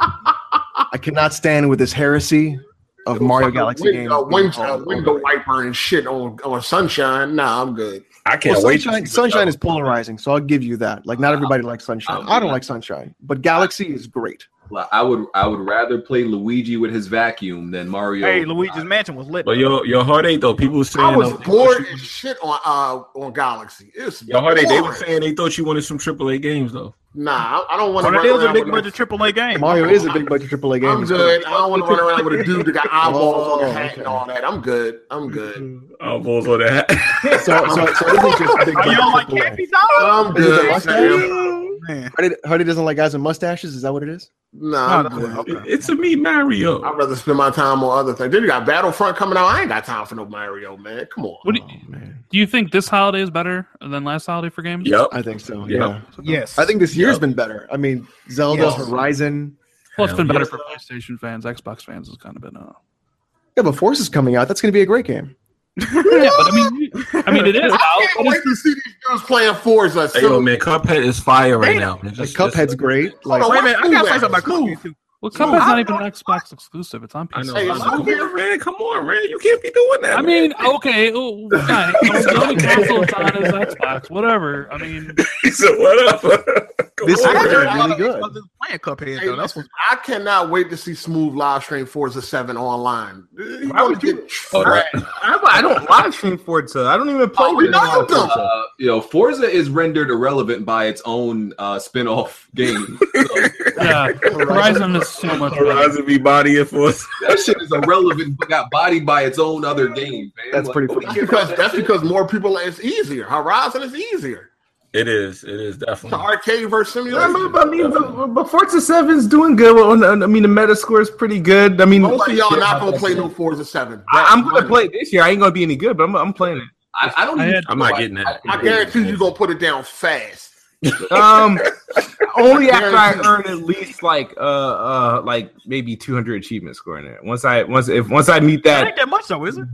S5: I cannot stand with this heresy of Mario Galaxy
S7: window,
S5: games. being
S7: Window,
S5: called
S7: window
S5: overrated.
S7: wiper and shit on, on sunshine. Nah, I'm good.
S1: I can't
S5: Well,
S1: wait.
S5: sunshine,
S1: to see
S5: sunshine is
S1: what
S5: polarizing, so I'll give you that. Like, not everybody likes sunshine. Uh, I don't like sunshine, but Galaxy is great.
S2: Like, I would I would rather play Luigi with his vacuum than Mario.
S3: Hey, Luigi's Mansion was lit.
S1: But your your heartache though, people saying
S7: I was
S1: though,
S7: bored as shit on uh on Galaxy. It's
S1: your heartache. They were
S7: boring.
S1: saying they thought you wanted some AAA games though.
S7: Nah, I, I don't want
S3: But
S7: to.
S3: it is a big budget AAA game.
S5: Mario is a big budget AAA game.
S7: I'm
S5: It's
S7: good. I don't want to run around with a dude that got eyeballs on
S5: Oh,
S7: the hat and
S5: okay.
S7: all that. I'm good. I'm good.
S1: Oh, balls on that.
S5: So, so, so it isn't just big
S3: Oh,
S5: budget
S3: you don't like
S5: AAA.
S3: Campy Dog?
S7: I'm
S5: Is it the
S7: good. fam.
S5: mustache?
S3: Man,
S5: Hardy, Hardy doesn't like guys with mustaches. Is that what it is?
S7: Nah, I'm
S3: No, that's-
S7: good.
S1: <laughs> it's a me Mario.
S7: I'd rather spend my time on other things. Then you got Battlefront coming out. I ain't got time for no Mario, man. Come on.
S4: What do
S1: Oh,
S4: you, do you think this holiday is better than last holiday for games?
S1: Yep.
S5: I think so.
S1: Yeah.
S5: Yeah.
S3: yes.
S5: I think this year's been better. I mean, Zelda,
S7: Yes.
S5: Horizon.
S4: Well, it's been
S1: Hell
S4: better for PlayStation fans. Xbox fans has kind of been. Uh,
S5: Yeah, but Force is coming out. That's going to be a great game.
S4: yeah, but I mean, you- I mean, it is out.
S7: I can't wait to see these dudes playing Forza.
S1: Hey,
S7: soon.
S1: yo, man, Cuphead is fire right now. Man.
S5: Like
S1: Just-
S5: Cuphead's
S1: just-
S5: great. Like,
S7: Hold
S3: Wait a
S7: on,
S3: minute, I gotta say something about Cookie
S7: Smooth.
S3: too.
S4: Well, Cuphead's not even an Xbox exclusive. It's on
S1: I know.
S4: PC.
S7: Hey,
S1: I
S7: it's
S1: know.
S7: okay.
S1: Come on, man. Come on, man. You can't be doing that.
S4: I
S1: man. <laughs>
S4: mean, okay, oh, fine. the only console it's on is Xbox. Whatever. I mean,
S1: he said, "What up?" <laughs> Come
S5: This
S1: on,
S5: is
S1: man.
S5: really good.
S3: I was just playing Cuphead
S7: Hey,
S3: though. That's what.
S7: I cannot wait to see Smooth live stream Forza 7 online. You
S9: Why
S7: want
S9: would
S7: to
S9: you-
S7: get
S2: Oh,
S1: Hold
S7: trash.
S1: on.
S9: I, I don't live stream Forza. uh, I don't even play.
S7: Oh, we
S9: it.
S7: know you don't.
S2: Uh, you know, Forza is rendered irrelevant by its own uh, spin-off game.
S4: yeah, Horizon is so much better.
S1: Horizon be bodying for us.
S2: that shit is irrelevant, but got bodied by its own other game. Man.
S5: That's pretty
S2: nobody
S5: funny.
S2: cares about
S7: Because <laughs>
S2: that
S7: that's
S2: shit.
S7: because more people. It's easier. Horizon is easier.
S1: It is. It is
S7: It's an
S1: definitely.
S7: arcade versus
S9: I
S7: simulation.
S9: mean, but, I mean, but, but Forza 7's doing good. Well, on- I mean, the meta score is pretty good. I mean,
S7: Most of y'all not gonna play no Forza Seven.
S9: I, I'm gonna play it this year. I ain't gonna be any good, but I'm, I'm playing it.
S2: I, I don't.
S4: I
S2: even
S4: had-
S2: know
S1: I'm not
S2: why-
S1: getting that.
S7: I guarantee you gonna put it down fast. <laughs>
S9: Um, only after I earn at least like uh uh like maybe 200 achievement score in it. Once I once if once I meet
S3: It
S9: that,
S3: ain't that much though, is it?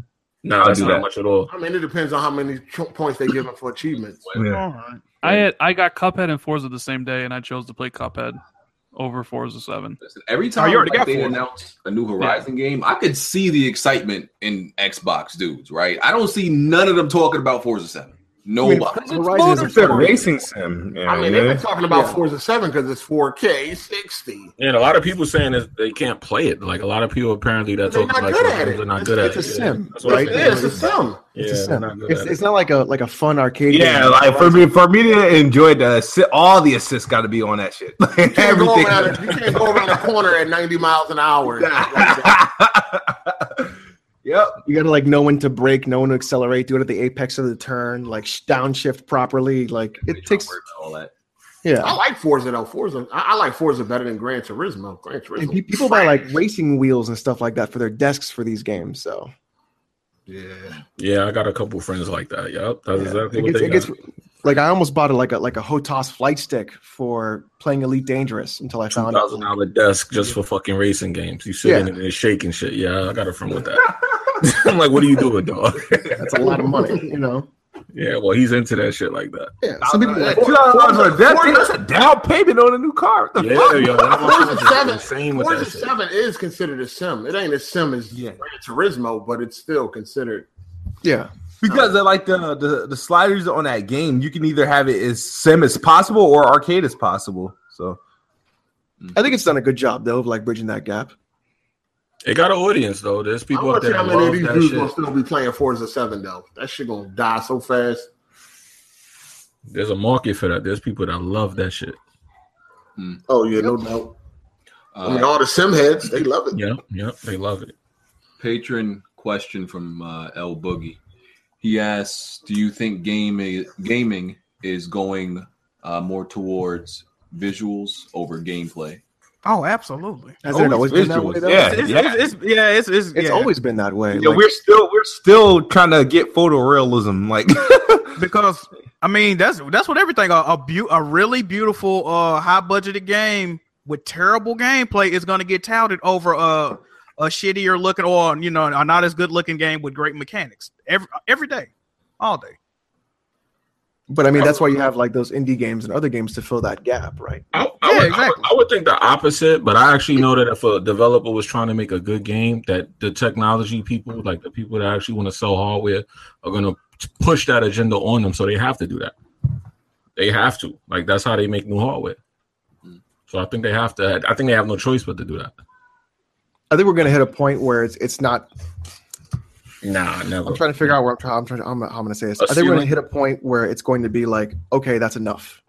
S1: No, that's
S9: do
S1: not
S9: that.
S1: much at all.
S7: I mean, it depends on how many tr- points they give them for achievements.
S9: yeah.
S3: All right.
S4: I had, I got Cuphead and Forza the same day, and I chose to play Cuphead over Forza Seven.
S2: Listen, every
S3: Oh,
S2: time
S3: you already
S2: like,
S3: got
S2: they
S3: four.
S2: announce a new Horizon game, I could see the excitement in Xbox dudes. Right? I don't see none of them talking about Forza Seven. Uh, Nobody.
S6: Horizon is a racing sim. Yeah,
S7: I mean, they've been talking about Forza 7 because it's 4K 60.
S1: And a lot of people saying is they can't play it. Like a lot of people apparently that
S7: They're
S1: talk
S7: not
S1: about
S7: good at it.
S1: they're not
S7: It's-
S1: good at
S5: it's a
S1: it. Yeah.
S5: sim,
S1: That's what I'm
S5: right?
S1: saying.
S7: It is a sim.
S5: It's,
S1: Yeah,
S5: a
S1: they're
S5: sim.
S1: not good
S5: it's,
S1: at
S5: it's not like a like a fun arcade.
S6: Yeah,
S5: game.
S6: like for me, for me to enjoy the assi- all the assists got to be on that
S9: <laughs>
S6: shit. Like,
S7: You can't, go
S6: everything.
S7: around, a- you can't go around a corner at 90 miles
S1: <laughs>
S7: an hour.
S6: yep.
S5: you got to like know when to brake, know when to accelerate, do it at the apex of the turn, like sh- downshift properly. Like it takes,
S2: all that.
S5: yeah.
S7: I like Forza though. Forza, I, I like Forza better than Gran Turismo. Gran Turismo,
S5: And pe- people buy like racing wheels and stuff like that for their desks for these games. So
S7: yeah,
S1: Yeah, I got a couple friends like that. Yep, that's
S5: yeah.
S1: exactly
S5: it
S1: what
S5: gets,
S1: they
S5: it gets
S1: got.
S5: like I almost bought a, like a like a Hotas flight stick for playing Elite Dangerous until I
S1: Two
S5: found out.
S1: thousand dollar desk just for fucking racing games. You sit in it and it's shaking shit. Yeah, I got a friend with
S7: <laughs>
S1: that. <laughs> I'm like, what are you doing, dog?
S5: That's a lot of money, you know.
S1: yeah, well, he's into that shit like that.
S5: Yeah, some people like,
S6: Two thousand dollars for a death kit, That's a down payment on a new car. What the
S1: Yeah,
S6: fuck?
S1: yo, one of my
S7: Forza
S1: friends is
S7: Seven-
S1: insane with
S7: Forza
S1: that shit.
S7: Seven is considered a sim. It ain't a sim as
S6: Yeah.
S7: Gran Turismo, but it's still considered.
S5: yeah,
S6: Because they're like the, the the sliders on that game, you can either have it as sim as possible or arcade as possible. So
S5: I think it's done a good job though of like bridging that gap.
S1: It got an audience though. There's
S7: I
S1: people out
S7: want to
S1: there
S7: how
S1: that
S7: many
S1: love
S7: of these
S1: that
S7: dudes gonna
S1: shit.
S7: still be playing Forza Seven though. That shit gonna die so fast.
S1: There's a market for that. There's people that love that shit.
S7: Oh yeah, no doubt. I mean,
S2: Uh,
S7: all the sim heads, they love it.
S1: Yeah, yeah, they love it.
S2: patron question from uh, L Boogie. He asks, "Do you think gaming gaming is going uh, more towards visuals over gameplay?"
S3: Oh, absolutely.
S5: Has it always been that way though?
S6: Yeah,
S3: <laughs> It's,
S6: yeah.
S3: it's, it's, yeah, it's, it's,
S5: It's
S3: yeah.
S5: always been that way.
S6: Yeah,
S5: like-
S6: we're still we're still trying to get photorealism. Like
S3: because I mean that's that's what everything a a, beau- a really beautiful uh high budgeted game with terrible gameplay is going to get touted over a a shittier looking or you know a not as good looking game with great mechanics every every day, all day.
S5: But I mean, that's why you have like those indie games and other games to fill that gap, right?
S1: I, I,
S3: Yeah,
S1: would, I,
S3: exactly.
S1: would, I would think the opposite, but I actually know that if a developer was trying to make a good game, that the technology people, like the people that actually want to sell hardware, are going to push that agenda on them. So they have to do that. They have to. Like that's how they make new hardware. So I think they have to. I think they have no choice but to do that.
S5: I think we're gonna hit a point where it's it's not.
S1: Nah, never.
S5: I'm trying to figure out where I'm trying. I'm trying. I'm, I'm gonna say this. I think we're gonna
S1: Assuming-
S5: hit a point where it's going to be like, okay, that's enough.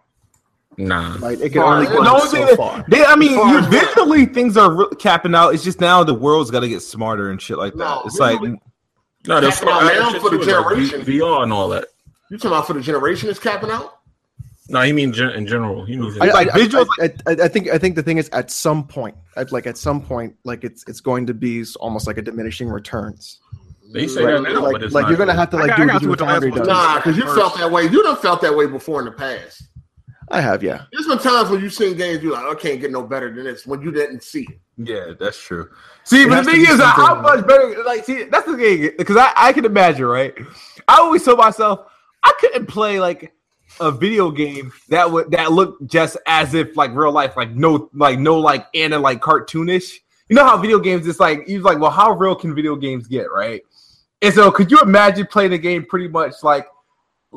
S1: Nah.
S5: Right? It can
S7: Far
S5: only
S7: as-
S5: go
S6: the only
S5: so
S6: thing that-
S5: far.
S6: they, I mean,
S7: As far
S6: you
S7: as-
S6: visually things are re- capping out. It's just now the world's got to get smarter and shit like that.
S7: No,
S6: it's like
S7: visually-
S1: No, that's
S7: That's not now for the generation.
S1: VR and all that.
S7: You talking about for the generation is capping out?
S1: No, he means gen- in general. He means in
S5: I, I,
S6: Like, visual-
S5: I, I, I think I think the thing is at some point, at like at some point, like it's it's going to be s- almost like a diminishing returns.
S1: They say that
S5: Right?
S1: now,
S5: Like,
S1: but it's
S5: like
S1: not
S5: you're gonna
S1: good.
S5: have to
S3: I
S5: like
S3: got-
S5: do
S3: I
S5: what
S3: got you
S5: Digital
S3: with the last
S5: Foundry
S3: one.
S5: does.
S7: Nah, because you felt that way. You done felt that way before in the past.
S5: I have, yeah.
S7: There's been times when you've seen games you're like, I can't get no better than this when you didn't see it.
S6: Yeah, that's true. See, but
S5: has
S6: the
S5: to
S6: thing
S5: be
S6: is, uh, how
S5: something-
S6: much better? Like, see, that's the thing, because I, I can imagine, right? I always told myself I couldn't play like a video game that would that looked just as if like real life, like no, like no, like Anna, like cartoonish. You know how video games? It's like you like, well, how real can video games get, right? And so, could you imagine playing a game pretty much like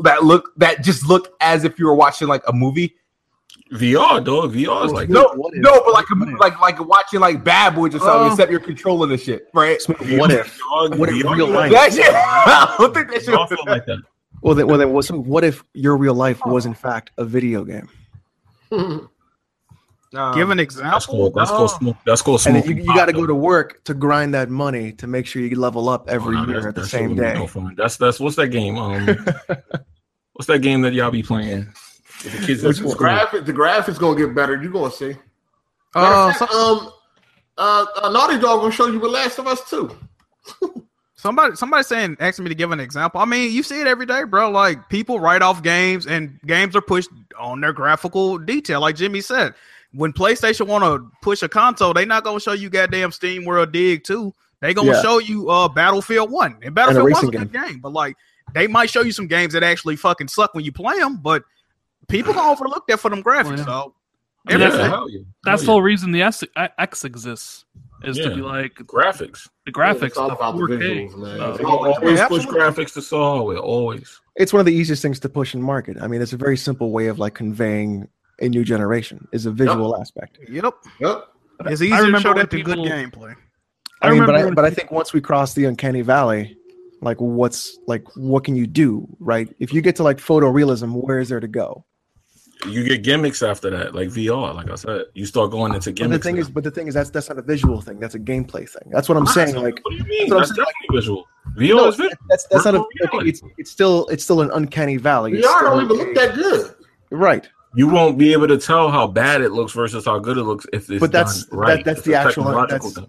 S6: that? Look, that just looked as if you were watching like a movie.
S1: VR, dog. VR is like
S6: No,
S5: What if-
S6: no, but like
S5: what if-
S6: like like watching like Bad Boys or something,
S3: Oh.
S6: except you're controlling the shit, right?
S5: What if?
S1: VR,
S5: What if
S1: VR,
S5: real life-
S6: That shit. I don't think that shit.
S1: VR feel like that.
S5: Well, then, well, then, so what if your real life was in fact a video game,
S6: Um,
S3: Give an
S1: That's
S3: example.
S1: called that's called
S3: Oh.
S1: smoke. That's called
S5: and
S1: smoke.
S5: then you, you got to go to work to grind that money to make sure you level up every
S1: Oh, no,
S5: year
S1: that's-
S5: at the
S1: that's
S5: same
S1: what we
S5: day?
S1: know from- That's that's what's that game?
S5: <laughs>
S1: Um, what's that game that y'all be playing? With the kids at
S7: The
S1: school?
S7: graphic, the graphic's gonna get better. You're gonna see. Matter
S3: Uh,
S7: of
S3: so,
S7: fact, um, uh, uh, Naughty Dog gonna show you with Last of Us too.
S3: somebody somebody saying asking me to give an example. I mean, you see it every day, bro. Like people write off games and games are pushed on their graphical detail, like Jimmy said. When PlayStation want to push a console, they not gonna show you goddamn Steam World Dig too. They gonna
S5: Yeah.
S3: show you uh Battlefield One and Battlefield One's
S5: racing
S3: a good game, but like they might show you some games that actually fucking suck when you play them, but people gonna overlook that for them graphics.
S4: yeah.
S3: So
S4: I mean,
S1: Yeah,
S4: that's,
S1: hell yeah.
S4: that's the
S1: Hell
S4: whole reason the S- I- X exists. is to
S1: Yeah.
S4: be like
S1: graphics,
S4: the graphics,
S7: it's all
S4: the
S7: about the
S4: 4K
S7: visuals, man.
S4: stuff.
S1: They always
S5: Yeah,
S1: push graphics to Solid. Always.
S5: It's one of the easiest things to push and market. I mean, it's a very simple way of like conveying a new generation is a visual aspect.
S3: Yep.
S7: Yep.
S3: It's
S4: I
S3: easier to
S4: remember
S3: show that than
S4: when
S3: good
S4: people-
S3: gameplay.
S5: I, mean, but
S4: remember
S5: I,
S4: when
S5: but I
S4: people-
S5: think once we cross the uncanny valley, like what's like what can you do, right? If you get to like photorealism, where is there to go?
S1: You get gimmicks after that, like VR. Like I said, you start going into
S5: But the
S1: gimmicks.
S5: thing
S1: now.
S5: is, but the thing is, that's that's not a visual thing. That's a gameplay thing. That's
S7: Ah,
S5: what I'm saying. Like
S1: what do you mean?
S5: that's what I'm
S1: That's
S5: saying.
S1: definitely
S5: <laughs>
S1: visual. VR
S5: No,
S1: is visual.
S5: that's that's not a.
S1: Virtual reality.
S5: It's it's still it's still an uncanny valley.
S7: VR
S5: It's still-
S7: don't even look that good.
S5: right.
S1: You won't be able to tell how bad it looks versus how good it looks if it's
S5: But that's-
S1: done right.
S5: that- that's
S1: It's
S5: the
S1: a
S5: actual-
S1: technological
S5: that's-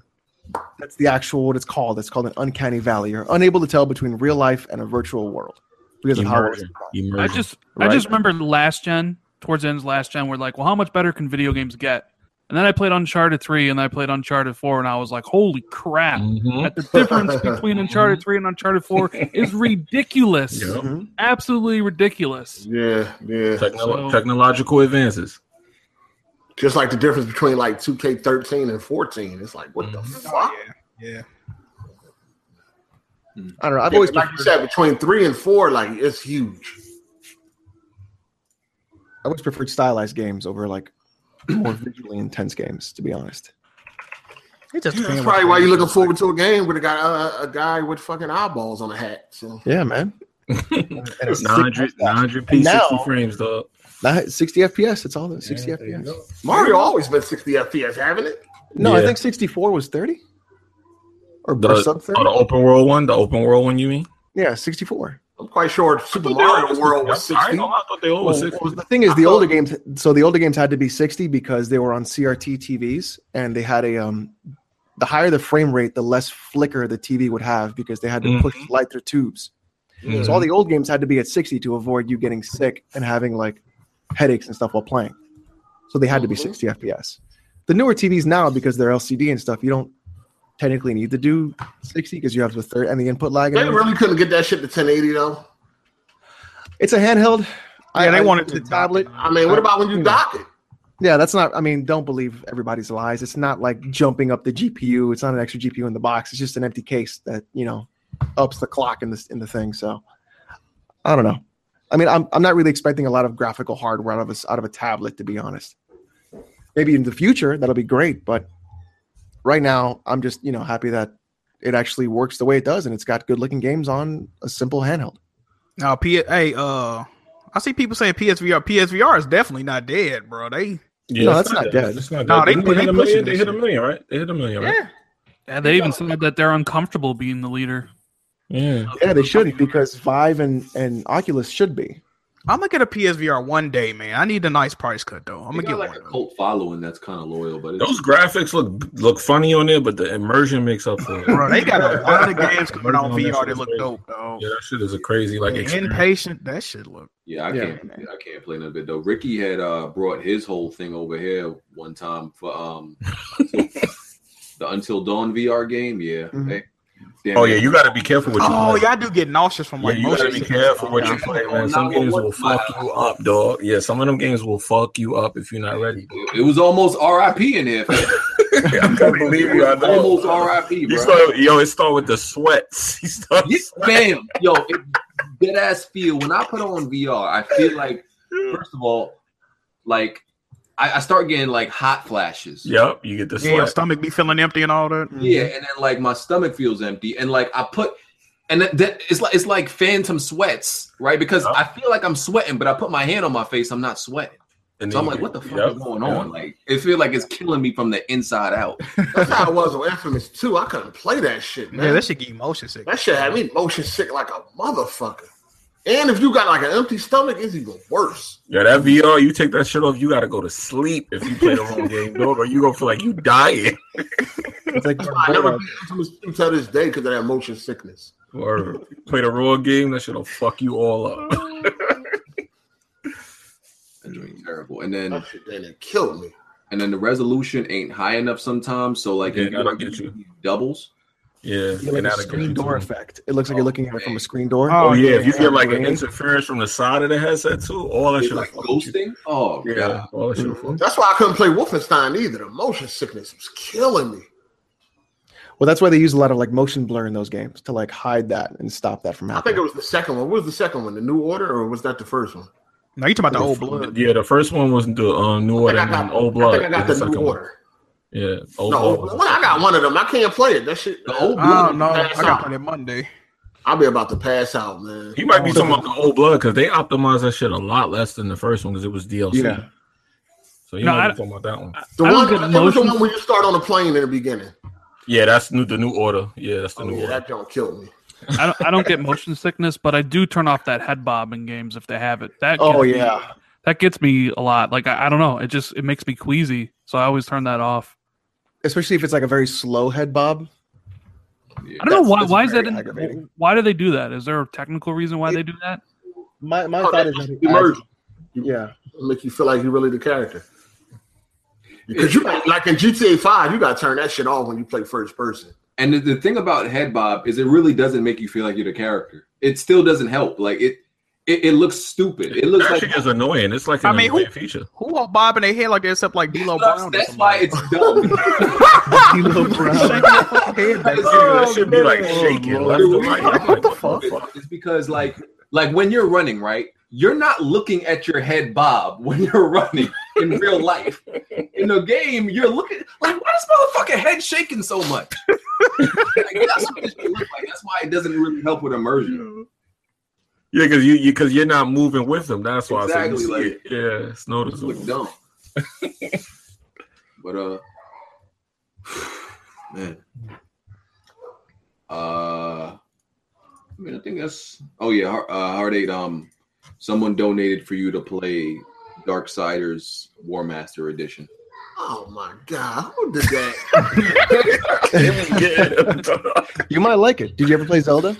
S5: That's the actual what it's called. It's called an uncanny valley. You're unable to tell between real life and a virtual world because of how. it's
S1: Immersion.
S5: designed.
S1: Immersion.
S4: I just I
S5: Right.
S4: just remember last gen, towards the end of last gen, we're like, well, how much better can video games get? And then I played Uncharted three, and then I played Uncharted four, and I was like, holy crap!
S1: Mhm.
S4: That the difference between Uncharted three and
S1: <laughs>
S4: Uncharted four is ridiculous,
S1: Yeah.
S5: Mm-hmm.
S4: absolutely ridiculous.
S7: Yeah, yeah.
S1: Technolo-
S4: So-
S1: technological advances.
S7: Just like the difference between like 2K13 and 14. It's like, what the
S1: Mm-hmm.
S7: fuck?
S3: Yeah.
S5: I don't know. I've
S7: Yeah,
S5: always
S7: like you said, between three and four, like it's huge.
S5: I always preferred stylized games over like more visually intense games, to be honest.
S3: It just
S7: That's
S3: depends
S7: probably
S3: what-
S7: why you're looking forward to a game with a guy, uh, a guy with fucking eyeballs on a hat. So
S5: Yeah, man.
S1: <laughs> Nine
S5: And it's
S1: hundred, nine hundred p,
S5: And now-
S1: sixty frames, dog.
S5: not 60 FPS. It's all the 60 FPS.
S7: Mario always been 60 FPS, haven't it?
S5: No, I
S1: Yeah.
S5: think 64 was 30 or,
S1: The,
S5: or sub
S1: oh,
S5: 30.
S1: the open world one, the open world one. You mean?
S5: yeah, 64.
S7: I'm quite sure Super Mario World was 60.
S1: I thought they all was
S5: Well,
S1: sixty.
S5: well, the thing is,
S7: I
S5: the
S7: thought-
S5: older games. So the older games had to be 60 because they were on CRT TVs, and they had a um. The higher the frame rate, the less flicker the TV would have because they had to push
S1: Mm-hmm.
S5: light through tubes. So all the old games had to be at 60 to avoid you getting sick and having like headaches and stuff while playing. So they had to be
S3: Mm-hmm.
S7: Mhm.
S5: 60 FPS. The newer TVs now, because they're LCD and stuff, you don't technically need to do 60 because you have the third and the input lag. And
S7: They
S5: everything.
S7: really couldn't get that shit to 1080 though.
S5: it's a handheld. Yeah,
S3: Yeah, they wanted to
S5: tablet.
S7: I mean,
S3: Uh,
S7: what about when
S3: hmm.
S7: you dock it?
S5: Yeah, that's not. I mean, don't believe everybody's lies. It's not like jumping up the GPU. It's not an extra GPU in the box. It's just an empty case that you know ups the clock in this in the thing. So I don't know. I mean, I'm I'm not really expecting a lot of graphical hardware out of a, s- out of a tablet, to be honest. Maybe in the future that'll be great, but right now I'm just you know happy that it actually works the way it does and it's got good looking games on a simple handheld.
S3: Now, P- hey, uh, I see people saying PSVR. PSVR is definitely not dead, bro. They
S1: Yeah,
S5: No,
S1: it's
S5: that's not dead.
S1: It's not dead.
S3: No,
S1: they,
S3: they-
S1: they hit
S3: they
S1: a
S3: pushing
S1: million. They
S3: this
S1: hit a
S3: shit.
S1: million, right? They hit a million, right?
S3: yeah,
S4: Yeah, they even said that they're uncomfortable being the leader.
S1: Yeah.
S5: Yeah, they should because Vive and and Oculus should be.
S3: I'm gonna get a PSVR one day, man. I need a nice price cut though. I'm gonna get
S2: They got, like
S3: one.
S2: a cult following that's kind of loyal, but it's,
S1: Those graphics look look funny on there, but the immersion makes up for it.
S3: Bro, they got
S2: <laughs>
S3: a lot of games coming
S1: Working
S3: on
S1: on that
S3: VR
S1: shit
S3: that
S1: is
S3: look
S1: crazy.
S3: dope, though.
S1: Yeah, that shit is a crazy like experience.
S3: Inpatient, that shit look.
S2: yeah, I
S5: Yeah.
S2: can't, I can't play none of it though. Ricky had uh, brought his whole thing over here one time for um the Until Dawn VR game. Yeah.
S5: Mhm.
S2: Hey, damn
S1: Oh
S2: it.
S1: yeah, you got to be careful with.
S3: Oh, yeah, I do get nauseous from
S1: Yeah,
S3: like
S1: you
S3: motion
S1: gotta be
S3: sickness.
S1: careful what you
S2: Yeah.
S1: play, man. Some games will fuck you up, dog. Yeah, some of them games will fuck you up if you're not
S2: <laughs>
S1: ready. <laughs>
S2: It was almost RIP in there. fam.
S1: Yeah, I can't believe you. I know.
S2: almost RIP,
S1: You
S2: bro.
S1: start, yo, it start with the sweats. <laughs> You start
S2: Yeah, bam, yo, it, dead ass feel. When I put on VR, I
S1: <laughs>
S2: feel like, first of all, like I, I start getting like hot flashes.
S1: Yep, you get the
S3: Yeah, your
S1: sweat.
S3: stomach be feeling empty and all that.
S2: Yeah,
S1: Mm-hmm.
S2: and then like my stomach feels empty, and like I put, and that, that it's like it's like phantom sweats, right? Because
S1: Yeah.
S2: I feel like I'm sweating, but I put my hand on my face, I'm not sweating.
S1: And
S2: So I'm
S1: then
S2: like,
S1: you-
S2: what the fuck
S1: yep,
S2: is going
S1: yeah.
S2: on? Like it feels like it's killing me from the inside out.
S7: That's how it was on Infamous 2. I couldn't play that shit, man.
S3: Yeah, that
S7: that,
S3: shit get you motion sick.
S7: shit had me motion sick like a motherfucker. And if you got like an empty stomach, it's even worse.
S1: Yeah, that VR, you take that shit off, you gotta go to sleep if you play the
S2: <laughs>
S1: wrong game, dog, or you gonna feel like you dying. <laughs>
S5: It's like
S7: I never beat Infamous 2 to this day because of that motion sickness.
S1: Or play the wrong game, that shit'll fuck you all up. <laughs>
S2: That joint terrible. And then
S7: That shit then it killed me.
S2: and then the resolution ain't high enough sometimes. So like
S1: Yeah,
S2: if you
S1: that'll
S2: want
S1: get
S2: to
S1: you.
S2: do doubles.
S1: Yeah,
S5: You get,
S1: and
S5: like a
S1: that'll get
S5: screen
S1: you
S5: door
S1: too.
S5: effect. It looks like you're looking at it from a screen door.
S3: Oh,
S1: Oh yeah, if you
S5: yeah.
S1: get like an
S5: Yeah.
S1: interference from the side of the headset too, all that
S2: It's
S1: shit
S2: like
S1: you.
S2: ghosting. Oh yeah.
S1: Yeah, all that shit.
S7: That's why I couldn't play Wolfenstein either. The motion sickness was killing me.
S5: Well, that's why they use a lot of like motion blur in those games to like hide that and stop that from
S7: I
S5: happening.
S7: think it was the second one. What was the second one? The New Order, or was that the first one?
S3: No, you talking about the old blood.
S1: Yeah, the first one was the um, New Order
S7: I
S1: and
S7: got-
S1: then Old
S7: I
S1: Blood.
S7: think I got
S1: was the
S7: the New
S1: second one.
S7: Order.
S1: Yeah, Old
S7: no,
S1: Blood.
S7: old, well, I got one of them. I can't play it. That shit. The old
S3: I don't know. I
S7: Pass
S3: got
S7: out.
S3: played Monday.
S7: I'll be about to pass out, man.
S1: He might be talking about the Old Blood because they optimized that shit a lot less than the first one because it was DLC.
S5: Yeah.
S1: So you
S4: No,
S1: might
S4: I-
S1: be talking about that one.
S7: The
S4: I
S7: one,
S4: don't get
S7: it was the
S4: motion.
S7: one where you start on a plane in the beginning.
S1: Yeah, that's new, the New Order. Yeah, that's the
S7: Oh,
S1: New
S7: yeah,
S1: Order.
S7: that don't kill me.
S4: I don't, I don't get motion <laughs> sickness, but I do turn off that head bob in games if they have it. That
S5: Oh
S4: gets me-
S5: yeah,
S4: that gets me a lot. Like I, I don't know, it just it makes me queasy, so I always turn that off.
S5: especially if it's like a very slow head bob.
S4: I don't know
S5: That's-
S4: why.
S5: that's
S4: Why is that?
S5: very
S4: In,
S5: aggravating.
S4: why do they do that? Is there a technical reason why
S5: It-
S4: they do that?
S5: My my
S7: Oh,
S5: thought
S7: that-
S5: is that it
S7: Emerge.
S5: adds- <laughs> yeah,
S7: It'll make you feel like you're really the character. Because you like, like in GTA Five, you gotta turn that shit off when you play first person.
S2: And the, the thing about head bob is it really doesn't make you feel like you're the character. It still doesn't help. Like it, it, it looks stupid. It looks
S1: That
S2: like
S1: shit is annoying. It's like an
S3: I mean, who-
S1: annoying feature.
S3: Who all bobbing their head like that except like D'Lo Brown? or
S2: that's why
S3: somebody?
S2: it's
S3: <laughs>
S2: dumb.
S5: D'Lo <laughs> Brown.
S3: Head back.
S7: Oh,
S1: that should be like shaking. left and right. I'm like,
S2: What the fuck? It's because like like when you're running, right? You're not looking at your head bob <laughs> when you're running in real life. In the game, you're looking like why is motherfucking head shaking so much? <laughs> Like, that's what it should look like. That's why it doesn't really help with immersion.
S1: Yeah, because you because you, are not moving with them. That's why I
S2: Exactly,
S1: said you see
S2: like-
S1: it. Yeah, it's
S2: It just looks
S1: noticeable.
S2: dumb. <laughs> but uh <sighs> man. Uh I mean I think that's oh yeah, Har- uh Hard Eight um someone donated for you to play Darksiders War Master Edition.
S7: Oh my god, who did that?
S1: <laughs>
S5: you might like it. Did you ever play Zelda?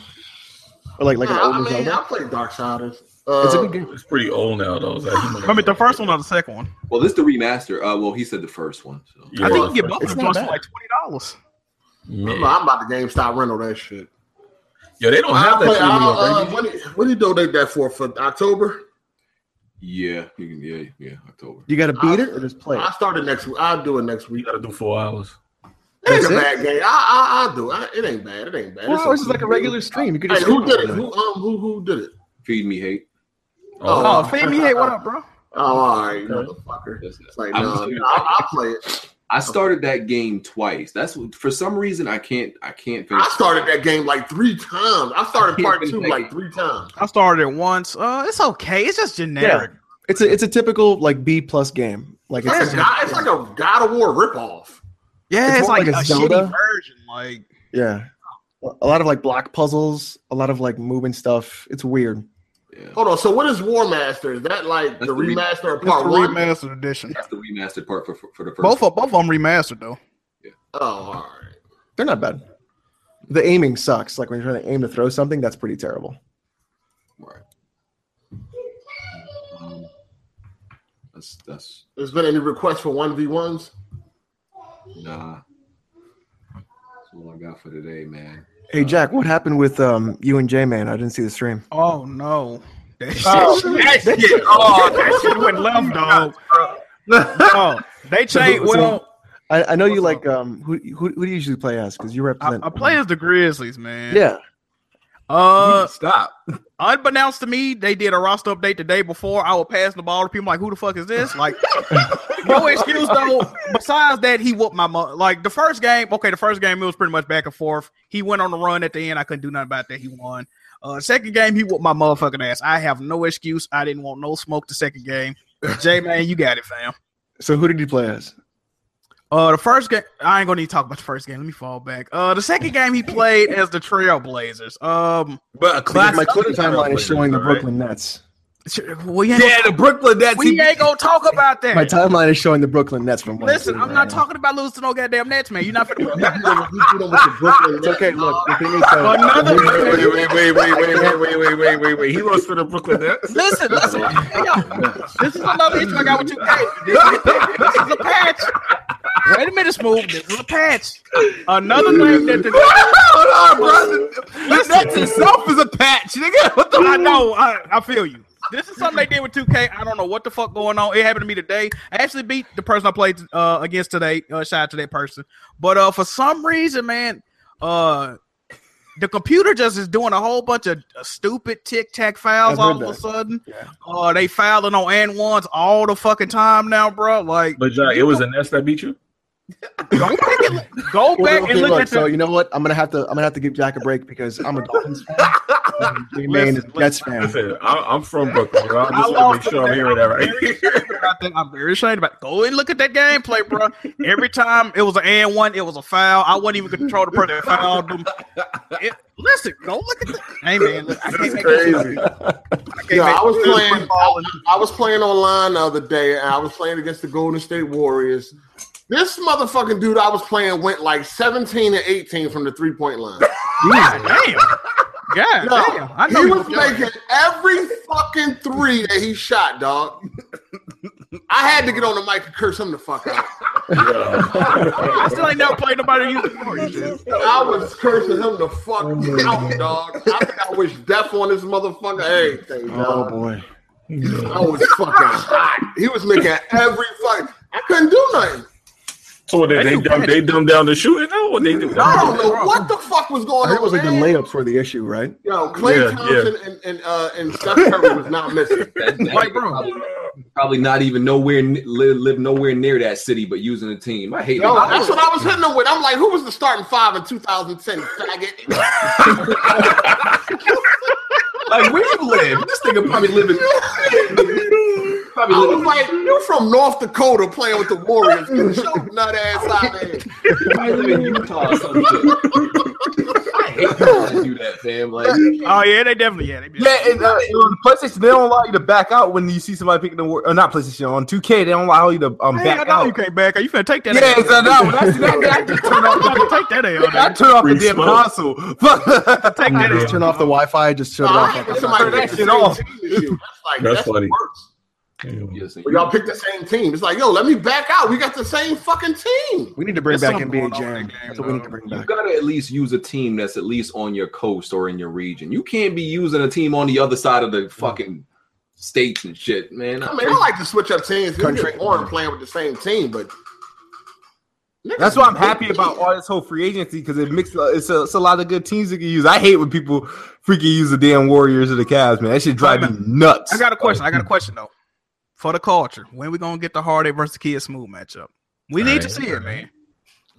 S5: Or <laughs> like like an
S7: Nah, I
S5: older
S7: mean, I
S5: Zelda?
S7: played Darksiders.
S5: It's a
S7: Uh,
S5: good game.
S1: It's pretty old now though. It's like, you know,
S3: <laughs> Remember the first one or the second one?
S2: Well, this the remaster. Uh well, he said the first one. So
S1: yeah,
S3: I think you can get both
S5: It's
S3: of
S5: not
S3: them joints for
S5: bad.
S3: like twenty dollars.
S1: man.
S7: I'm, I'm about to GameStop rental that shit.
S1: Yo, they don't
S7: I'll
S1: have that
S7: play,
S1: shit
S7: I'll,
S1: anymore,
S7: uh,
S1: baby.
S7: what, do you, what do you donate that for? For October?
S2: yeah, you can yeah, yeah, October.
S5: You got to beat it or just play
S7: I
S5: it.
S7: started next week. I'll do it next
S1: You
S7: week.
S1: gotta do four hours.
S7: It ain't
S5: That's
S7: a
S5: it?
S7: bad game. I, I, I'll do it. I- It ain't bad. It ain't bad.
S5: Four
S7: It's
S5: hours is
S7: okay.
S5: like a regular stream. You could
S7: Hey,
S5: just
S7: who
S5: stream
S7: did it?
S5: all night.
S7: Who um who who did it?
S2: Feed me hate.
S3: Oh,
S7: Oh.
S3: feed me head. What up, bro?
S7: Oh, all right, motherfucker.
S2: That's-
S7: It's like,
S2: I'm
S7: no,
S2: just-
S7: no, I'll, I'll play it.
S2: I started that game twice. That's what, for some reason I can't I can't finish.
S7: I started that game like three times. I
S5: <laughs>
S7: started part two like three times.
S3: I started it once. Uh, it's okay. It's just generic.
S5: It's a it's a typical like B plus game. Like it's,
S7: It's, not, it's like a God of War ripoff.
S3: Yeah,
S5: It's
S3: it's,
S5: more
S3: like,
S5: like a
S3: a
S5: Zelda.
S3: shitty version. Like
S5: yeah, a lot of like block puzzles, a lot of like moving stuff. It's weird.
S2: Yeah,
S7: Hold on. So what is War Master? Is that
S2: That's
S7: like the
S2: the re-
S7: remaster of
S3: it's
S7: part
S3: the
S7: one?
S3: remastered edition.
S2: that's the remastered part for for, for the first.
S3: Both of both of them remastered though.
S7: Oh, all right.
S5: They're not bad. The aiming sucks. Like when you're trying to aim to throw something, that's pretty terrible.
S2: Right. Um, that's that's
S7: There's been any requests for one v <laughs> ones?
S2: nah. That's all I got for today, man.
S5: Hey
S3: Uh-huh.
S5: Jack, what happened with um you and J Man? I didn't see the stream.
S3: Oh no. That shit,
S9: Oh,
S3: that shit, oh, that shit went left, dog. oh, they changed.
S5: So- so-
S3: Well,
S5: I, I know you
S3: What's
S5: like um who who, who do you usually play as? Because you
S3: I,
S5: represent.
S3: I play as the Grizzlies, man.
S5: Yeah.
S3: Uh,
S9: Stop.
S3: unbeknownst to me, they did a roster update the day before. I was passing the ball to people like, "Who the fuck is this?" Like, no excuse though. Besides that, he whooped my mother. Like the first game, okay, the first game it was pretty much back and forth. He went on a run at the end. I couldn't do nothing about that. He won. Uh, second game, he whooped my motherfucking ass. I have no excuse. I didn't want no smoke the second game. J man, you got it, fam.
S5: So who did you play as?
S3: Uh, the first game, I ain't gonna need to talk about the first game. Let me fall back. Uh, the second game he played as the Trailblazers. Um,
S1: But a
S5: Because my Twitter timeline is showing the Brooklyn Nets.
S3: sh- we ain't,
S9: Yeah, the Brooklyn Nets.
S3: we
S9: he-
S3: ain't gonna
S9: <laughs>
S3: talk about that.
S5: My timeline is showing the Brooklyn Nets from. one
S3: Listen,
S5: to
S3: I'm
S5: right
S3: not
S5: now.
S3: talking about losing to no goddamn Nets, man. You're not
S9: <laughs>
S3: finna put that.
S5: It's okay. Look, the thing is,
S3: Another-
S5: though,
S1: Wait, wait, wait, wait, wait, wait, wait, wait, wait, wait, wait. He lost to the Brooklyn Nets.
S3: Listen, listen. Hey, yo, this is another issue I got with you. Hey, this is a- this is a patch. Wait a minute, Smooth. This is a patch. Another thing that the
S9: Hold on, bro. The Nets itself is a patch, nigga. What the
S3: I know. I, I feel you. This is something they did with 2K. I don't know what the fuck going on. It happened to me today. I actually beat the person I played uh, against today. Uh, shout out to that person. But uh, for some reason, man, uh, the computer just is doing a whole bunch of uh, stupid tic tac
S5: I've
S3: files all
S5: heard
S3: of a
S5: that.
S3: sudden. Uh, they fouling on and ones all the fucking time now, bro. Like,
S1: But Jack, it was a nest that beat you.
S3: go
S5: <laughs> Well,
S3: back
S5: okay,
S3: and look,
S5: look,
S3: at
S5: so
S3: <laughs> the.
S5: you know what? I'm gonna have to I'm gonna have to give Jack a break because I'm a Dolphins fan.
S3: <laughs>
S5: and J Man is a Jets fan.
S1: Listen, I, I'm from Brooklyn. Bro. I just
S3: I
S1: want to
S3: lost
S1: make sure I'm
S3: it.
S1: hearing that
S3: I'm very
S1: right.
S3: ashamed about that. I'm very ashamed about. Go and look at that gameplay, bro. Every time it was an and one, it was a foul. I wasn't even control the person that fouled them. It- listen, go look at the. Hey man, look, I can't
S7: This is
S3: make this shit up.
S7: crazy.
S3: I can't
S7: Yeah,
S3: make-
S7: I was
S3: this
S7: playing.
S3: football and-
S7: uh, I was playing online the other day, and I was playing against the Golden State Warriors. This motherfucking dude I was playing went like 17 and 18 from the three point <laughs> line.
S3: God
S7: No,
S3: damn, I know
S7: he
S3: you
S7: was making every fucking three that he shot, <laughs> dog. I had to get on the mic and curse him the fuck out.
S3: I still ain't never played nobody
S7: <laughs>
S3: who used the Warriors. shit.
S7: I was cursing him the fuck
S5: Oh,
S7: out, dog. I think I wish death on this motherfucker. Everything,
S5: Oh
S7: dog.
S5: boy.
S7: I was fucking hot. He was making every fuck. I couldn't do nothing.
S1: so what, did they dumb, they dumb down the shooting now? What they do? <laughs>
S7: I don't know what the fuck was going
S5: I
S7: on.
S5: heard it was like the
S3: Oh,
S7: man.
S5: layups were the issue, right?
S7: Yo, Clay
S1: Yeah,
S7: Thompson and and, uh, and Steph Curry was not missing.
S2: That- that
S3: Like, bro.
S2: probably, probably not even nowhere n- live, live nowhere near that city, but using a team. I hate
S7: Yo,
S2: that.
S7: that's what I was hitting him with. I'm like, who was the starting five in 2010? Faggot.
S2: Like where you live? This nigga probably living.
S7: I
S2: probably
S7: was
S2: living.
S7: like, you from North Dakota playing with the Warriors? Get your nut ass out of here.
S2: Probably live in Utah or some shit. I hate people that do that, fam. Like,
S3: Oh yeah, they definitely yeah. They be-
S9: Yeah, and, uh, on PlayStation, they don't allow you to back out when you see somebody picking the word. Or not PlayStation on 2K, they don't allow you to um,
S3: Hey, I
S9: back
S3: know you
S9: out.
S3: can't back. out. You finna take that.
S9: Yeah,
S3: ass.
S9: so no, when I see that, I just turn
S3: <laughs>
S9: off,
S3: You take that. L,
S9: I
S3: nigga.
S9: turn off the
S1: Free
S9: damn
S1: smoke.
S9: console. Fuck.
S3: Take that. Ah,
S5: Just
S3: L.
S5: turn off the Wi-Fi. Just shut
S7: Nah, I
S5: it
S7: hate when
S5: off.
S7: somebody
S9: Turn that
S7: picks the
S9: shit
S7: same
S9: off.
S7: team as you. That's like
S1: That's
S7: that's,
S1: funny.
S7: worse.
S2: yes, and
S7: When y'all pick the same team, it's like, yo, let me back out. We got the same fucking team.
S5: We need to bring
S3: There's
S5: back
S3: something
S5: NBA
S3: going on
S5: Jam.
S3: in that game,
S5: That's what we need to bring
S2: You
S5: back.
S2: gotta at least use a team that's at least on your coast or in your region. You can't be using a team on the other side of the fucking states and shit, man.
S7: I mean, I like to switch up teams. You
S5: Country.
S7: get boring playing with the same team, but
S9: That's why I'm happy about all this whole free agency because it mixes. It's a, it's a lot of good teams you can use. I hate when people freaking use the damn Warriors or the Cavs, man. That should drive me nuts.
S3: I got a question. I got a question though. For the culture, when we gonna get the Hardy versus the Kid Smooth matchup? We need to
S1: Alright.
S3: see it, man.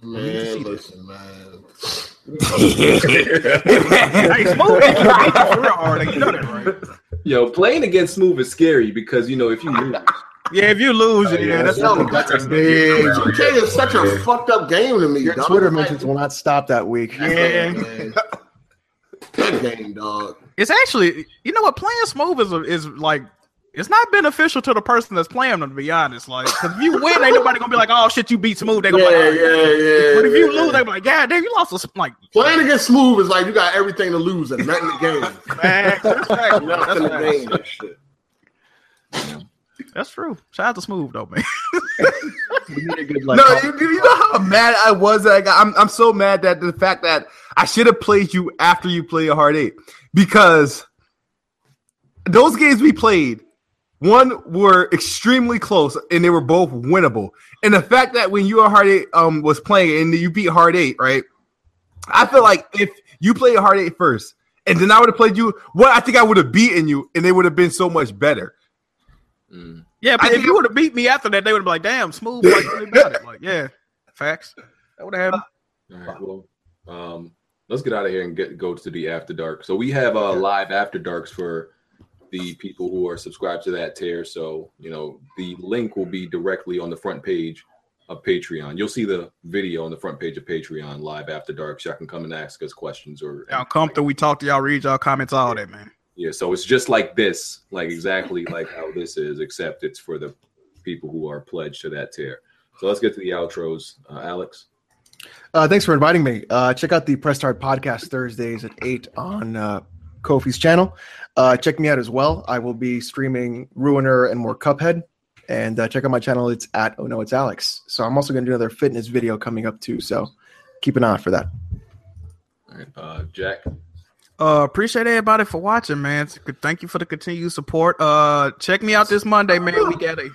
S7: Man, listen, man.
S3: Hey, Smooth, beat you- beat you for <laughs> real Hardy. You know that, right?
S2: <laughs> Yo, playing against Smooth is scary because you know
S9: <laughs>
S2: if you lose,
S3: Yeah, if you lose, yeah, that's
S7: Yo, that's a big. 2K is such a fucked up game to me.
S5: Your
S7: dog.
S5: Twitter
S7: It's like-
S5: mentions will not stop that week.
S3: Yeah.
S7: Man. That game, dog.
S3: It's actually, you know what? Playing Smooth is is like. It's not beneficial to the person that's playing them, to be honest. Like, 'cause if you win, ain't nobody gonna be like, "Oh shit, you beat Smooth." They
S7: Yeah,
S3: gonna be
S7: yeah,
S3: like, "Oh."
S7: yeah.
S3: But if you
S7: yeah.
S3: lose, they be like, "God damn, you lost." A, sm-" like, <laughs>
S7: playing against Smooth is like you got everything to lose and nothing to gain.
S3: facts. <laughs> that's, facts.
S7: nothing to
S3: That's,
S7: gain. and shit.
S3: facts. That's true. Shout out to Smooth though, man.
S5: We need a good like.
S9: no, you, you know how mad I was. That I got, I'm I'm so mad that the fact that I should have played you after you play a hard eight because those games we played, one were extremely close and they were both winnable. And the fact that when you are hard eight um was playing and you beat hard eight, right? I feel like if you played hard eight first and then I would have played you, what I think I would have beaten you and they would have been so much better.
S2: Mm.
S3: Yeah,
S9: I
S3: but if
S9: think-
S3: you would have beat me after that, they would have been like, "Damn, Smooth, like, really about it." Like, yeah, facts. That would have happened.
S2: All right, well, um, let's get out of here and get go to the after dark. So we have uh, live after darks for the people who are subscribed to that tier. So you know the link will be directly on the front page of Patreon. You'll see the video on the front page of Patreon live after dark. Y'all can come and ask us questions or
S3: Y'all come through. We talk to y'all, read y'all comments, all that, man.
S2: yeah. So it's just like this, like exactly like how this is, except it's for the people who are pledged to that tier. So let's get to the outros, uh, Alex.
S5: Uh, thanks for inviting me. Uh, check out the Press Start podcast Thursdays at 8 on uh, Kofi's channel. Uh, check me out as well. I will be streaming Ruiner and more Cuphead. And uh, check out my channel. It's at Oh No, It's Alex. So I'm also going to do another fitness video coming up too. So keep an eye out for that.
S2: All right, uh, Jack.
S3: Uh, appreciate everybody for watching, man. Thank you for the continued support. Uh, check me out this Monday, man. We got a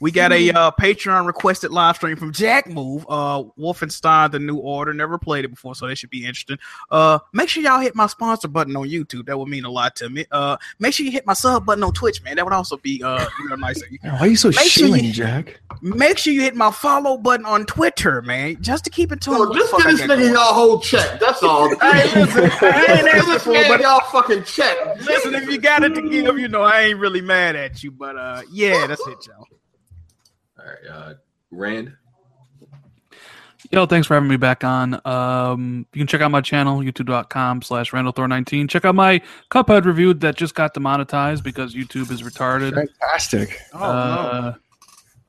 S3: we got a uh, Patreon requested live stream from Jack Move, uh, Wolfenstein: The New Order. Never played it before, so that should be interesting. Uh, make sure y'all hit my sponsor button on YouTube. That would mean a lot to me. Uh, make sure you hit my sub button on Twitch, man. That would also be uh real nice. of you.
S5: Why are you so
S3: Make sure
S5: shilling,
S3: you-
S5: Jack?
S3: Make sure you hit my follow button on Twitter, man, just to keep in tune.
S7: Yo,
S3: with
S7: just
S3: what
S7: give
S3: the
S7: this
S3: fuck I got
S7: nigga
S3: going
S7: y'all whole check. That's all. I <laughs> ain't listen. I ain't asking for it, but y'all fucking check.
S3: Listen, if you got it to give, you know I ain't really mad at you. But uh, yeah, that's it, y'all.
S2: All right, uh, Rand.
S4: Yo, thanks for having me back on. Um, you can check out my channel, youtube.com slash randallthor19. Check out my Cuphead review that just got demonetized because YouTube is retarded.
S5: Fantastic.
S3: Oh
S4: uh,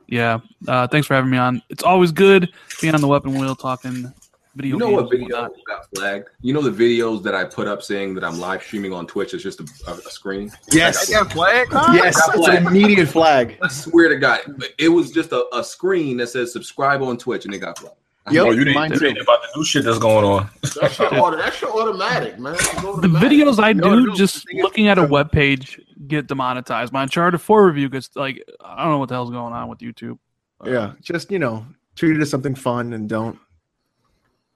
S4: Yeah. Uh, thanks for having me on. It's always good being on the weapon wheel talking video
S2: You know
S4: games
S2: what
S4: and
S2: video
S4: whatnot.
S2: got flagged? You know the videos that I put up saying that I'm live streaming on Twitch is just a, a, a screen.
S5: Yes.
S3: That flag?
S5: Yes. It's an immediate flag.
S3: <laughs>
S2: I swear to God, it was just a, a screen that says subscribe on Twitch, and it got flagged.
S5: Yep.
S1: oh, you
S5: mine
S1: didn't
S5: too.
S1: say about the new shit that's going on.
S7: That shit auto- that shit automatic, man. That shit
S4: The
S7: automatic.
S4: videos I
S5: No,
S4: do
S5: no,
S4: just
S5: the thing is-
S4: looking at a web page get demonetized. My Uncharted 4 review gets like, I don't know what the hell's going on with YouTube.
S5: Yeah. Just, you know, treat it as something fun and don't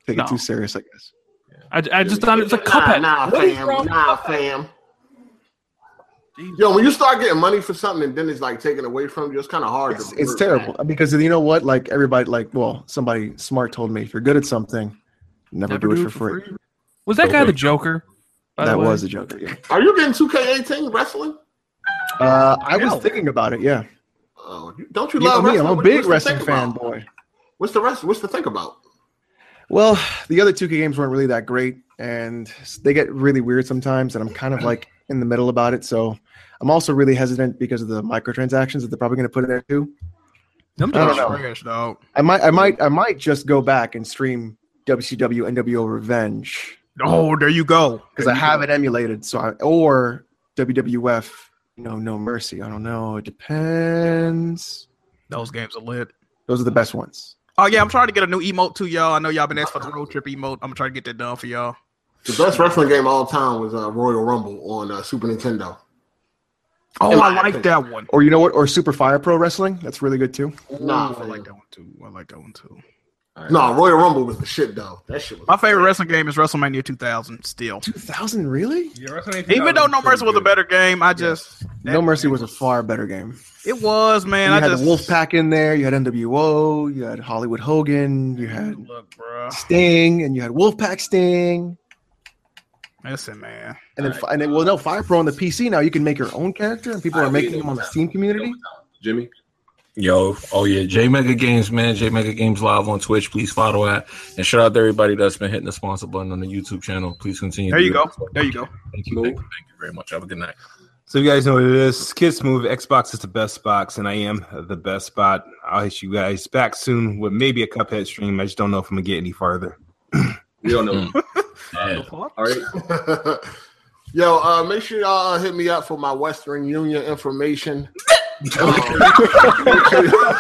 S5: take
S4: No.
S5: it too serious, I guess.
S4: I, I just thought it was a
S7: Nah,
S4: Cuphead.
S7: nah,
S4: What is wrong
S7: fam.
S4: with
S7: Nah,
S4: Cuphead?
S7: fam. Yo, when you start getting money for something and then it's like taken away from you, it's kind of hard.
S5: It's,
S7: to
S5: it's
S7: revert
S5: terrible
S7: back.
S5: because you know what? Like everybody, like well, somebody smart told me if you're good at something, never, do it for free.
S4: Was that guy the Joker? by the
S5: That
S4: way?
S5: was a joke. Yeah.
S7: Are you getting 2K18 wrestling?
S5: Uh, I
S3: Hell.
S5: was thinking about it. Yeah,
S7: Oh, you- don't you
S5: you
S7: love
S5: know me.
S7: wrestling?
S5: I'm a
S7: What-
S5: big
S7: what's to
S5: wrestling
S7: think
S5: fan,
S7: about?
S5: boy.
S7: What's the rest? What's to think about?
S5: Well, the other 2K games weren't really that great, and they get really weird sometimes. And I'm kind of like in the middle about it. So I'm also really hesitant because of the microtransactions that they're probably going to put in there too.
S3: Them
S5: I don't
S3: joints
S5: know.
S3: trash, dog.
S5: I might, I might, I might just go back and stream WCW NWO Revenge
S3: Oh, there you go.
S5: because I have it emulated. So I or WWF, you know, No Mercy. I don't know. It depends.
S3: Those games are lit.
S5: Those are the best ones.
S3: Oh yeah, I'm trying to get a new emote too, y'all. I know y'all been asking for the road trip emote. I'm trying to get that done for y'all.
S7: The best wrestling game of all time was uh, Royal Rumble on uh, Super Nintendo.
S3: Oh,
S7: In
S3: I
S7: my
S3: like
S7: opinion.
S3: that one.
S5: Or you know what? Or Super Fire Pro Wrestling. That's really good too.
S7: Nah,
S3: Ooh, I
S7: fam.
S3: like that one too. I like that one too.
S2: All right.
S7: No, Royal Rumble was the shit though. That shit was.
S3: My favorite wrestling game is WrestleMania 2000. Still,
S5: Two thousand, really?
S3: even though No Mercy was a better game, I just
S5: No Mercy was a far better game.
S3: it was man.
S5: you
S3: I
S5: had
S3: just
S5: the Wolfpack in there. You had NWO. You had Hollywood Hogan. You had
S3: Look, bro.
S5: Sting, and you had Wolfpack Sting.
S3: Listen, man.
S5: And then, fi- and then, well, no, Fire Pro on the PC now. You can make your own character, and people
S2: I
S5: are
S2: don't
S5: making
S2: either.
S5: them on the Steam community.
S2: Jimmy.
S1: Yo, oh yeah, J Mega Games, man, J Mega Games live on Twitch. Please follow that, and shout out to everybody that's been hitting the sponsor button on the YouTube channel. Please continue.
S3: There
S1: to
S3: you
S1: do
S3: go.
S1: that.
S3: There you go.
S1: Thank you, thank you, thank you very much. Have a good night.
S9: So you guys know what it is. Kids Move Xbox is the best box, and I am the best spot. I'll hit you guys back soon with maybe a Cuphead stream. I just don't know if I'm gonna get any farther.
S2: We don't know.
S1: Yeah.
S2: All right.
S7: <laughs> Yo, uh, make sure y'all uh, hit me up for my Western Union information. Um, make, sure y'all,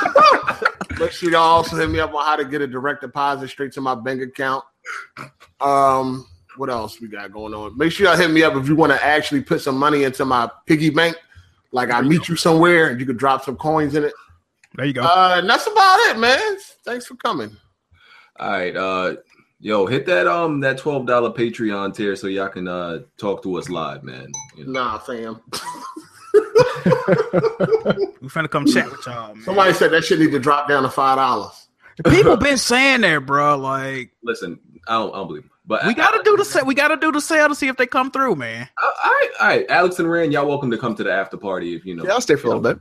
S7: <laughs> make sure y'all also hit me up on how to get a direct deposit straight to my bank account. Um, what else we got going on? Make sure y'all hit me up if you want to actually put some money into my piggy bank. Like I meet you somewhere and you can drop some coins in it.
S3: There you go.
S7: Uh, and that's about it, man. Thanks for coming.
S2: All right. Uh, yo, hit that um that twelve dollar Patreon tier so y'all can uh talk to us live, man. You know.
S7: Nah, fam.
S3: we finna come chat with y'all, man.
S7: Somebody said that shit need to drop down to five dollars.
S3: People been saying that, bro. Like
S2: Listen, I don't, I don't believe, it. but
S3: we gotta do the sa- we gotta do the sale to see if they come through, man.
S2: All right, all right, Alex and Rand, y'all welcome to come to the after party if you know.
S5: Yeah, I'll stay for a little bit.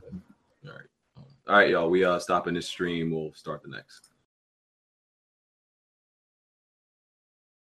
S2: All right, all right, y'all. We uh stopping this stream. We'll start the next.